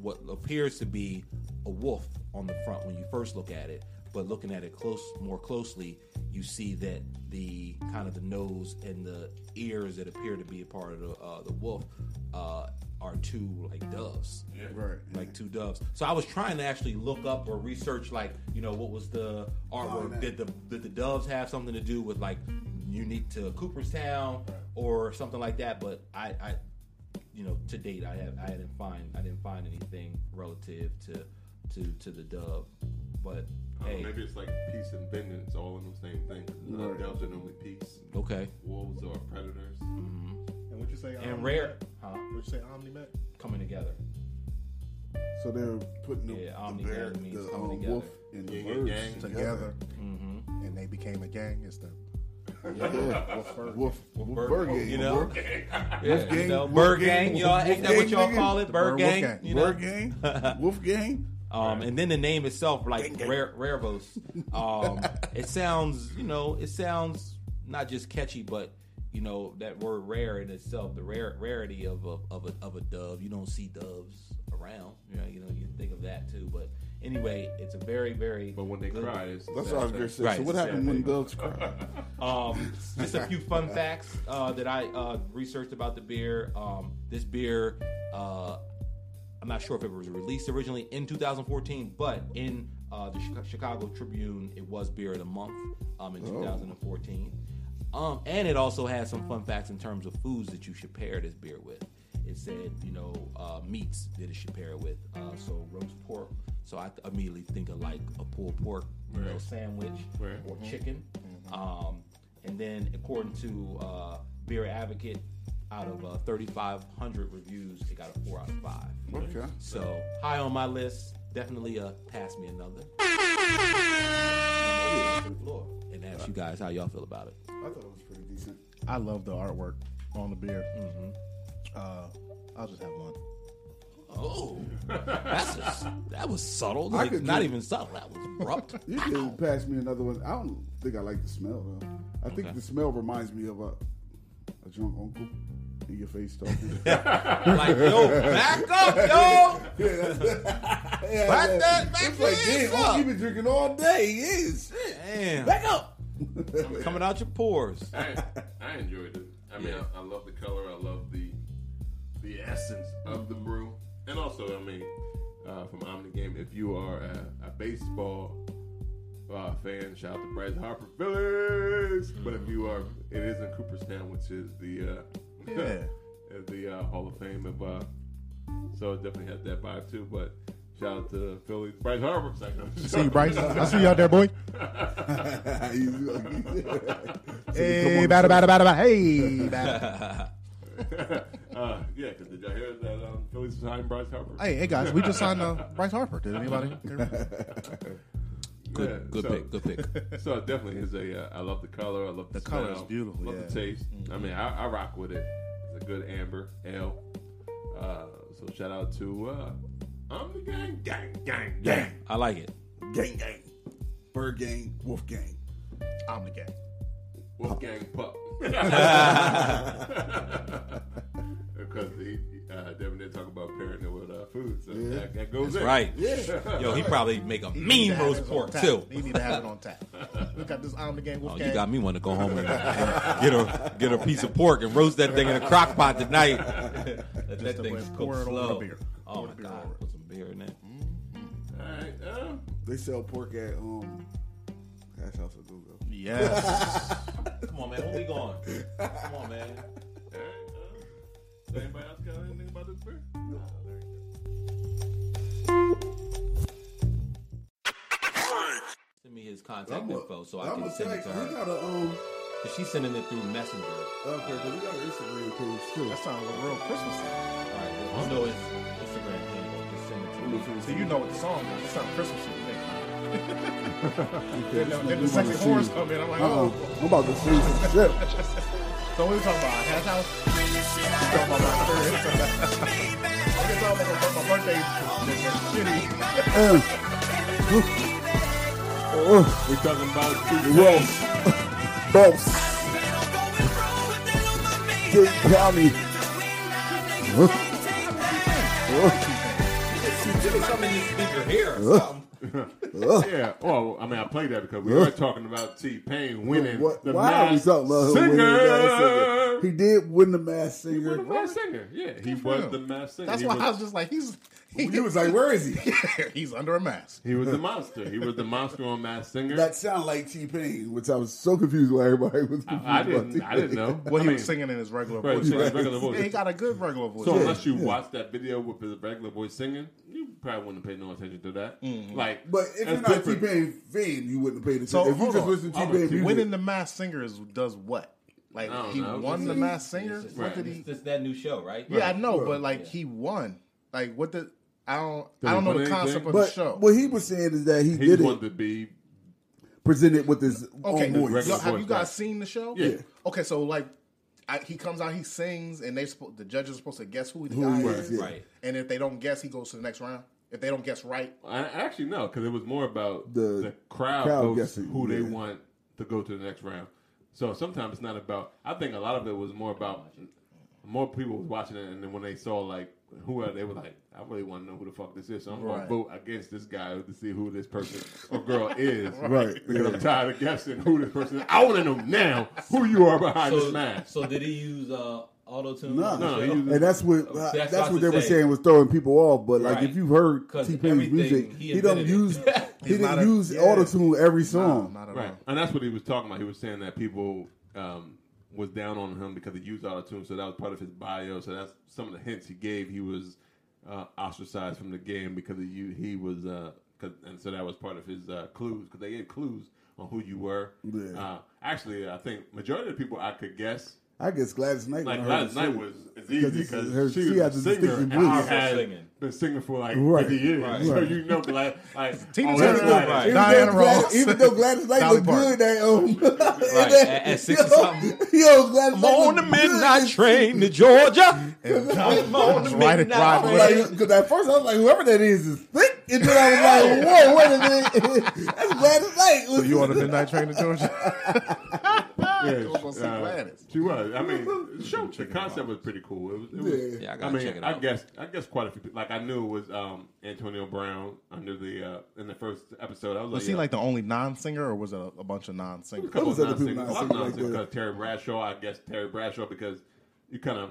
Speaker 4: what appears to be a wolf on the front when you first look at it. But looking at it close more closely, you see that the kind of the nose and the ears that appear to be a part of the, uh, the wolf uh, are two like doves
Speaker 3: Right.
Speaker 4: like two doves. So I was trying to actually look up or research, like you know, what was the artwork?
Speaker 3: man.
Speaker 4: did the did the doves have something to do with like unique to Cooperstown or something like that? But I, I you know, to date, I have I didn't find I didn't find anything relative to to to the dove. But
Speaker 6: I don't
Speaker 4: hey,
Speaker 6: know, Uh, maybe it's like peace and vengeance all in the same thing. Uh,
Speaker 3: Right.
Speaker 6: Doves are normally peace.
Speaker 4: okay,
Speaker 6: Wolves are predators.
Speaker 7: And what you say?
Speaker 4: and
Speaker 5: Um,
Speaker 7: Omni-
Speaker 4: rare, huh?
Speaker 7: What you say? Omni meant?
Speaker 4: Coming together.
Speaker 3: So they're putting the,
Speaker 4: Yeah,
Speaker 3: the
Speaker 4: Omni
Speaker 3: bear,
Speaker 4: Gang means
Speaker 3: the
Speaker 4: come
Speaker 3: um,
Speaker 4: together.
Speaker 3: wolf, and the
Speaker 6: Yin and
Speaker 3: birds
Speaker 6: yang.
Speaker 3: together.
Speaker 5: together, and they became a gang. It's the
Speaker 3: Yeah. Wolf, wolf, wolf
Speaker 4: Bird-
Speaker 3: Burger,
Speaker 4: you know?
Speaker 3: Wolf
Speaker 4: Yeah,
Speaker 3: gang,
Speaker 4: you know,
Speaker 3: wolf
Speaker 4: bird
Speaker 3: gang,
Speaker 4: gang, y'all.
Speaker 3: wolf-
Speaker 4: Ain't that
Speaker 3: wolf
Speaker 4: what y'all
Speaker 3: gang,
Speaker 4: call
Speaker 3: nigga.
Speaker 4: it? Bird
Speaker 5: Bird
Speaker 4: gang.
Speaker 5: wolf gang.
Speaker 4: You know?
Speaker 3: Gang, Wolf Gang.
Speaker 4: Um, and then the name itself, like rare, Rarevos, um, it sounds, you know, it sounds not just catchy, but you know that word rare in itself, the rare rarity of a of a, of a dove. You don't see doves around. You know, you know, you think of that too. But anyway, it's a very, very.
Speaker 6: But when they
Speaker 4: good-
Speaker 6: cry, it's
Speaker 3: That's what I was gonna say.
Speaker 4: Right.
Speaker 3: So what happened when doves cry?
Speaker 4: Um, just a few fun facts uh, that I uh, researched about the beer. Um, this beer, uh, I'm not sure if it was released originally in 2014, but in uh, the Chi- Chicago Tribune, it was beer of the month um, in 2014. Um, and it also has some fun facts in terms of foods that you should pair this beer with. It said, you know, uh, meats that it should pair it with. Uh, so roast pork. So I th- immediately think of like a pulled pork you know,
Speaker 6: Right.
Speaker 4: sandwich
Speaker 6: Right. Mm-hmm.
Speaker 4: or chicken. Um, and then, according to uh, Beer Advocate, out of uh, 3,500 reviews, it got a four out of five.
Speaker 3: Okay.
Speaker 4: So high on my list. Definitely a pass me another. And ask you guys how y'all feel about it.
Speaker 3: I thought it was pretty decent.
Speaker 5: I love the artwork on the beer. Uh, I'll just have one.
Speaker 4: Oh, that's just, that was subtle.
Speaker 3: I
Speaker 4: Like,
Speaker 3: could
Speaker 4: not
Speaker 3: do-
Speaker 4: even subtle. That was abrupt.
Speaker 3: You can pass me another one. I don't think I like the smell though. I think
Speaker 4: Okay.
Speaker 3: the smell reminds me of a a drunk uncle in your face talking.
Speaker 4: like yo, back up, yo.
Speaker 3: Back
Speaker 4: that- back
Speaker 3: it's like,
Speaker 4: your ass
Speaker 3: damn,
Speaker 4: up.
Speaker 3: uncle, you been drinking all day. Yes.
Speaker 4: Damn,
Speaker 3: Back up.
Speaker 4: coming out your pores.
Speaker 6: I, I enjoyed it. I mean, I, I love the color. I love the the essence of the brew, and also, I mean, uh, from Omni Game, if you are a, a baseball uh, fan, shout out to Bryce Harper Phillies. But if you are, it is in Cooperstown, which is the uh,
Speaker 5: Yeah.
Speaker 6: is the uh, Hall of Fame of. Uh, so it definitely has that vibe too. But shout out to Phillies, Bryce Harper.
Speaker 5: See you, Bryce. I see you out there, boy.
Speaker 3: He's like-
Speaker 5: Hey, bada, bada, bada, bada. Hey, bada.
Speaker 6: uh, yeah, because did y'all hear that um, Phillies was hiring Bryce Harper?
Speaker 5: Hey, hey guys, we just signed uh, Bryce Harper. Did anybody?
Speaker 4: Good,
Speaker 6: Yeah,
Speaker 4: good
Speaker 6: so-
Speaker 4: pick. Good pick.
Speaker 6: So it definitely is a. Uh, I love the color. I love the,
Speaker 5: The color is
Speaker 6: smell,
Speaker 5: beautiful,
Speaker 6: Love
Speaker 5: yeah.
Speaker 6: the taste.
Speaker 4: Mm-hmm.
Speaker 6: I mean, I, I rock with it. It's a good amber ale. Uh, so shout out to uh, I'm the gang, gang, gang, gang.
Speaker 4: I like it.
Speaker 3: gang gang. Bird gang, wolf gang.
Speaker 5: I'm the guy.
Speaker 6: Wolfgang Pup. Because he, uh, Devin did talk about pairing it with uh, food, so that, that goes in.
Speaker 4: Right.
Speaker 6: Yeah.
Speaker 4: Yo, he probably make a mean roast pork
Speaker 5: tap.
Speaker 4: too.
Speaker 5: He need to have it on tap. We got this I'm the gang.
Speaker 4: Oh,
Speaker 5: Wolf
Speaker 4: you got me wanting to go home and get a get a piece of pork and roast that thing in a crock pot tonight. Let that
Speaker 5: to
Speaker 4: thing
Speaker 5: pour
Speaker 4: cook
Speaker 5: it over
Speaker 4: slow.
Speaker 5: the beer.
Speaker 4: Oh
Speaker 5: Pour
Speaker 4: my
Speaker 5: the beer
Speaker 4: god,
Speaker 5: over it.
Speaker 4: put some beer in it.
Speaker 6: All right. Uh,
Speaker 3: They sell pork at um Hash House of Google.
Speaker 5: Yes.
Speaker 4: Come on, man, where we going? Come on, man.
Speaker 6: all right uh, anybody else got anything about this beer?
Speaker 4: Send me his contact info so I can
Speaker 3: gonna
Speaker 4: send it
Speaker 3: tell
Speaker 4: to
Speaker 3: you,
Speaker 4: her.
Speaker 3: He got a um
Speaker 8: 'Cause she's sending it through Messenger.
Speaker 3: Okay, but we got an Instagram page too.
Speaker 5: That sounds like a real Christmas song.
Speaker 8: All right, well, no, it's Instagram handle. Just send it to me.
Speaker 5: So you know what the song is. It sounds Christmas to me.
Speaker 3: Okay, this
Speaker 5: Then
Speaker 3: nigga
Speaker 5: the
Speaker 3: wanna
Speaker 5: sexy
Speaker 3: see-
Speaker 5: horns come in. I'm like,
Speaker 3: Uh-oh,
Speaker 5: oh.
Speaker 3: I'm about to see some shit.
Speaker 5: So what are we talking about? Half house? Talking about my birthday. I can talk about my birthday. Shitty.
Speaker 6: We're talking about two
Speaker 3: Ross. Bumps. Dick County.
Speaker 8: Give me something in this speaker here.
Speaker 6: Yeah. Well, I mean, I played that because we were talking about T Pain winning
Speaker 3: What,
Speaker 6: the
Speaker 3: why are we
Speaker 6: Masked
Speaker 3: talking about him winning the Masked Singer?
Speaker 6: singer.
Speaker 3: He did win the Masked Singer.
Speaker 6: Masked singer. Yeah, he
Speaker 5: for
Speaker 6: was
Speaker 5: him.
Speaker 6: the masked singer.
Speaker 5: That's
Speaker 6: he
Speaker 5: why I
Speaker 6: was,
Speaker 5: was just like, he's he,
Speaker 3: He was like, "Where is he?"
Speaker 5: he's under a mask.
Speaker 6: he was the monster. He was the monster on Masked Singer.
Speaker 3: That sounded like T Pain, which I was so confused why everybody was confused.
Speaker 6: I, I
Speaker 3: about
Speaker 6: didn't. I
Speaker 3: T-Pain.
Speaker 6: didn't know.
Speaker 5: Well,
Speaker 6: I
Speaker 5: he
Speaker 6: mean,
Speaker 5: was singing in his regular
Speaker 6: right,
Speaker 5: voice.
Speaker 6: singing his regular voice.
Speaker 5: Yeah, he got a good regular voice.
Speaker 6: So
Speaker 5: Yeah.
Speaker 6: unless you watch that video with his regular voice singing, you probably wouldn't pay no attention to that.
Speaker 5: Mm-hmm.
Speaker 6: Like,
Speaker 3: But if
Speaker 6: that's
Speaker 3: you're not a T
Speaker 6: different.
Speaker 3: Pain fan, you wouldn't have paid attention.
Speaker 5: So,
Speaker 3: if you
Speaker 5: hold
Speaker 3: just
Speaker 5: on.
Speaker 3: listen to T
Speaker 6: I'm a
Speaker 3: Pain music,
Speaker 5: Winning the masked singer is, does what? Like
Speaker 6: I don't
Speaker 5: he
Speaker 6: know.
Speaker 5: won the masked singer.
Speaker 8: It's,
Speaker 5: What
Speaker 6: Right.
Speaker 5: did he?
Speaker 8: it's just that new show, right?
Speaker 5: Yeah, I know, but like he won. Like what the? I don't. I
Speaker 6: he
Speaker 5: don't know
Speaker 6: win
Speaker 5: the
Speaker 6: anything?
Speaker 5: concept of
Speaker 3: but
Speaker 5: the show.
Speaker 3: what he was saying is that he,
Speaker 6: he
Speaker 3: did it
Speaker 6: wanted to be.
Speaker 3: presented with his
Speaker 5: okay,
Speaker 3: own voice.
Speaker 5: y'all- have
Speaker 6: voice,
Speaker 5: you guys
Speaker 6: right.
Speaker 5: seen the show?
Speaker 6: Yeah.
Speaker 5: Okay, so like. I, he comes out, he sings, and they supposed the judges are supposed to guess who the
Speaker 3: Who
Speaker 5: guy
Speaker 3: he
Speaker 5: is,
Speaker 3: is, yeah.
Speaker 8: Right.
Speaker 5: and if they don't guess, he goes to the next round. If they don't guess right,
Speaker 6: I actually no, because it was more about
Speaker 3: The
Speaker 6: the, crowd,
Speaker 3: crowd
Speaker 6: votes
Speaker 3: guessing,
Speaker 6: who they
Speaker 3: yeah.
Speaker 6: want to go to the next round. So sometimes it's not about. I think a lot of it was more about more people was watching it, and then when they saw like who are they were like, I really want to know who the fuck this is. So I'm
Speaker 5: Right.
Speaker 6: gonna vote against this guy to see who this person or girl is.
Speaker 3: Right.
Speaker 6: Because I'm tired of guessing who this person is. I want to know now who you are behind this
Speaker 8: So,
Speaker 6: mask.
Speaker 8: so did he use uh, auto tune?
Speaker 3: No.
Speaker 6: no, he uses-
Speaker 3: And that's what
Speaker 8: Oh, that's
Speaker 3: that's,
Speaker 8: what I
Speaker 3: what
Speaker 8: was
Speaker 3: they were
Speaker 8: saying.
Speaker 3: saying was throwing people off. But like
Speaker 8: Right.
Speaker 3: if you've heard
Speaker 8: 'Cause
Speaker 3: T Pain's
Speaker 8: everything,
Speaker 3: music,
Speaker 8: he
Speaker 3: he don't
Speaker 8: invented it.
Speaker 3: use he
Speaker 5: He's not
Speaker 3: didn't
Speaker 5: a-
Speaker 3: use
Speaker 5: yeah.
Speaker 3: auto tune every
Speaker 5: no,
Speaker 3: song.
Speaker 5: not at
Speaker 6: Right,
Speaker 5: all.
Speaker 6: Um, and that's what he was talking about. He was saying that people um, was down on him because he used auto tune, so that was part of his bio. So that's some of the hints he gave. He was uh, ostracized from the game because he, u- he was, uh, 'cause- and so that was part of his uh, clues because they gave clues on who you were.
Speaker 3: Yeah.
Speaker 6: Uh, actually, I think majority of the people I could guess.
Speaker 3: I guess Gladys Knight.
Speaker 6: Like
Speaker 3: when I heard
Speaker 6: last
Speaker 3: her
Speaker 6: night
Speaker 3: sing it.
Speaker 6: was it's easy
Speaker 3: this is
Speaker 6: because
Speaker 3: her-
Speaker 6: she,
Speaker 3: she has a
Speaker 6: was a singer
Speaker 3: distinctive
Speaker 6: and
Speaker 3: voice.
Speaker 6: I had
Speaker 8: Singing.
Speaker 6: been singing for like
Speaker 3: Right.
Speaker 6: 50 years, so you know, like, like
Speaker 5: Tina
Speaker 6: oh,
Speaker 5: Turner,
Speaker 6: that's right.
Speaker 5: right.
Speaker 3: Even
Speaker 5: Diana
Speaker 3: though Glad-
Speaker 5: Ross.
Speaker 3: even though Gladys Knight
Speaker 5: Dolly
Speaker 3: looked
Speaker 5: Parton.
Speaker 3: good, that um, right.
Speaker 4: at- at six or something.
Speaker 3: Yo, Gladys Knight
Speaker 4: on
Speaker 3: looked
Speaker 4: the
Speaker 3: good.
Speaker 4: midnight train to Georgia.
Speaker 5: It's right at Rod Wave.
Speaker 3: Because at first I was like, whoever that is is thick, and then I was like, whoa, wait a minute, that's Gladys Knight.
Speaker 5: So you on the midnight train to Georgia?
Speaker 6: Yeah,
Speaker 5: was gonna say Gladys.
Speaker 6: Uh, She was. I mean, the show the concept was pretty cool. It was. It was
Speaker 3: Yeah.
Speaker 4: Yeah, I
Speaker 6: I,
Speaker 4: gotta
Speaker 6: mean,
Speaker 4: check it
Speaker 6: I
Speaker 4: out.
Speaker 6: guess I guess quite a few. people. Like I knew it was um, Antonio Brown under the uh, in the first episode. I was,
Speaker 5: Was
Speaker 6: like,
Speaker 5: he
Speaker 6: yeah.
Speaker 5: like the only non-singer, or was it a, a bunch of non-singers?
Speaker 6: a couple
Speaker 3: What was
Speaker 6: of
Speaker 3: other people not
Speaker 6: non-singers. A lot of
Speaker 3: singing like
Speaker 6: non-singers
Speaker 3: that?
Speaker 6: 'cause Terry Bradshaw. I guess Terry Bradshaw because you kind of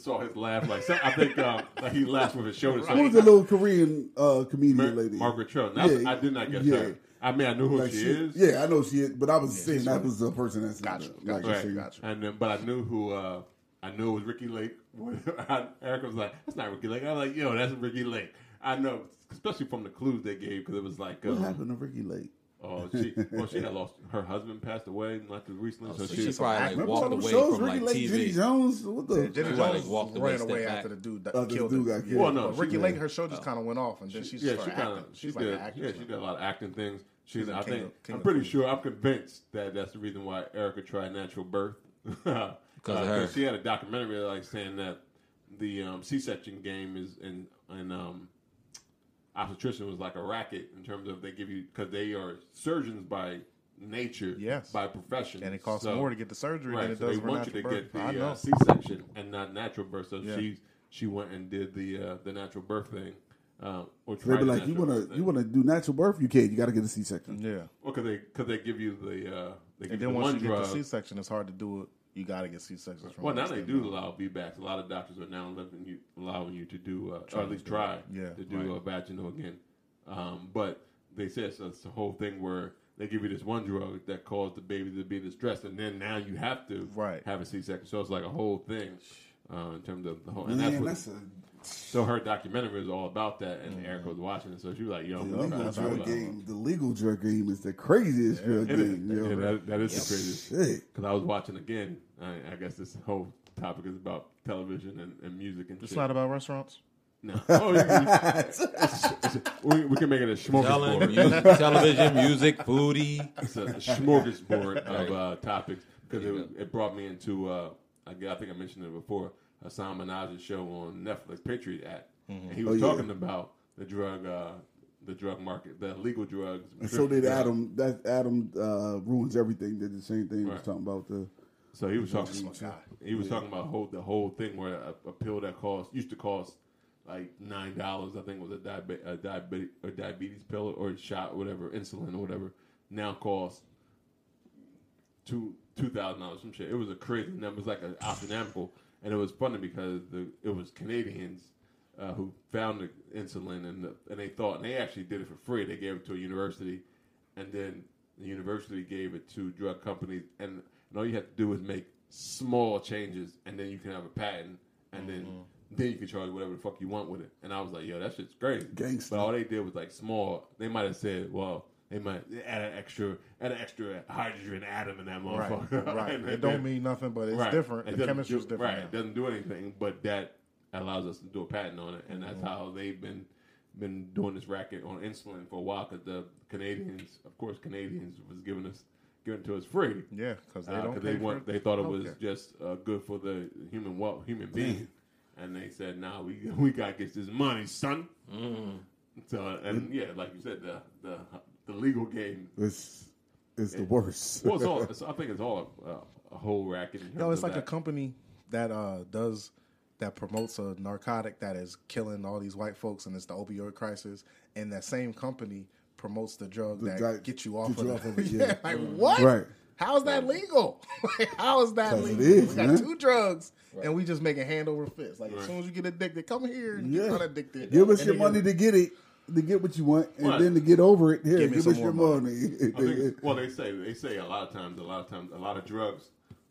Speaker 6: saw his laugh. Like some, I think um, like he laughed with his shoulders.
Speaker 3: Who was the little Korean uh, comedian lady?
Speaker 6: Margaret Cho. Now,
Speaker 3: Yeah.
Speaker 6: I did not guess
Speaker 3: Yeah.
Speaker 6: her. I mean, I knew who
Speaker 3: Like
Speaker 6: she,
Speaker 3: she-
Speaker 6: is.
Speaker 3: Yeah, I know she is, but I was saying that was the person that's
Speaker 5: Gotcha,
Speaker 3: Like,
Speaker 5: gotcha,
Speaker 3: she-
Speaker 5: gotcha.
Speaker 6: And then, but I knew who. Uh, I knew it was Ricky Lake. When I- Eric was like, "That's not Ricky Lake." I was like, "Yo, that's Ricky Lake." I know, especially from the clues they gave, because it was like,
Speaker 3: What
Speaker 6: um,
Speaker 3: happened to Ricky Lake?
Speaker 6: "Oh, she, well, she had lost her husband passed away not too recently, so,
Speaker 4: Oh, So
Speaker 6: she,
Speaker 4: she probably like
Speaker 3: Remember
Speaker 4: walked
Speaker 3: all them
Speaker 4: away
Speaker 3: shows?
Speaker 4: from like
Speaker 3: Ricky Lake, Jenny
Speaker 4: TV.
Speaker 3: Jones. What the?
Speaker 5: Jenny
Speaker 4: Right,
Speaker 5: Jones
Speaker 4: like, walked away,
Speaker 5: ran away
Speaker 4: stepped
Speaker 5: after the
Speaker 4: back.
Speaker 5: dude that
Speaker 3: Oh, this
Speaker 5: killed
Speaker 3: dude
Speaker 5: him.
Speaker 3: got killed.
Speaker 6: Well, no,
Speaker 5: But Ricky
Speaker 6: she-
Speaker 5: Lake, her show just kind of went off, and then she just
Speaker 6: yeah, she
Speaker 5: started
Speaker 6: kind of
Speaker 5: acting.
Speaker 6: she
Speaker 5: She's like an
Speaker 6: did
Speaker 5: actress.
Speaker 6: yeah, she did a lot of acting things. She's
Speaker 5: King
Speaker 6: I
Speaker 5: of-
Speaker 6: think
Speaker 5: King
Speaker 6: I'm
Speaker 5: of
Speaker 6: pretty
Speaker 5: Queens.
Speaker 6: sure I'm convinced that that's the reason why Erica tried natural birth because
Speaker 4: of her.
Speaker 6: she had a documentary like saying that the um, C-section game is and and um, obstetrician was like a racket in terms of they give you because they are surgeons by nature,
Speaker 5: Yes.
Speaker 6: by profession,
Speaker 5: and it costs
Speaker 6: So-
Speaker 5: more to get the surgery
Speaker 6: Right,
Speaker 5: than it
Speaker 6: so
Speaker 5: does
Speaker 6: they
Speaker 5: for
Speaker 6: want you to
Speaker 5: natural birth.
Speaker 6: get the
Speaker 5: I know.
Speaker 6: uh, C-section and not natural birth. So
Speaker 5: Yeah.
Speaker 6: she she went and did the uh, the natural birth thing. Um, or
Speaker 3: They
Speaker 6: tried
Speaker 3: be
Speaker 6: the
Speaker 3: like, you
Speaker 6: natural
Speaker 3: wanna
Speaker 6: birth
Speaker 3: you
Speaker 6: thing.
Speaker 3: wanna do natural birth? You can't. You got to get a C section.
Speaker 5: yeah,
Speaker 6: Well, cause they, cause they give you the, uh, they
Speaker 5: and
Speaker 6: give you
Speaker 5: then
Speaker 6: the
Speaker 5: once
Speaker 6: one
Speaker 5: you get
Speaker 6: drug.
Speaker 5: the C-section, it's hard to do it. You got to get C-sections. From
Speaker 6: well, now
Speaker 5: most
Speaker 6: they
Speaker 5: of
Speaker 6: do
Speaker 5: them.
Speaker 6: allow VBACs. A lot of doctors are now letting you, allowing you to do, uh, or at least try
Speaker 5: Yeah,
Speaker 6: to do a vaginal again. Um, but they said so it's the whole thing where they give you this one drug that caused the baby to be distressed, and then now you have to
Speaker 5: Right.
Speaker 6: have a C-section. So it's like a whole thing uh, in terms of the whole. And
Speaker 3: Man,
Speaker 6: that's what,
Speaker 3: that's a
Speaker 6: So her documentary is all about that, and Erica was watching it. So she was like, "Yo,
Speaker 9: The
Speaker 6: we
Speaker 9: legal
Speaker 6: gotta talk
Speaker 9: drug
Speaker 6: about it.
Speaker 9: game, the legal drug game is the craziest drug
Speaker 6: It is-
Speaker 9: game. yo.
Speaker 6: yeah, that, that is the craziest.
Speaker 9: Shit.
Speaker 6: Because I was watching again. I, I guess this whole topic is about television and, and music and
Speaker 5: It's
Speaker 6: shit.
Speaker 5: not about restaurants.
Speaker 6: no. Oh, yeah, yeah. we, we can make it a smorgasbord.
Speaker 4: Telling, music, television, music, foodie.
Speaker 6: it's a smorgasbord of uh, topics because it, it brought me into uh, I, g- I think I mentioned it before Hassan Minaj's show on Netflix Patriot Act and he was
Speaker 9: Oh, yeah.
Speaker 6: talking about the drug uh, the drug market the legal drugs
Speaker 9: And so did
Speaker 6: Yeah.
Speaker 9: Adam. That Adam uh, ruins everything. Did the same thing. he Was
Speaker 6: Right.
Speaker 9: talking about the
Speaker 6: so he was talking he was talking about whole, the whole thing where a, a pill that cost used to cost like nine dollars I think was a, diabe- a diabetic or diabetes pill or shot whatever insulin or whatever now costs two two thousand dollars some shit. It was a crazy number. It was like an astronomical, and it was funny because the it was Canadians uh, who found the insulin and the, and they thought and they actually did it for free. They gave it to a university, and then the university gave it to drug companies, and, and all you have to do is make small changes, and then you can have a patent, and then. Then you can charge whatever the fuck you want with it, and I was like, "Yo, that shit's crazy."
Speaker 9: Gangsta.
Speaker 6: But all they did was like small. They might have said, "Well, they might add an extra, add an extra hydrogen atom in that
Speaker 5: Right,
Speaker 6: motherfucker."
Speaker 5: right.
Speaker 6: And
Speaker 5: It
Speaker 6: then-
Speaker 5: don't mean nothing, but it's
Speaker 6: Right.
Speaker 5: different.
Speaker 6: It
Speaker 5: the
Speaker 6: doesn't
Speaker 5: chemistry is
Speaker 6: do-
Speaker 5: different.
Speaker 6: Right,
Speaker 5: now.
Speaker 6: it doesn't do anything, but that allows us to do a patent on it, and that's
Speaker 5: Mm-hmm.
Speaker 6: how they've been been doing this racket on insulin for a while. Because the Canadians, of course, Canadians was giving us giving it to us free.
Speaker 5: Yeah, because they
Speaker 6: Uh,
Speaker 5: don't.
Speaker 6: 'cause they
Speaker 5: pay
Speaker 6: want
Speaker 5: for
Speaker 6: they thought it was
Speaker 5: healthcare.
Speaker 6: just uh, good for the human well human being, and they said, "Nah, we we gotta get this money, son."
Speaker 5: Mm.
Speaker 6: So and yeah, like you said, the the the legal game.
Speaker 9: it's it's the worst.
Speaker 6: Well, it's all. It's, I think it's all a, a whole racket. in terms
Speaker 5: No, it's
Speaker 6: of
Speaker 5: like a
Speaker 6: that.
Speaker 5: company that uh, does that promotes a narcotic that is killing all these white folks, and it's the opioid crisis. And that same company promotes the drug that
Speaker 9: drug-
Speaker 5: gets you off,
Speaker 9: get
Speaker 5: of,
Speaker 9: you
Speaker 5: it.
Speaker 9: off of it,
Speaker 5: yeah.
Speaker 9: yeah.
Speaker 5: like what?
Speaker 9: Right.
Speaker 5: How is that legal? Like, how is that
Speaker 9: 'Cause it
Speaker 5: legal?
Speaker 9: is,
Speaker 5: we got
Speaker 9: man.
Speaker 5: two drugs, and we just make a hand over fist. Like as
Speaker 6: Right.
Speaker 5: soon as you get addicted, come here and
Speaker 9: Yeah.
Speaker 5: get unaddicted.
Speaker 9: Give us
Speaker 5: And
Speaker 9: your
Speaker 5: then
Speaker 9: money to get it, to get what you want, and
Speaker 6: Right.
Speaker 9: then to get over it. Here, give,
Speaker 5: Give me
Speaker 9: us
Speaker 5: some
Speaker 9: your
Speaker 5: more
Speaker 9: money.
Speaker 6: I think, well, they say they say a lot of times, a lot of times, a lot of drugs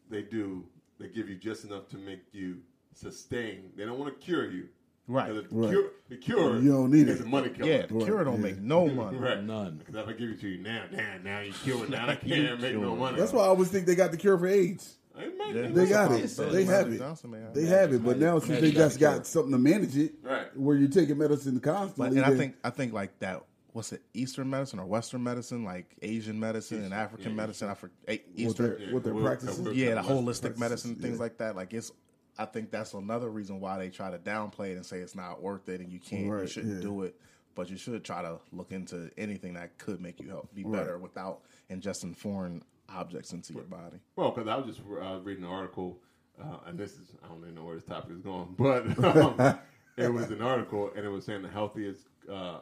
Speaker 6: they do they give you just enough to make you sustain. They don't want to cure you,
Speaker 5: Right.
Speaker 6: 'Cause The
Speaker 9: Right.
Speaker 6: cure, the cure
Speaker 9: You don't need
Speaker 6: is
Speaker 9: it.
Speaker 6: a money
Speaker 5: you're-
Speaker 6: killer.
Speaker 5: Yeah, the cure don't
Speaker 9: Yeah.
Speaker 5: make no money.
Speaker 6: right.
Speaker 4: None.
Speaker 6: Because if I give it to you now, now, now you cure it. Now I can't make no money.
Speaker 9: That's why I always think they got the cure for AIDS.
Speaker 6: It might-
Speaker 5: Yeah.
Speaker 6: it
Speaker 9: They
Speaker 6: might-
Speaker 9: got
Speaker 5: That's
Speaker 9: it.
Speaker 5: what I'm
Speaker 9: They
Speaker 5: saying.
Speaker 9: have
Speaker 5: Magic
Speaker 9: it.
Speaker 5: Johnson, man.
Speaker 9: They have it, but now since they just got something to manage it,
Speaker 6: Right.
Speaker 9: where you're taking medicine constantly,
Speaker 5: Like, and I
Speaker 9: then-
Speaker 5: think I think like that. What's it? Eastern medicine or Western medicine? Like Asian medicine and African medicine. I for eh,
Speaker 9: what
Speaker 5: Eastern.
Speaker 9: they're, what they're
Speaker 6: Yeah.
Speaker 9: practicing.
Speaker 5: yeah, the
Speaker 6: Western
Speaker 5: holistic medicine, things like that. Like it's, I think that's another reason why they try to downplay it and say it's not worth it and you can't, you
Speaker 9: Right,
Speaker 5: shouldn't
Speaker 9: yeah.
Speaker 5: do it. But you should try to look into anything that could make you help be better without ingesting foreign objects into your body.
Speaker 6: Well, because I was just uh, reading an article, uh, and this is I don't even know where this topic is going, but um, it was an article, and it was saying the healthiest uh,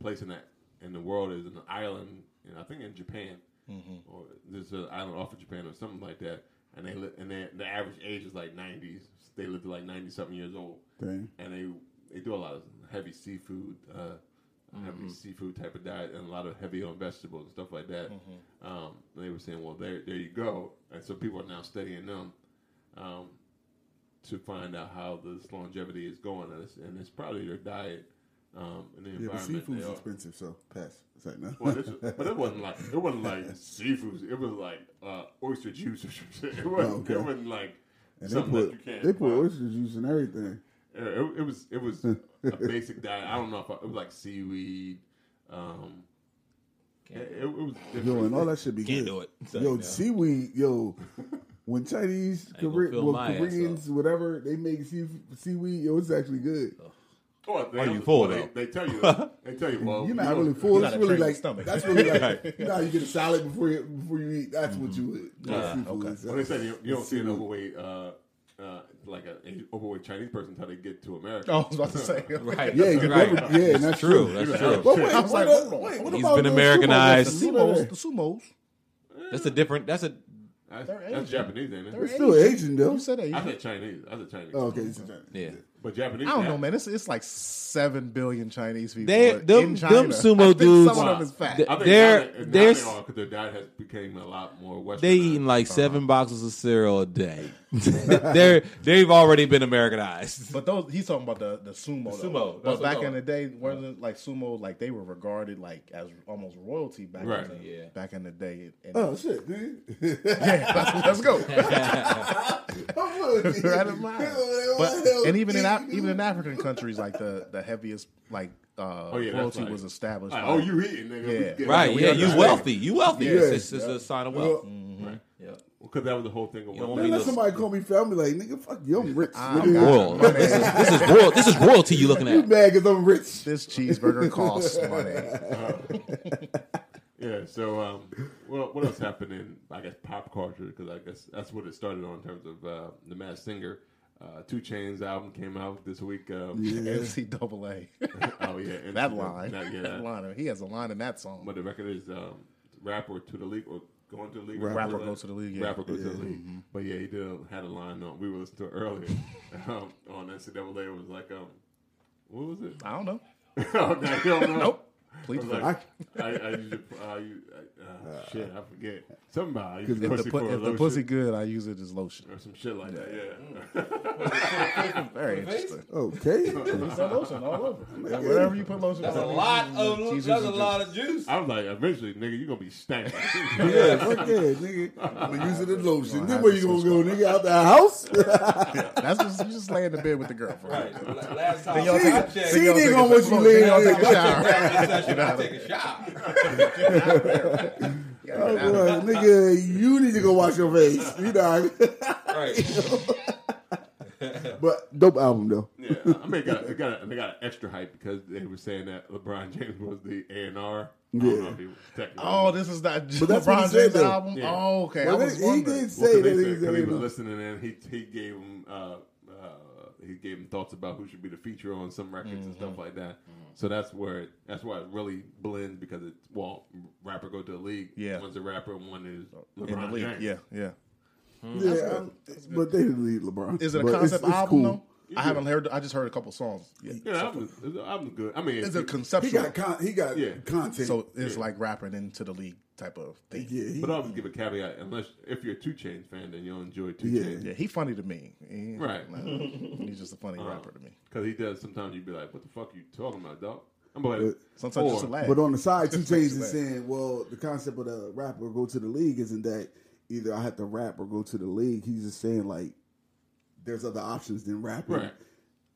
Speaker 6: place in that in the world is an island, and I think in Japan,
Speaker 9: Mm-hmm.
Speaker 6: or there's an island off of Japan or something like that, and they li- and they, the average age is like 90s. They live to like 90 something years old,
Speaker 9: Dang.
Speaker 6: and they they do a lot of heavy seafood. Uh, heavy seafood type of diet and a lot of heavy on vegetables and stuff like that. Um, they were saying, well, there, there you go. And so people are now studying them um, to find out how this longevity is going, and it's, and it's probably their diet um, and the
Speaker 9: Yeah, but
Speaker 6: environment.
Speaker 9: seafood's
Speaker 6: they are.
Speaker 9: expensive, so pass. It's like, no.
Speaker 6: Well, this was, but it wasn't like it wasn't like seafood. It was like uh, oyster juice or something. It wasn't,
Speaker 9: Oh, okay.
Speaker 6: it wasn't like
Speaker 9: and they
Speaker 6: something
Speaker 9: put
Speaker 6: that you can't.
Speaker 9: they put
Speaker 6: buy.
Speaker 9: oyster juice and everything.
Speaker 6: Yeah, it, it was it was a basic diet. I don't know if I, it was like seaweed. Um, it, it was
Speaker 9: Yo,
Speaker 6: different.
Speaker 9: and all that should be
Speaker 4: Can't
Speaker 9: good.
Speaker 4: do it. So,
Speaker 9: Yo,
Speaker 4: no.
Speaker 9: seaweed, yo. When Chinese,
Speaker 4: gonna
Speaker 9: Korea,
Speaker 4: fill
Speaker 9: well,
Speaker 4: my ass
Speaker 9: Koreans, whatever, they make sea, seaweed, yo, it's actually good.
Speaker 6: Oh, they,
Speaker 4: Are you full,
Speaker 6: they,
Speaker 4: though?
Speaker 6: they tell you. They tell you. Well,
Speaker 9: You're not
Speaker 6: Oh, you
Speaker 9: really
Speaker 6: don't-
Speaker 9: full. It's
Speaker 5: gotta
Speaker 9: really
Speaker 5: train your
Speaker 9: like
Speaker 5: stomach.
Speaker 9: that's really like you know how you get a salad before you before you eat. That's what you would. That's seafood. It's-
Speaker 6: Well, they said you, you don't see an overweight, uh, uh, like a- an overweight Chinese person until they get to America.
Speaker 5: Oh, I was about to say,
Speaker 4: Right.
Speaker 9: Yeah, you
Speaker 4: right.
Speaker 9: never- yeah, that's true.
Speaker 4: That's
Speaker 6: Yeah.
Speaker 4: true.
Speaker 9: But wait,
Speaker 5: I was
Speaker 9: what
Speaker 5: like,
Speaker 9: a-
Speaker 5: hold on.
Speaker 9: wait, what
Speaker 4: He's
Speaker 9: about
Speaker 4: been
Speaker 9: those sumo
Speaker 4: Americanized.
Speaker 5: The
Speaker 9: wrestlers?
Speaker 5: sumos, the sumos.
Speaker 4: That's a different. That's a
Speaker 6: That's,
Speaker 5: They're
Speaker 6: that's
Speaker 5: Asian.
Speaker 6: Japanese, ain't it?
Speaker 9: It's still Asian though.
Speaker 5: You said that. You
Speaker 6: I said Chinese. I said Chinese.
Speaker 9: Oh, okay, it's Italian.
Speaker 4: yeah.
Speaker 6: But Japanese.
Speaker 5: I don't
Speaker 6: yeah.
Speaker 5: know, man. It's, it's like seven billion Chinese people
Speaker 4: They-
Speaker 5: but
Speaker 4: them-
Speaker 5: in China.
Speaker 4: them sumo
Speaker 5: I think
Speaker 4: dudes-
Speaker 5: Some of them is fat.
Speaker 4: They-
Speaker 6: I think
Speaker 4: They're-
Speaker 6: now they- now
Speaker 4: they're-
Speaker 6: they are, 'cause their diet has became a lot more Western.
Speaker 4: They eating like seven boxes of cereal a day. They're they've already been Americanized.
Speaker 5: But those he's talking about the the sumo.
Speaker 4: The
Speaker 5: though.
Speaker 4: sumo, that's
Speaker 5: But
Speaker 4: what
Speaker 5: back
Speaker 4: I'm
Speaker 5: in the day, wasn't like sumo like they were regarded like as almost royalty back
Speaker 6: Right.
Speaker 5: in the,
Speaker 4: Yeah.
Speaker 5: back in the day. And,
Speaker 3: Oh shit, dude.
Speaker 5: let's go.
Speaker 3: I'm looking.
Speaker 5: Right in mind. But and even in Af- even in African countries, like the the heaviest like uh,
Speaker 6: Oh, yeah, that's
Speaker 5: royalty
Speaker 6: like-
Speaker 5: was established.
Speaker 6: Like,
Speaker 5: by-
Speaker 6: oh, you hitting, nigga.
Speaker 5: Yeah.
Speaker 4: Right?
Speaker 5: we
Speaker 4: Yeah, you
Speaker 5: understand.
Speaker 4: wealthy. You wealthy. It's,
Speaker 3: Yeah.
Speaker 4: it's, it's a sign of
Speaker 3: Well,
Speaker 4: wealth.
Speaker 6: Because that was the whole thing. Of
Speaker 4: don't
Speaker 6: what
Speaker 4: be
Speaker 3: man, let
Speaker 4: those-
Speaker 3: somebody call me family, like nigga, fuck you, I'm rich.
Speaker 5: I'm
Speaker 3: nigga.
Speaker 4: Royal. This is this is royal. This is royalty you looking
Speaker 3: You
Speaker 4: at.
Speaker 3: mad because I'm rich?
Speaker 5: This cheeseburger costs money.
Speaker 6: Yeah. So, um, what, what else happened in I guess pop culture? Because I guess that's what it started on in terms of uh, the Masked Singer. Uh, Two Chains album came out this week. Um,
Speaker 5: NCAA.
Speaker 6: Oh yeah, and
Speaker 5: That line.
Speaker 6: Not, yeah,
Speaker 5: That line. He has a line in that song.
Speaker 6: But the record is um, rapper to the league or going to the league.
Speaker 5: Rapper
Speaker 6: Something like
Speaker 5: Goes to the League, yeah. Mm-hmm.
Speaker 6: Rapper goes to the league. But yeah, he did a, had a line on. We were listening to it earlier um, on NCAA. It was like, um, what was it?
Speaker 5: I don't know.
Speaker 6: oh, no, you don't know.
Speaker 5: Nope.
Speaker 6: I
Speaker 5: Please.
Speaker 6: was like, I, I used to, uh, you, uh, uh, shit, I forget. Somehow, I used to
Speaker 5: if
Speaker 6: pussy
Speaker 5: the,
Speaker 6: for
Speaker 5: pu-
Speaker 6: a
Speaker 5: if the
Speaker 6: lotion
Speaker 5: pussy good, I use it as lotion.
Speaker 6: or some shit like that. Yeah,
Speaker 5: Very interesting.
Speaker 3: Okay.
Speaker 5: It's a lotion all over. Yeah, Whatever you put lotion That's
Speaker 4: A lot of that's a lot of juice.
Speaker 6: I was like, eventually, nigga, you gonna be stank.
Speaker 3: Yeah, fuck yeah, nigga. I'm gonna use it as lotion. Then where you gonna go, nigga? Out the house?
Speaker 5: That's just, you just lay in the bed with the girl for a minute.
Speaker 4: Last time
Speaker 5: Y'all take a-
Speaker 3: See,
Speaker 5: then y'all
Speaker 3: nigga,
Speaker 5: take a-
Speaker 3: on what you
Speaker 5: then
Speaker 3: laying
Speaker 5: y'all take a
Speaker 3: there.
Speaker 5: shower.
Speaker 4: I take a shot.
Speaker 3: Oh, boy, nigga, you need to go wash your face. You know.
Speaker 4: Right.
Speaker 3: But dope album though.
Speaker 6: Yeah, I mean, it got, it got, they got an extra hype because they were saying that LeBron James was the A and R. I don't know if he was technically.
Speaker 5: Oh, this is not
Speaker 3: But that's what he
Speaker 5: LeBron
Speaker 3: said,
Speaker 5: James
Speaker 3: though.
Speaker 5: album.
Speaker 6: Yeah.
Speaker 5: Oh, okay. I
Speaker 3: Well,
Speaker 5: was
Speaker 3: he- he
Speaker 5: wondering.
Speaker 3: did
Speaker 6: Well,
Speaker 3: say that
Speaker 6: 'cause they said- 'cause he was
Speaker 3: nigga.
Speaker 6: listening and he he gave him uh, uh, he gave him thoughts about who should be the feature on some records and
Speaker 5: Mm-hmm.
Speaker 6: stuff like that. So that's where it, that's why it really blends because it's well, rapper go to the league.
Speaker 5: Yeah.
Speaker 6: one's a rapper and one is LeBron
Speaker 5: in the league.
Speaker 6: James.
Speaker 5: Yeah, yeah.
Speaker 3: Yeah, um, but they didn't leave LeBron.
Speaker 5: Is it a
Speaker 3: But
Speaker 5: concept
Speaker 3: it's- it's
Speaker 5: album
Speaker 3: cool.
Speaker 5: though? I haven't heard. I just heard a couple songs. Yeah.
Speaker 6: yeah, I'm, I'm good. I mean,
Speaker 5: It's a
Speaker 3: He
Speaker 5: conceptual.
Speaker 3: got con- he got
Speaker 6: Yeah.
Speaker 3: content.
Speaker 5: So it's like rapping into the league type of thing.
Speaker 3: yeah, he,
Speaker 6: but I always give a caveat unless if you're a Two Chains fan then you'll enjoy Two
Speaker 3: Yeah.
Speaker 6: Chains.
Speaker 5: Yeah, he funny to me. He-
Speaker 6: Right. Uh-huh.
Speaker 5: nah, he's just a funny rapper to me.
Speaker 6: Because he does. Sometimes you'd be like, "What the fuck are you talking about, dog?" I'm like,
Speaker 5: Sometimes just a laugh.
Speaker 3: But on the side, two chains is
Speaker 5: Relax.
Speaker 3: saying, well, the concept of the rap or go to the league isn't that either I have to rap or go to the league. He's just saying like there's other options than rapping
Speaker 6: Right.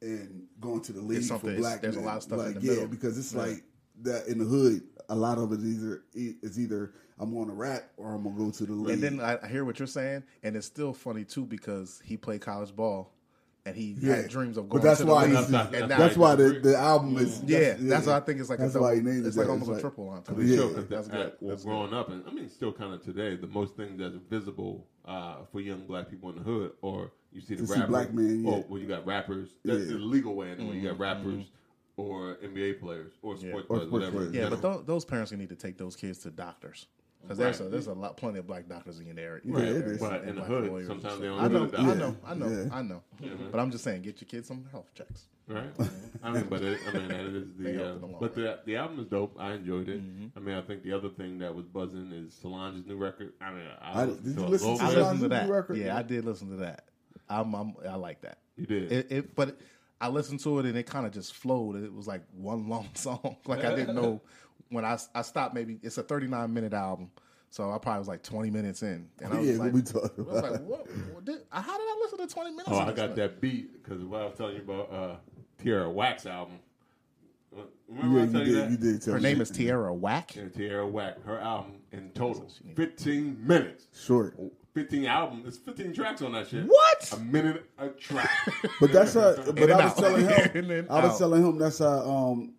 Speaker 3: and going to the league
Speaker 5: something-
Speaker 3: for
Speaker 5: it's-
Speaker 3: black.
Speaker 5: there's a
Speaker 3: men.
Speaker 5: lot of stuff in
Speaker 3: Like,
Speaker 5: the
Speaker 3: yeah,
Speaker 5: middle.
Speaker 3: because it's
Speaker 5: Yeah.
Speaker 3: like that in the hood. A lot of it is either is either I'm going to rap or I'm gonna go to the league.
Speaker 5: And then I I hear what you're saying, and it's still funny too because he played college ball, and he
Speaker 3: Yeah.
Speaker 5: had dreams of
Speaker 3: But
Speaker 5: going.
Speaker 3: that's
Speaker 5: to
Speaker 3: why
Speaker 5: the
Speaker 3: this
Speaker 5: league,
Speaker 3: is-
Speaker 5: and now-
Speaker 3: that's why the, the album is
Speaker 5: Yeah, that's, why I think it's like
Speaker 3: that's
Speaker 5: a
Speaker 3: why he
Speaker 5: double-
Speaker 3: named it
Speaker 5: It's like
Speaker 3: that. It's
Speaker 5: almost a
Speaker 3: like-
Speaker 5: triple on
Speaker 3: Yeah.
Speaker 6: Sure, 'cause
Speaker 5: That's
Speaker 6: that,
Speaker 5: good.
Speaker 6: that- well,
Speaker 5: That's
Speaker 6: growing up, and I mean, still kind of today, the most things that's visible uh, for young black people in the hood, or you see the
Speaker 3: To see
Speaker 6: rappers,
Speaker 3: black men, yeah.
Speaker 6: or well, you got rappers. That's
Speaker 3: Yeah. Mm-hmm.
Speaker 6: the legal way, and you got rappers or NBA players or sports
Speaker 3: Or
Speaker 6: players,
Speaker 3: sports
Speaker 6: whatever.
Speaker 3: players.
Speaker 5: Yeah,
Speaker 6: You
Speaker 5: but
Speaker 6: know?
Speaker 5: th- those parents need to take those kids to doctors because there's a, there's a lot plenty of black doctors in your area.
Speaker 3: Yeah, it is.
Speaker 6: but in the
Speaker 5: black
Speaker 6: hood,
Speaker 5: lawyers
Speaker 6: sometimes
Speaker 5: and
Speaker 6: they don't
Speaker 5: stuff. I
Speaker 6: go
Speaker 5: know,
Speaker 6: to the
Speaker 5: I
Speaker 6: doctor,
Speaker 5: know, I know,
Speaker 3: Yeah.
Speaker 5: I know. But I'm just saying, get your kids some health checks.
Speaker 6: right? I mean, but it, I mean, that is
Speaker 5: They
Speaker 6: the
Speaker 5: help
Speaker 6: uh,
Speaker 5: in the long
Speaker 6: but the the album is dope. I enjoyed it.
Speaker 3: Mm-hmm.
Speaker 6: I mean, I think the other thing that was buzzing is Solange's new record. I mean, I,
Speaker 3: I-
Speaker 6: was
Speaker 3: did you
Speaker 6: so
Speaker 3: listen to
Speaker 5: I
Speaker 6: low-
Speaker 3: Solange?
Speaker 5: listened to that.
Speaker 3: record?
Speaker 5: Yeah, I did listen to that. I'm, I'm I like that.
Speaker 6: You did.
Speaker 5: It, it, but I listened to it and it kind of just flowed. It was like one long song. like I didn't know when I I stopped. Maybe it's a 39 minute album, so I probably was like 20 minutes in, and I was
Speaker 3: yeah, what
Speaker 5: like,
Speaker 3: we talking
Speaker 5: I was
Speaker 3: about?
Speaker 5: like, what? what did, how did I listen to 20 minutes?
Speaker 6: Oh,
Speaker 5: of
Speaker 6: I
Speaker 5: this
Speaker 6: got
Speaker 5: thing?
Speaker 6: that beat because what I was telling you about uh, Tierra Wax album. Remember
Speaker 3: yeah,
Speaker 6: I
Speaker 3: you
Speaker 6: told you,
Speaker 3: did, you
Speaker 6: that?
Speaker 3: did tell
Speaker 5: Her
Speaker 3: me
Speaker 5: name
Speaker 3: that.
Speaker 5: is Tierra Whack.
Speaker 6: Yeah, Tierra Wax, her album in total, fifteen minutes,
Speaker 3: short.
Speaker 6: fifteen albums. It's fifteen tracks on that shit.
Speaker 5: What?
Speaker 6: A minute a track.
Speaker 3: But that's how. But
Speaker 5: and
Speaker 3: I was
Speaker 5: out.
Speaker 3: telling
Speaker 5: In
Speaker 3: him.
Speaker 5: and
Speaker 3: I was
Speaker 5: out.
Speaker 3: telling him that's how um,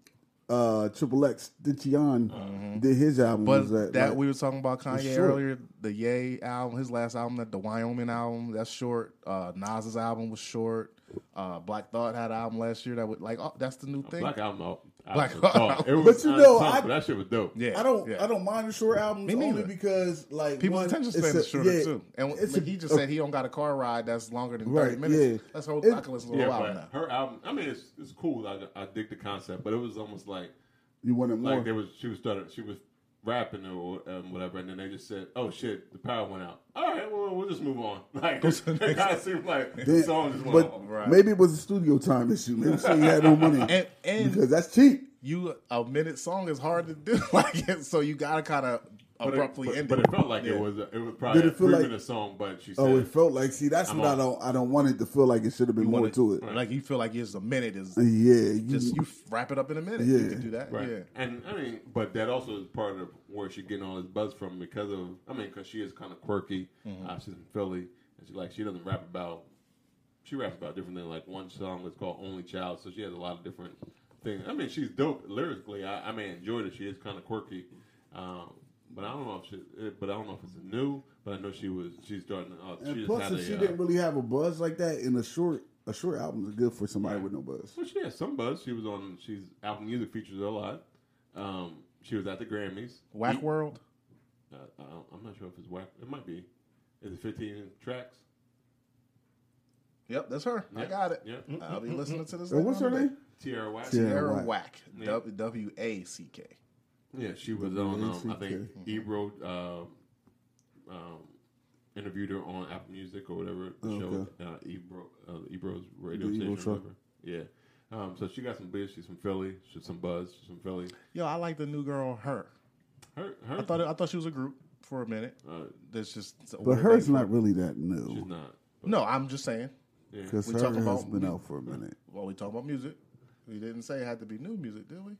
Speaker 3: uh, Triple X Dition did his album.
Speaker 5: Mm-hmm. But
Speaker 3: was
Speaker 5: that,
Speaker 3: that, like,
Speaker 5: we were talking about Kanye
Speaker 3: short.
Speaker 5: earlier, the Ye album, his last album, that the Wyoming album, that's short. Uh, Nas's album was short. Uh, Black Thought had an album last year that would like oh, that's the new thing.
Speaker 6: Black album. out-
Speaker 5: Black
Speaker 6: album. Oh, it was
Speaker 3: But you
Speaker 6: on
Speaker 3: know,
Speaker 6: top,
Speaker 3: I-
Speaker 6: but that shit was dope.
Speaker 5: yeah,
Speaker 3: I don't.
Speaker 5: yeah.
Speaker 3: I don't mind the short albums
Speaker 5: Me
Speaker 3: only
Speaker 5: neither.
Speaker 3: because like
Speaker 5: People's
Speaker 3: one,
Speaker 5: attention
Speaker 3: it's
Speaker 5: span
Speaker 3: a-
Speaker 5: is shorter
Speaker 3: yeah,
Speaker 5: too, and
Speaker 3: it's
Speaker 5: like
Speaker 3: a- oh,
Speaker 5: he just
Speaker 3: a-
Speaker 5: said he don't got a car ride that's longer than thirty
Speaker 3: Right,
Speaker 5: minutes.
Speaker 3: yeah.
Speaker 5: That's whole
Speaker 3: It-
Speaker 5: I can listen to
Speaker 6: Yeah,
Speaker 5: a while now.
Speaker 6: but her album. I mean, it's it's cool. I, I dig the concept, but it was almost like
Speaker 3: You wanted more.
Speaker 6: like there was she was starting. She was rapping or um, whatever, and then they just said, "Oh shit, the power went out." All right, well, we'll just move on. Like it kind of seemed like the
Speaker 3: Then-
Speaker 6: song just went
Speaker 3: but
Speaker 6: off.
Speaker 3: maybe it was a studio time issue. Maybe she ain't had no money
Speaker 5: And- and-
Speaker 3: because that's cheap.
Speaker 5: You a minute song is hard to do, like so you gotta kind of
Speaker 6: But
Speaker 5: abruptly
Speaker 6: it, but,
Speaker 5: end
Speaker 6: but
Speaker 5: it.
Speaker 6: it felt like
Speaker 5: Yeah.
Speaker 6: it was a, it was probably
Speaker 3: Did
Speaker 6: a
Speaker 3: it feel
Speaker 6: three
Speaker 3: like-
Speaker 6: minute song, but she said,
Speaker 3: Oh, it felt like see that's
Speaker 6: I'm
Speaker 3: what I
Speaker 6: on.
Speaker 3: don't I don't want it to feel like it should have been
Speaker 5: You
Speaker 3: more
Speaker 5: wanna-
Speaker 3: to it.
Speaker 5: Like you feel like it's a minute is
Speaker 3: Yeah, you,
Speaker 5: just you wrap it up in a minute.
Speaker 3: Yeah.
Speaker 5: You can do that.
Speaker 6: Right.
Speaker 5: Yeah.
Speaker 6: And I mean, but that also is part of where she getting all this buzz from because of, I mean, because she is kind of quirky.
Speaker 3: Mm-hmm.
Speaker 6: Uh, she's in Philly, and she like she doesn't rap about. She raps about different things. Like one song that's called "Only Child," so she has a lot of different things. I mean, she's dope lyrically. I, I mean, enjoyed it. She is kind of quirky, um, but I don't know if she. eh, But I don't know if it's new. But I know she was. She's starting. Uh, she
Speaker 3: And
Speaker 6: just
Speaker 3: plus,
Speaker 6: had
Speaker 3: if
Speaker 6: a,
Speaker 3: she
Speaker 6: uh,
Speaker 3: didn't really have a buzz like that in a short, a short album is good for somebody with no buzz.
Speaker 6: Well, she had some buzz. She was on. She's out in music features a lot. Um, she was at the Grammys.
Speaker 5: Whack World.
Speaker 6: Uh, I don't- I'm not sure if it's whack. It might be. Is it 15 tracks?
Speaker 5: Yep, that's her. I
Speaker 6: Yeah.
Speaker 5: got it. Mm-hmm.
Speaker 6: Yeah.
Speaker 5: I'll be listening to this.
Speaker 3: And what's her
Speaker 5: later on
Speaker 3: name?
Speaker 5: today.
Speaker 6: Tierra Whack.
Speaker 3: Tierra.
Speaker 5: Tara
Speaker 3: Whack.
Speaker 5: Whack.
Speaker 6: Yeah.
Speaker 5: W W A C K.
Speaker 6: Yeah, she was on. Um, I think Ebro um, um, interviewed her on Apple Music or whatever the
Speaker 3: Okay.
Speaker 6: show. Uh, Ebro, uh, Ebro's radio
Speaker 3: The Ebro
Speaker 6: station.
Speaker 3: show.
Speaker 6: or whatever. Yeah. Um, so she got some biz. She's from Philly. She's some buzz. She's from Philly.
Speaker 5: Yo, I like the new girl. Her.
Speaker 6: Her, her.
Speaker 5: I thought it, I thought she was a group for a minute.
Speaker 6: uh,
Speaker 5: That's just.
Speaker 3: But hers not really that new
Speaker 6: she's not.
Speaker 5: No, I'm just saying.
Speaker 3: because
Speaker 5: We talk
Speaker 3: her has
Speaker 5: about
Speaker 3: been
Speaker 5: mu-
Speaker 3: out for a minute.
Speaker 5: Well, we talk about music. We didn't say it had to be new music, did we?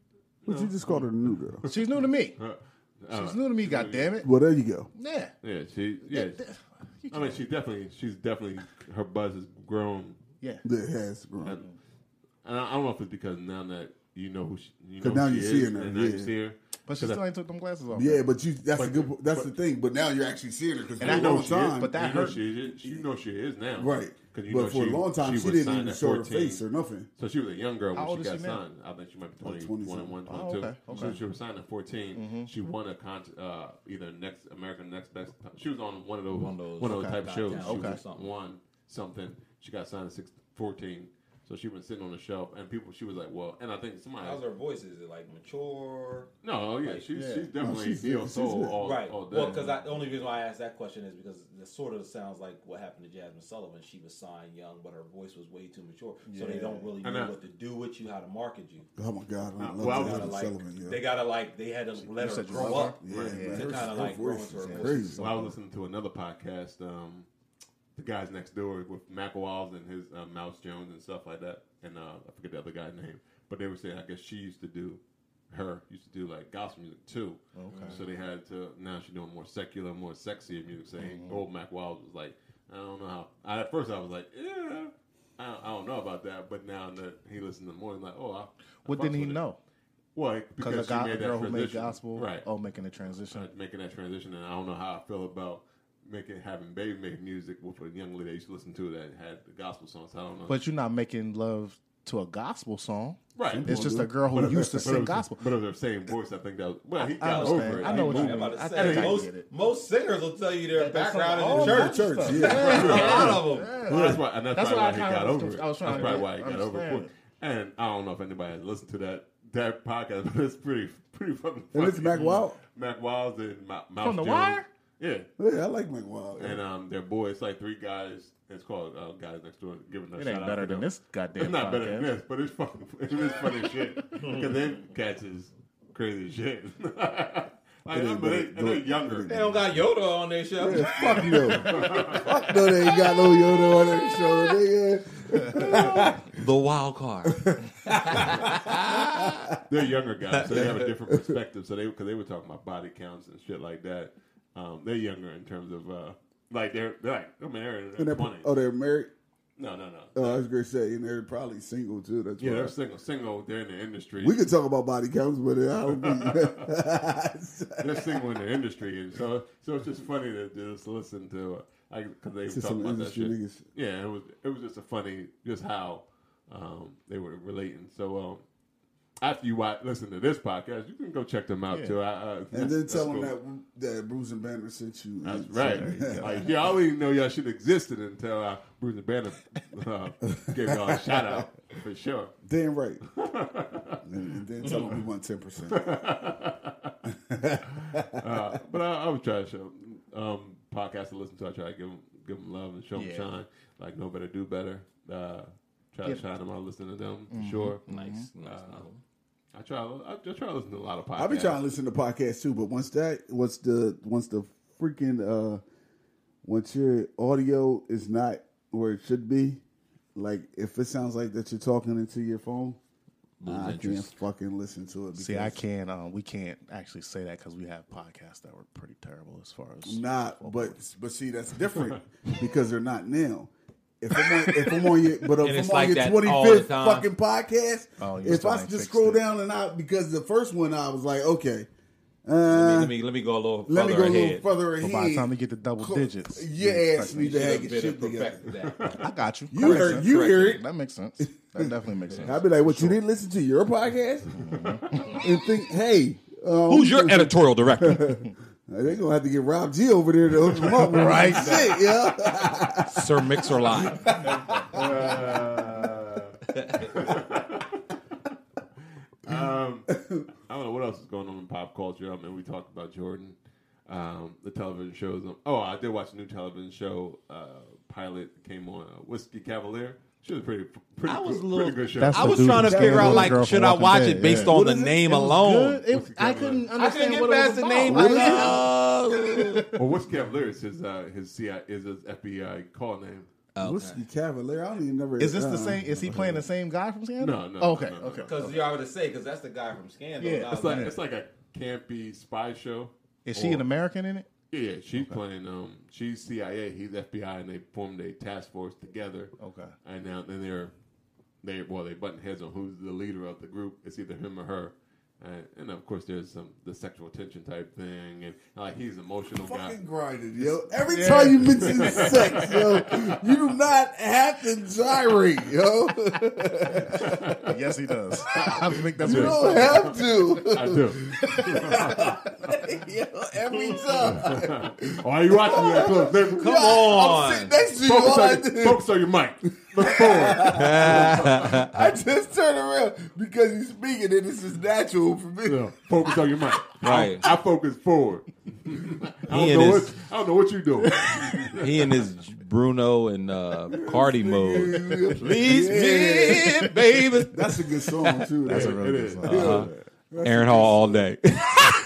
Speaker 3: But you just called her the new girl.
Speaker 5: She's new to me.
Speaker 6: Her, uh,
Speaker 5: She's new to me. God damn it.
Speaker 3: Well, there you go.
Speaker 5: Yeah.
Speaker 6: Yeah, she. Yeah,
Speaker 5: You
Speaker 6: I mean, she definitely. She's definitely. Her buzz has grown.
Speaker 5: Yeah.
Speaker 3: It has grown.
Speaker 6: And and I, I don't know if it's because now that you know who she, you
Speaker 3: 'Cause now
Speaker 6: know who she
Speaker 3: you're
Speaker 6: is,
Speaker 3: seeing her,
Speaker 6: and now
Speaker 3: yeah.
Speaker 6: you see her.
Speaker 5: But she
Speaker 6: Cause I-
Speaker 5: still ain't took them glasses off.
Speaker 3: Yeah, but you that's the
Speaker 6: But-
Speaker 3: good. That's the thing. But now you're actually seeing her because for
Speaker 5: I
Speaker 3: a
Speaker 5: know
Speaker 3: long
Speaker 5: she is,
Speaker 3: time,
Speaker 5: but that
Speaker 6: you know
Speaker 5: hurt.
Speaker 6: she is. You know she is now,
Speaker 3: right?
Speaker 6: 'Cause you know
Speaker 3: But for a
Speaker 6: she-
Speaker 3: long time, she,
Speaker 6: was
Speaker 3: didn't
Speaker 6: signed
Speaker 3: even
Speaker 6: at
Speaker 3: show her
Speaker 6: 14.
Speaker 3: face or nothing.
Speaker 6: So she was a young girl when
Speaker 5: How old
Speaker 6: she
Speaker 5: is
Speaker 6: got
Speaker 5: she now?
Speaker 6: signed. I think she might be 20,
Speaker 3: 20-something.
Speaker 6: 21,
Speaker 5: Oh,
Speaker 6: 22.
Speaker 5: okay,
Speaker 6: So
Speaker 5: okay. Mm-hmm.
Speaker 6: she was signed at 14. She won a contest, uh, either next American Next Best. She was on one of those, one of those,
Speaker 10: okay.
Speaker 6: type of shows.
Speaker 10: Yeah,
Speaker 6: She
Speaker 10: okay.
Speaker 6: was won something. She got signed at six, 14. So she been sitting on the shelf, and people, she was like, well, and I think somebody.
Speaker 4: How's her voice? Is it like mature?
Speaker 6: No, oh, yeah, she's,
Speaker 5: yeah.
Speaker 6: she's definitely
Speaker 3: she's-
Speaker 6: neo
Speaker 3: she's
Speaker 6: soul
Speaker 3: good.
Speaker 6: all,
Speaker 4: Right.
Speaker 6: all day.
Speaker 4: well, because the only reason why I asked that question is because it sort of sounds like what happened to Jasmine Sullivan. She was signed young, but her voice was way too mature, so they don't really
Speaker 6: And
Speaker 4: know
Speaker 6: that-
Speaker 4: what to do with you, how to market you.
Speaker 3: Oh my God, I love well,
Speaker 6: well, I was
Speaker 4: Gotta,
Speaker 3: Adam
Speaker 4: like,
Speaker 3: Sullivan. Yeah.
Speaker 4: They gotta like they had to let her
Speaker 5: said you
Speaker 4: grow
Speaker 5: love
Speaker 4: up.
Speaker 3: yeah, man.
Speaker 4: to
Speaker 3: Her-
Speaker 4: kinda,
Speaker 3: her
Speaker 4: like, grow
Speaker 3: voice
Speaker 4: into
Speaker 3: is
Speaker 4: her voice.
Speaker 3: crazy.
Speaker 6: Well, I was listening to another podcast, um, the guys next door with Mac Walls and his uh, Mouse Jones and stuff like that, and uh, I forget the other guy's name, but they were saying I guess she used to do, her used to do like gospel music too. Okay. So they had to now she's doing more secular, more sexier music. Saying old Mac Walls was like, I don't know how. I, at first I was like, yeah. I don't, I don't know about that, but now that he listened to more, I'm like, oh, I, I
Speaker 5: What
Speaker 6: fucks
Speaker 5: didn't he
Speaker 6: with it.
Speaker 5: know?
Speaker 6: Well, because
Speaker 5: Because a,
Speaker 6: she
Speaker 5: go- a
Speaker 6: made that
Speaker 5: girl who made
Speaker 6: transition.
Speaker 5: gospel.
Speaker 6: right?
Speaker 5: Oh, making a transition.
Speaker 6: started making that transition, and I don't know how I feel about making having baby make music with a young lady I used to listen to that had the gospel songs. I don't know,
Speaker 5: But you're not making love to a gospel song.
Speaker 6: right?
Speaker 5: It's just a girl who
Speaker 6: But it-
Speaker 5: used to
Speaker 6: but it
Speaker 5: sing
Speaker 6: was-
Speaker 5: gospel.
Speaker 6: But it was her same voice. I think that was well, he
Speaker 5: I
Speaker 6: got
Speaker 5: understand.
Speaker 6: over it.
Speaker 5: I know what you
Speaker 4: I'm
Speaker 5: mean.
Speaker 4: about to
Speaker 5: I
Speaker 4: say,
Speaker 5: think I
Speaker 4: most,
Speaker 5: get it.
Speaker 4: most singers will tell you their
Speaker 5: that's
Speaker 4: background
Speaker 5: all
Speaker 4: in
Speaker 5: my
Speaker 4: the church.
Speaker 3: church, Oh, yeah.
Speaker 4: A lot of them.
Speaker 6: That's why, and that's,
Speaker 5: That's
Speaker 6: probably
Speaker 5: what I
Speaker 6: why he
Speaker 5: kinda
Speaker 6: got
Speaker 5: was
Speaker 6: over
Speaker 5: conf-
Speaker 6: it.
Speaker 5: I was trying to
Speaker 6: that's probably
Speaker 5: get-
Speaker 6: why he got over it.
Speaker 5: understand
Speaker 6: quick. And I don't know if anybody has listened to that that podcast, but it's pretty pretty fucking.
Speaker 3: And it's
Speaker 6: funny.
Speaker 3: Mac Wild.
Speaker 6: Mac Wiles and Ma- Mouse
Speaker 5: From The
Speaker 6: Jones.
Speaker 5: Wire?
Speaker 6: Yeah.
Speaker 3: Yeah, I like Mac Wild.
Speaker 6: and um, their boy. It's like three guys. It's called uh, Guys Next Door. Giving a
Speaker 5: It
Speaker 6: shout
Speaker 5: ain't
Speaker 6: out
Speaker 5: better
Speaker 6: to
Speaker 5: than
Speaker 6: them.
Speaker 5: this goddamn
Speaker 6: It's not better
Speaker 5: podcast.
Speaker 6: than this, but it's fucking it is funny as shit because they catches crazy as shit. like, but they, and they're younger.
Speaker 4: They don't got Yoda on their show.
Speaker 3: Yeah, fuck no. fuck no, they ain't got no Yoda on their shoulder, nigga.
Speaker 10: The wild card.
Speaker 6: They're younger guys, so they have a different perspective. So they because they were talking about body counts and shit like that. Um, they're younger in terms of uh, like they're they're like I mean they're in
Speaker 3: And
Speaker 6: their
Speaker 3: they're,
Speaker 6: twenties.
Speaker 3: oh, they're married.
Speaker 6: No, no, no.
Speaker 3: Oh, I was gonna say, and they're probably single too. That's
Speaker 6: Yeah,
Speaker 3: why.
Speaker 6: they're single, single. They're in the industry.
Speaker 3: We could talk about body counts, but I don't think.
Speaker 6: they're single in the industry, and so so it's just funny to just listen to because they
Speaker 3: just
Speaker 6: talk
Speaker 3: some
Speaker 6: about that
Speaker 3: industry
Speaker 6: shit.
Speaker 3: niggas.
Speaker 6: Yeah, it was it was just a funny just how um, they were relating. So um, after you watch, listen to this podcast, you can go check them out too. I, uh,
Speaker 3: and then tell them
Speaker 6: cool.
Speaker 3: that that Bruce and Banner sent you.
Speaker 6: That's right. Like, y'all didn't know y'all should existed until uh, Bruce and Banner uh, gave y'all a shout out for sure.
Speaker 3: Damn right. and, then tell them we want ten percent.
Speaker 6: uh, but I, I would try to show um, podcasts to listen to. I try to give them, give 'em love and show them
Speaker 5: Yeah.
Speaker 6: shine. Like know better, do better. Uh, try
Speaker 5: Yeah.
Speaker 6: to shine them out. Listen to them for sure.
Speaker 4: Nice, nice.
Speaker 6: Uh, I try. I, I try to listen to a lot of podcasts.
Speaker 3: I be trying to listen to podcasts too, but once that, once the, once the freaking, uh, once your audio is not where it should be, like if it sounds like that you're talking into your phone, I can't fucking listen to it. Because,
Speaker 5: See, I can. Um, we can't actually say that because we have podcasts that were pretty terrible as far as.
Speaker 3: Not, but but see, that's different because they're not now. If I'm on, if I'm on your, but
Speaker 4: And
Speaker 3: if
Speaker 4: it's
Speaker 3: I'm
Speaker 4: like
Speaker 3: on your
Speaker 4: that
Speaker 3: 25th
Speaker 4: all the time.
Speaker 3: fucking podcast,
Speaker 5: Oh, you
Speaker 3: if
Speaker 5: still
Speaker 3: I
Speaker 5: ain't
Speaker 3: just
Speaker 5: fixed
Speaker 3: scroll
Speaker 5: it.
Speaker 3: down and I because the first one I was like, okay, uh, let
Speaker 4: Let
Speaker 3: me,
Speaker 4: me let me go a little
Speaker 3: go
Speaker 4: further
Speaker 3: a
Speaker 4: ahead.
Speaker 3: little further
Speaker 5: But
Speaker 3: ahead.
Speaker 5: by the time we get to double
Speaker 3: Cl-
Speaker 5: digits,
Speaker 3: your
Speaker 5: you
Speaker 3: ass
Speaker 5: expect
Speaker 3: need
Speaker 5: me
Speaker 3: to have your
Speaker 7: Bit
Speaker 3: shit
Speaker 7: of
Speaker 3: together.
Speaker 7: perfected that.
Speaker 5: I got you.
Speaker 3: You
Speaker 5: That makes
Speaker 3: heard-
Speaker 5: sense.
Speaker 3: you hear it.
Speaker 5: That makes sense. That definitely makes sense.
Speaker 3: I'd be like, what you didn't listen to your podcast and think, hey, um,
Speaker 4: Who's your editorial director?
Speaker 3: They're gonna have to get Rob G over there to hook them up, right? Shit, yeah.
Speaker 4: Sir Mixer Live.
Speaker 6: um, I don't know what else is going on in pop culture. I mean, we talked about Jordan, um, the television shows. Um, oh, I did watch a new television show uh, pilot that came on uh, Whiskey Cavalier. She was pretty, pretty,
Speaker 4: I was a
Speaker 6: pretty
Speaker 4: little-
Speaker 6: good show.
Speaker 5: That's
Speaker 4: I
Speaker 5: the
Speaker 4: was
Speaker 5: dude
Speaker 4: trying to
Speaker 5: who
Speaker 4: figure
Speaker 5: scared
Speaker 4: out
Speaker 5: the
Speaker 4: like,
Speaker 5: girl
Speaker 4: should
Speaker 5: from
Speaker 4: I
Speaker 5: Walking
Speaker 4: watch it
Speaker 5: Dead,
Speaker 4: based
Speaker 5: yeah.
Speaker 4: on
Speaker 5: What
Speaker 4: the
Speaker 5: is it?
Speaker 4: name
Speaker 5: It was
Speaker 4: alone?
Speaker 5: good. It- I couldn't understand
Speaker 4: I couldn't get
Speaker 5: what it was
Speaker 4: past the
Speaker 5: about.
Speaker 4: name.
Speaker 5: Really?
Speaker 4: I
Speaker 6: well, Whiskey Cavalier is his uh, his CI is his FBI call name.
Speaker 3: Whiskey Cavalier. I don't even never.
Speaker 5: Is this the
Speaker 3: uh,
Speaker 5: same? Is he playing the same guy from Scandal?
Speaker 6: No, no,
Speaker 5: Oh, Okay,
Speaker 6: no, no,
Speaker 5: okay.
Speaker 7: Because y'all to say, because that's the guy from Scandal.
Speaker 5: Yeah,
Speaker 7: Now,
Speaker 6: It's like it's like a campy spy show.
Speaker 5: Is she an American in it?
Speaker 6: Yeah, yeah, she's playing. Um, she's CIA, he's FBI, and they formed a task force together.
Speaker 5: Okay.
Speaker 6: and now then they're they well they button heads on who's the leader of the group. It's either him or her, and, and of course there's some the sexual tension type thing, and like he's an emotional guy.
Speaker 3: Fucking grinded, yo. Every time you mention sex, yo, you do not have to gyrate, yo.
Speaker 5: Yes, he does. I think that's
Speaker 3: You don't
Speaker 5: what
Speaker 3: have to.
Speaker 6: I do.
Speaker 3: yo, every time.
Speaker 6: Why are you watching me? Look, look,
Speaker 3: Come
Speaker 4: on.
Speaker 3: I'm sitting next to you.
Speaker 6: Focus
Speaker 3: All I,
Speaker 6: on, your,
Speaker 3: do,
Speaker 6: focus on your mic. Look forward.
Speaker 3: I just turn around because he's speaking and this is natural for me.
Speaker 6: Yeah, focus on your mic.
Speaker 4: Right.
Speaker 6: I, I focus forward. I
Speaker 4: He
Speaker 6: don't,
Speaker 4: and
Speaker 6: know
Speaker 4: his-
Speaker 6: what, I don't know what you doing.
Speaker 4: was he in his Bruno and uh, Cardi mode. Please
Speaker 3: Yeah.
Speaker 4: me, baby.
Speaker 3: That's a good song, too. That's
Speaker 5: a really
Speaker 6: It
Speaker 5: good
Speaker 6: is.
Speaker 5: song.
Speaker 3: yeah.
Speaker 4: Aaron Hall all day.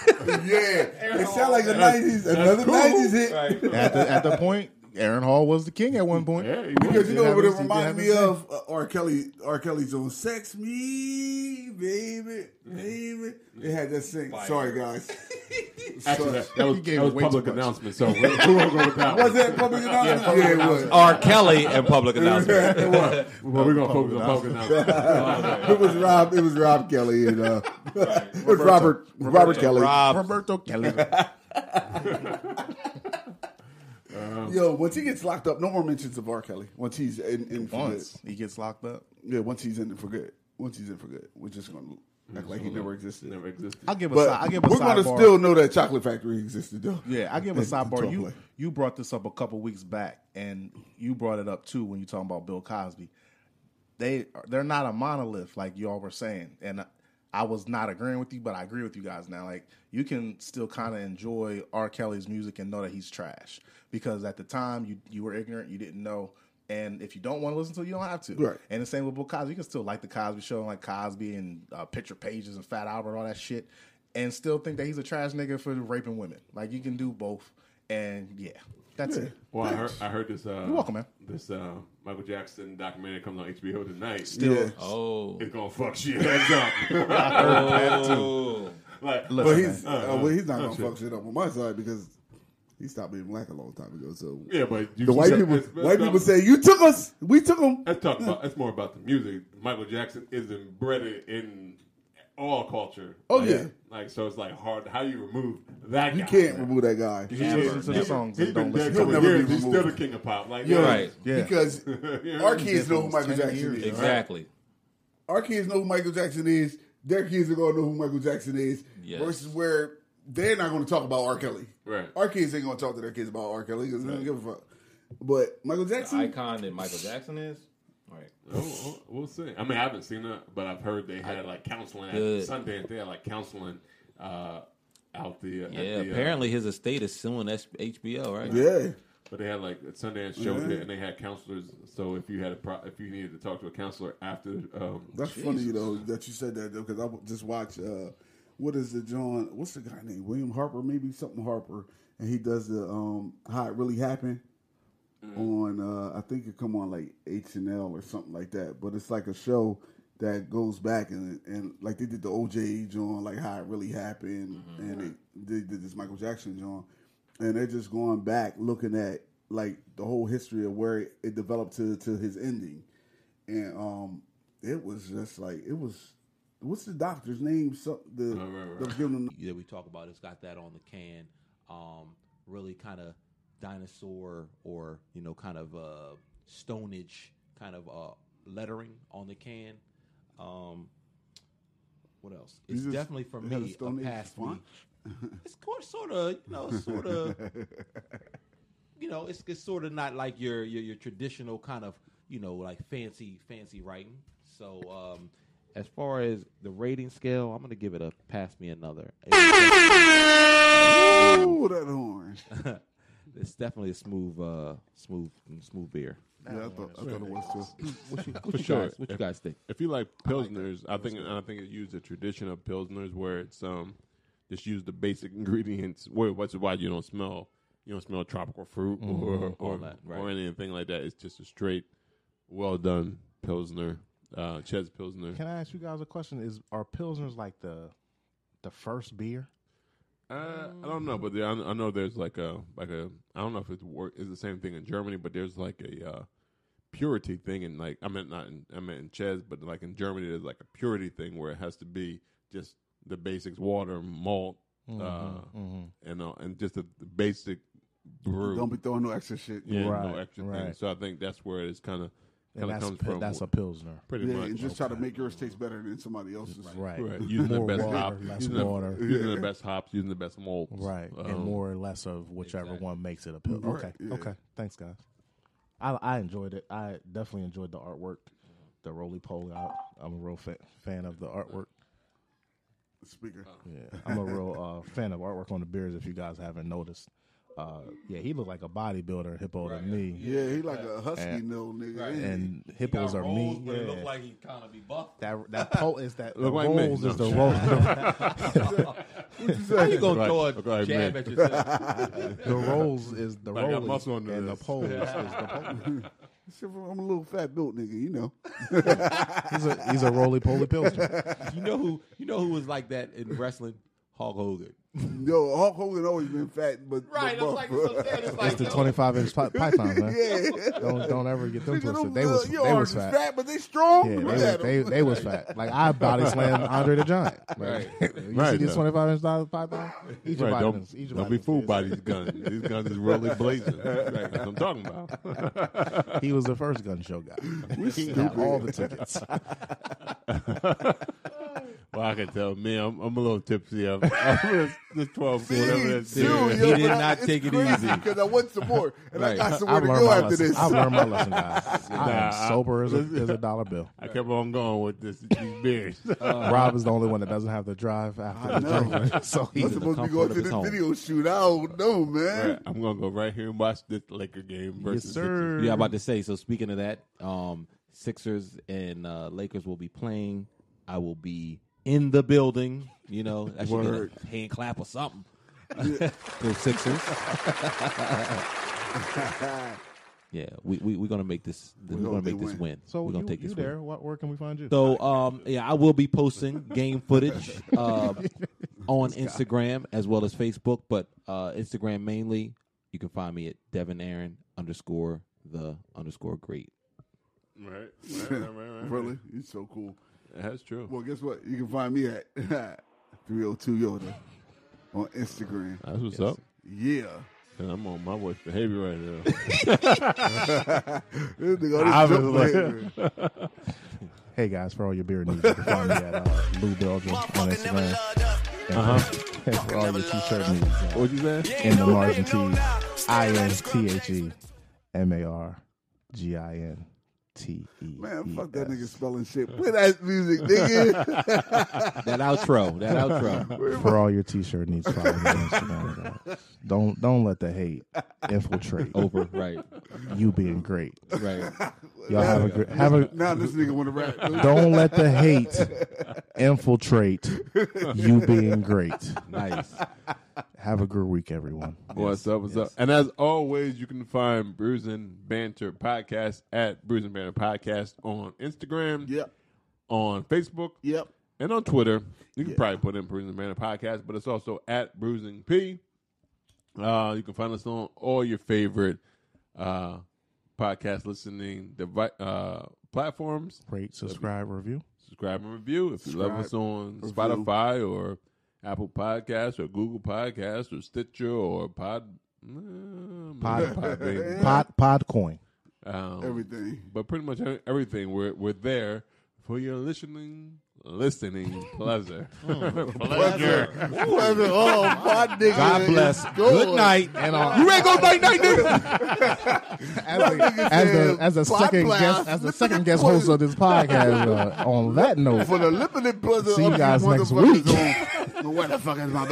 Speaker 3: yeah. It sounds like a 90s, another
Speaker 6: cool.
Speaker 3: 90s hit.
Speaker 5: At the, at the point, Aaron Hall was the king at one point.
Speaker 6: Yeah, he
Speaker 3: Because
Speaker 6: was.
Speaker 3: you
Speaker 5: Did
Speaker 3: know
Speaker 5: have
Speaker 3: what
Speaker 5: his-
Speaker 3: it
Speaker 5: did
Speaker 3: reminds
Speaker 5: have
Speaker 3: me
Speaker 5: his thing.
Speaker 3: of? Uh, R. Kelly. R. Kelly's on "Sex Me, Baby, Baby." They had that thing. Sorry, guys.
Speaker 6: Actually,
Speaker 3: Sorry.
Speaker 6: that, that was,
Speaker 5: He gave
Speaker 6: that was
Speaker 5: way too
Speaker 6: public
Speaker 5: much.
Speaker 6: announcement, so we're, we're going to go with that
Speaker 3: Was
Speaker 6: one.
Speaker 3: that public announcement? Yeah, it was.
Speaker 4: R. Kelly and public announcement.
Speaker 3: it was.
Speaker 6: Well, we're going to focus on public announcement.
Speaker 3: It was Rob. It was Rob Kelly and uh, it was Robert Robert Kelly.
Speaker 4: Rob,
Speaker 5: Uh, Roberto Kelly.
Speaker 3: Yo, once he gets locked up, no more mentions of R. Kelly. Once he's in, in for good.
Speaker 5: Once he gets locked up,
Speaker 3: Yeah, once he's in for good. Once he's in for good, we're just gonna act like he never existed.
Speaker 6: Never existed.
Speaker 5: I'll give a
Speaker 3: But
Speaker 5: side. I'll give a
Speaker 3: we're
Speaker 5: sidebar.
Speaker 3: gonna still know that Chocolate Factory existed, though.
Speaker 5: Yeah, I give a
Speaker 3: It's a
Speaker 5: sidebar.
Speaker 3: tough
Speaker 5: You
Speaker 3: play.
Speaker 5: you brought this up a couple weeks back, and you brought it up too when you talking about Bill Cosby. They they're not a monolith like y'all were saying, and I, I was not agreeing with you, but I agree with you guys now. Like you can still kind of enjoy R. Kelly's music and know that he's trash because at the time you you were ignorant, you didn't know. And if you don't want to listen to it, you don't have to.
Speaker 3: Right.
Speaker 5: And the same with Bill Cosby. You can still like the Cosby Show and like Cosby and uh, Picture Pages and Fat Albert, all that shit, and still think that he's a trash nigga for raping women. Like you can do both, and yeah, that's it.
Speaker 6: Well, I heard, I heard this. Uh,
Speaker 5: You're welcome, man.
Speaker 6: This uh, Michael Jackson documentary comes on HBO tonight.
Speaker 3: Yeah.
Speaker 4: Oh,
Speaker 6: It's gonna fuck shit heads up.
Speaker 4: oh.
Speaker 6: like,
Speaker 3: But
Speaker 5: Listen, man, Uh-huh.
Speaker 3: he's uh, well, he's not gonna fuck shit up on my side because he stopped being black a long time ago. So
Speaker 6: yeah, but you
Speaker 3: the white
Speaker 6: it's-
Speaker 3: people,
Speaker 6: it's- it's
Speaker 3: white
Speaker 6: not-
Speaker 3: people say you took us, we took them.
Speaker 6: Let's talk about. It's more about the music. Michael Jackson is embedded in all culture.
Speaker 3: Oh,
Speaker 6: Like-
Speaker 3: yeah.
Speaker 6: Like so, it's like hard. How do you remove that?
Speaker 3: You
Speaker 6: guy?
Speaker 3: can't remove that guy
Speaker 5: you just listen to the songs
Speaker 6: He's
Speaker 5: and don't
Speaker 6: been dead
Speaker 5: listen
Speaker 6: a
Speaker 5: to
Speaker 3: He'll
Speaker 6: couple
Speaker 5: it.
Speaker 3: never be
Speaker 6: years. He's still the
Speaker 3: removed.
Speaker 6: king of pop. Like
Speaker 3: Yo,
Speaker 4: Right.
Speaker 5: Yeah.
Speaker 3: because
Speaker 6: Yeah.
Speaker 3: our kids know who
Speaker 5: Difference,
Speaker 3: Michael
Speaker 5: 10
Speaker 3: Jackson
Speaker 5: years,
Speaker 3: is.
Speaker 5: right?
Speaker 4: Exactly.
Speaker 3: Our kids know who Michael Jackson is. Their kids are gonna know who Michael Jackson is.
Speaker 4: Yes.
Speaker 3: Versus where they're not gonna talk about R. Kelly.
Speaker 6: Right.
Speaker 3: Our kids ain't gonna talk to their kids about R. Kelly because they don't give a fuck. But Michael
Speaker 7: the
Speaker 3: Jackson,
Speaker 7: icon that Michael Jackson is. All right.
Speaker 6: Oh, oh, we'll see. I mean, I haven't seen it, but I've heard they had like counseling at
Speaker 4: Good.
Speaker 6: Sundance. They had like counseling uh, out there. at
Speaker 4: Yeah,
Speaker 6: the, uh,
Speaker 4: apparently his estate is suing S- HBO, right?
Speaker 3: Yeah.
Speaker 6: But they had like a Sundance show there, and they had counselors. So if you had a pro- if you needed to talk to a counselor after, um,
Speaker 3: That's funny though that you said that though because I just watched uh, what is the John? What's the guy named William Harper? Maybe something Harper, and he does the um, how it really happened on uh, I think it come on like H and L or something like that. But it's like a show that goes back and and like they did the OJ John like how it really happened, and they, they did this Michael Jackson John, and they're just going back looking at like the whole history of where it, it developed to to his ending and um, it was just like it was. What's the doctor's name? So, the
Speaker 6: right, right.
Speaker 3: that was giving him
Speaker 4: That we talk about, it's got that on the can. Um, really kind of dinosaur or you know kind of uh, Stone Age kind of uh, lettering on the can. Um, what else? It's
Speaker 3: just
Speaker 4: definitely for
Speaker 3: had a
Speaker 4: me a
Speaker 3: Stone Age
Speaker 4: past me.
Speaker 3: font?
Speaker 4: It's sort of you know sort of you know, it's it's sort of not like your your, your traditional kind of you know like fancy fancy writing. So um, as far as the rating scale, I'm gonna give it a pass me another.
Speaker 3: oh that horn.
Speaker 4: It's definitely a smooth uh, smooth smooth beer.
Speaker 3: Yeah, I thought, I thought it was too.
Speaker 4: What you, what you
Speaker 6: sure.
Speaker 4: guys what you guys think?
Speaker 6: if you like pilsners, I, think I think it used the tradition of pilsners where it's um just use the basic ingredients. Where what's why you don't smell you don't smell tropical fruit or or,
Speaker 4: that,
Speaker 6: or
Speaker 4: right.
Speaker 6: anything like that. It's just a straight, well done pilsner, uh, Ches pilsner.
Speaker 5: Can I ask you guys a question? Is are pilsners like the the first beer?
Speaker 6: Uh, I don't know, but there, I, I know there's like a like a I don't know if it's work is the same thing in Germany, but there's like a uh, purity thing in like I meant not in, I meant in Ches, but like in Germany there's like a purity thing where it has to be just the basics: water, malt,
Speaker 5: Mm-hmm,
Speaker 6: uh, and uh, and just the, the basic brew.
Speaker 3: Don't be throwing no extra shit.
Speaker 6: yeah, no
Speaker 5: Right,
Speaker 6: extra
Speaker 5: right.
Speaker 6: things. So I think that's where it's kind of
Speaker 5: And
Speaker 6: kind of
Speaker 5: that's
Speaker 6: comes
Speaker 5: pi-
Speaker 6: from.
Speaker 5: that's a pilsner,
Speaker 6: pretty
Speaker 3: Yeah,
Speaker 6: much.
Speaker 3: and just try to make yours taste better than somebody else's.
Speaker 5: right?
Speaker 6: Right, using the
Speaker 5: More
Speaker 6: best
Speaker 5: water,
Speaker 6: hops,
Speaker 5: less
Speaker 6: using, the-
Speaker 5: water.
Speaker 6: using the best hops, using the best malts,
Speaker 5: Right, and
Speaker 6: Um,
Speaker 5: more or less of whichever one makes it a pill. Okay, okay, thanks guys. I I enjoyed it. I definitely enjoyed the artwork, the roly poly. I'm a real fa- fan of the artwork.
Speaker 3: Speaker.
Speaker 6: Oh.
Speaker 5: Yeah, I'm a real uh, fan of artwork on the beers. If you guys haven't noticed, uh, yeah, he looked like a bodybuilder hippo to me,
Speaker 3: Yeah, he like a husky
Speaker 5: And-
Speaker 3: no nigga.
Speaker 5: and hippos are
Speaker 7: rolls,
Speaker 5: mean.
Speaker 7: but it
Speaker 5: yeah.
Speaker 7: looked like he kind of be buffed.
Speaker 5: that that pole is that the
Speaker 6: Look like me.
Speaker 5: rolls is
Speaker 6: No.
Speaker 5: the roll. The,
Speaker 4: How you gonna
Speaker 6: Right,
Speaker 4: throw a
Speaker 6: look like
Speaker 4: jab
Speaker 6: me.
Speaker 4: at yourself?
Speaker 5: rolls is the
Speaker 6: I got
Speaker 5: roll
Speaker 6: muscle
Speaker 5: and
Speaker 6: under
Speaker 5: the
Speaker 6: this.
Speaker 5: pole is the pole.
Speaker 3: Shit, I'm a little fat built nigga, you know.
Speaker 5: He's a he's a roly poly pilsner.
Speaker 4: you know who you know who was like that in wrestling? Hulk Hogan.
Speaker 3: Yo, Hulk Hogan always been fat, but
Speaker 7: Right,
Speaker 3: But
Speaker 7: that's like that's what I'm saying. It's like
Speaker 5: It's the
Speaker 7: yo,
Speaker 5: 25 inch pi- python, man.
Speaker 3: yeah.
Speaker 5: Don't don't ever get them
Speaker 3: Nigga, them,
Speaker 5: twisted. They
Speaker 3: uh,
Speaker 5: was
Speaker 3: your
Speaker 5: they
Speaker 3: arms
Speaker 5: was
Speaker 3: is
Speaker 5: fat.
Speaker 3: but they strong.
Speaker 5: Yeah, they
Speaker 3: Look
Speaker 5: was,
Speaker 3: at
Speaker 5: they,
Speaker 3: 'em.
Speaker 5: they was fat. Like I body slammed Andre the Giant. Right. you see
Speaker 6: Right,
Speaker 5: these
Speaker 6: though.
Speaker 5: twenty five inch dollar python? Eat your
Speaker 6: Right,
Speaker 5: vitamins.
Speaker 6: don't
Speaker 5: Eat your
Speaker 6: don't be
Speaker 5: vitamins,
Speaker 6: fooled
Speaker 5: kids.
Speaker 6: by these guns. These guns is really blazing. Right, that's what I'm talking about.
Speaker 5: He was the first gun show guy. he had all the tickets.
Speaker 6: Well, I can tell me, I'm, I'm a little Oh, tipsy. I'm, I'm just, just 12, whatever that's
Speaker 3: Dude,
Speaker 4: serious.
Speaker 3: yo,
Speaker 4: He did
Speaker 3: but I-
Speaker 4: not take it easy.
Speaker 3: because I want some more, and
Speaker 4: Right.
Speaker 3: I got
Speaker 5: I
Speaker 3: somewhere
Speaker 5: learned
Speaker 3: to go
Speaker 5: my
Speaker 3: after
Speaker 5: lesson.
Speaker 3: this.
Speaker 5: I learned my lesson, guys. I
Speaker 6: Nah, I-
Speaker 5: am sober as a, as a dollar bill.
Speaker 6: I kept on going with this, these beers.
Speaker 4: Uh,
Speaker 5: Rob is the only one that doesn't have to drive after the drinking. So he
Speaker 3: I'm supposed to be
Speaker 4: comfort
Speaker 3: going
Speaker 4: of
Speaker 3: to
Speaker 4: his
Speaker 3: this
Speaker 4: home.
Speaker 3: video shoot. I don't know, man.
Speaker 6: Right, I'm going to go right here and watch this Laker game versus Sixers.
Speaker 4: Yeah, I'm about to say. So speaking of that, um, Sixers and uh, Lakers will be playing. I will be in the building. You know, I should
Speaker 3: Word.
Speaker 4: get a hand clap or something. Go Sixers. yeah, we we we're gonna make this. We're,
Speaker 3: hope
Speaker 4: gonna
Speaker 3: they
Speaker 4: make this
Speaker 3: win.
Speaker 4: win.
Speaker 5: So
Speaker 4: we're
Speaker 5: you,
Speaker 4: gonna take
Speaker 5: you
Speaker 4: this win.
Speaker 5: there? What, where can we find you?
Speaker 4: So um, yeah, I will be posting game footage uh, on Instagram as well as Facebook, but uh, Instagram mainly. You can find me at Devin Aaron underscore the underscore great.
Speaker 6: Right, right, right, right, right.
Speaker 3: Really, you so cool.
Speaker 6: That's true.
Speaker 3: Well, guess what? You can find me at 302 Yoda on Instagram.
Speaker 6: That's what's up.
Speaker 3: Yeah,
Speaker 6: And I'm on my worst behavior right now.
Speaker 3: this nigga, all this jump behavior.
Speaker 5: Hey guys, for all your beer needs, you can find me at uh, Lou Belgium on Instagram. And,
Speaker 4: Uh-huh.
Speaker 5: and for all your t-shirt needs, uh,
Speaker 6: What'd you say?
Speaker 5: in the Mars and T's, I N T H E M A R G I N T E.
Speaker 9: Man,
Speaker 5: E
Speaker 9: fuck that
Speaker 5: S.
Speaker 9: nigga spelling shit. Play that music, nigga.
Speaker 4: That outro. That outro.
Speaker 5: For all your T-shirt needs, follow me on Instagram. guys. Don't don't let the hate infiltrate.
Speaker 4: Over. Right.
Speaker 5: you being great.
Speaker 4: Right.
Speaker 5: Y'all have a gr- have a.
Speaker 9: now this nigga want to rap.
Speaker 5: Don't let the hate infiltrate you being great.
Speaker 4: Nice.
Speaker 5: Have a good week, everyone.
Speaker 6: What's up? What's up? And as always, you can find Bruising Banter Podcast at Bruising Banter Podcast on Instagram,
Speaker 3: Yep.
Speaker 6: on Facebook,
Speaker 3: Yep.
Speaker 6: and on Twitter. You can probably put in Bruising Banter Podcast, but it's also at Bruising P. Uh, you can find us on all your favorite uh, podcast listening devi- uh, platforms.
Speaker 5: Rate, subscribe, review.
Speaker 6: Subscribe and review if you love us on Spotify or Apple Podcasts or Google Podcasts or Stitcher or Pod. mm,
Speaker 5: Pod-
Speaker 6: Podbean.
Speaker 5: Pod Podcoin.
Speaker 6: Um,
Speaker 9: Everything.
Speaker 6: but pretty much e- everything we're we're there for your listening listening pleasure. pleasure.
Speaker 9: oh, my nigga.
Speaker 4: God bless. Good night. And all. You ain't gonna night night, nigga.
Speaker 5: As a, as the, as a second guest, as the second guest host of this podcast. uh, on that note,
Speaker 9: For the limited brother
Speaker 5: See you
Speaker 9: of
Speaker 5: guys next
Speaker 9: motherfuckers
Speaker 5: week.
Speaker 9: on- What the fuck is my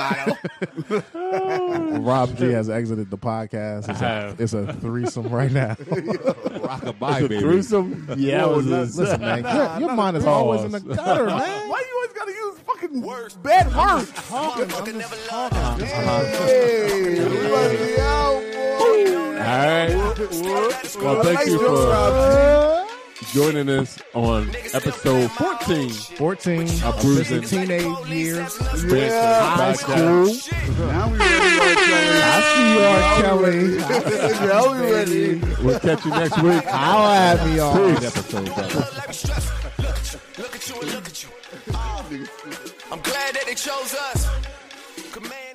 Speaker 9: bottle?
Speaker 5: Rob G has exited the podcast. It's a, it's a threesome right now.
Speaker 4: Rockabye, baby.
Speaker 11: Gruesome. Yeah, it was his-
Speaker 5: Listen, man, your, your mind is always in the
Speaker 11: Pause.
Speaker 5: gutter, man.
Speaker 9: Why you always gotta use fucking words? Bad words. Hey, everybody out, boy.
Speaker 6: All right. Well, thank you for joining us on episode 14
Speaker 5: 14,
Speaker 6: of Bruising
Speaker 5: teenage years.
Speaker 6: High School.
Speaker 9: Now we ready.
Speaker 5: I see you, R. Kelly.
Speaker 9: Now we ready.
Speaker 6: We'll catch you next week.
Speaker 5: I'll have me on.
Speaker 4: Episode, brother.
Speaker 2: Look at you and look at you. Oh, I'm glad that they chose us. Command.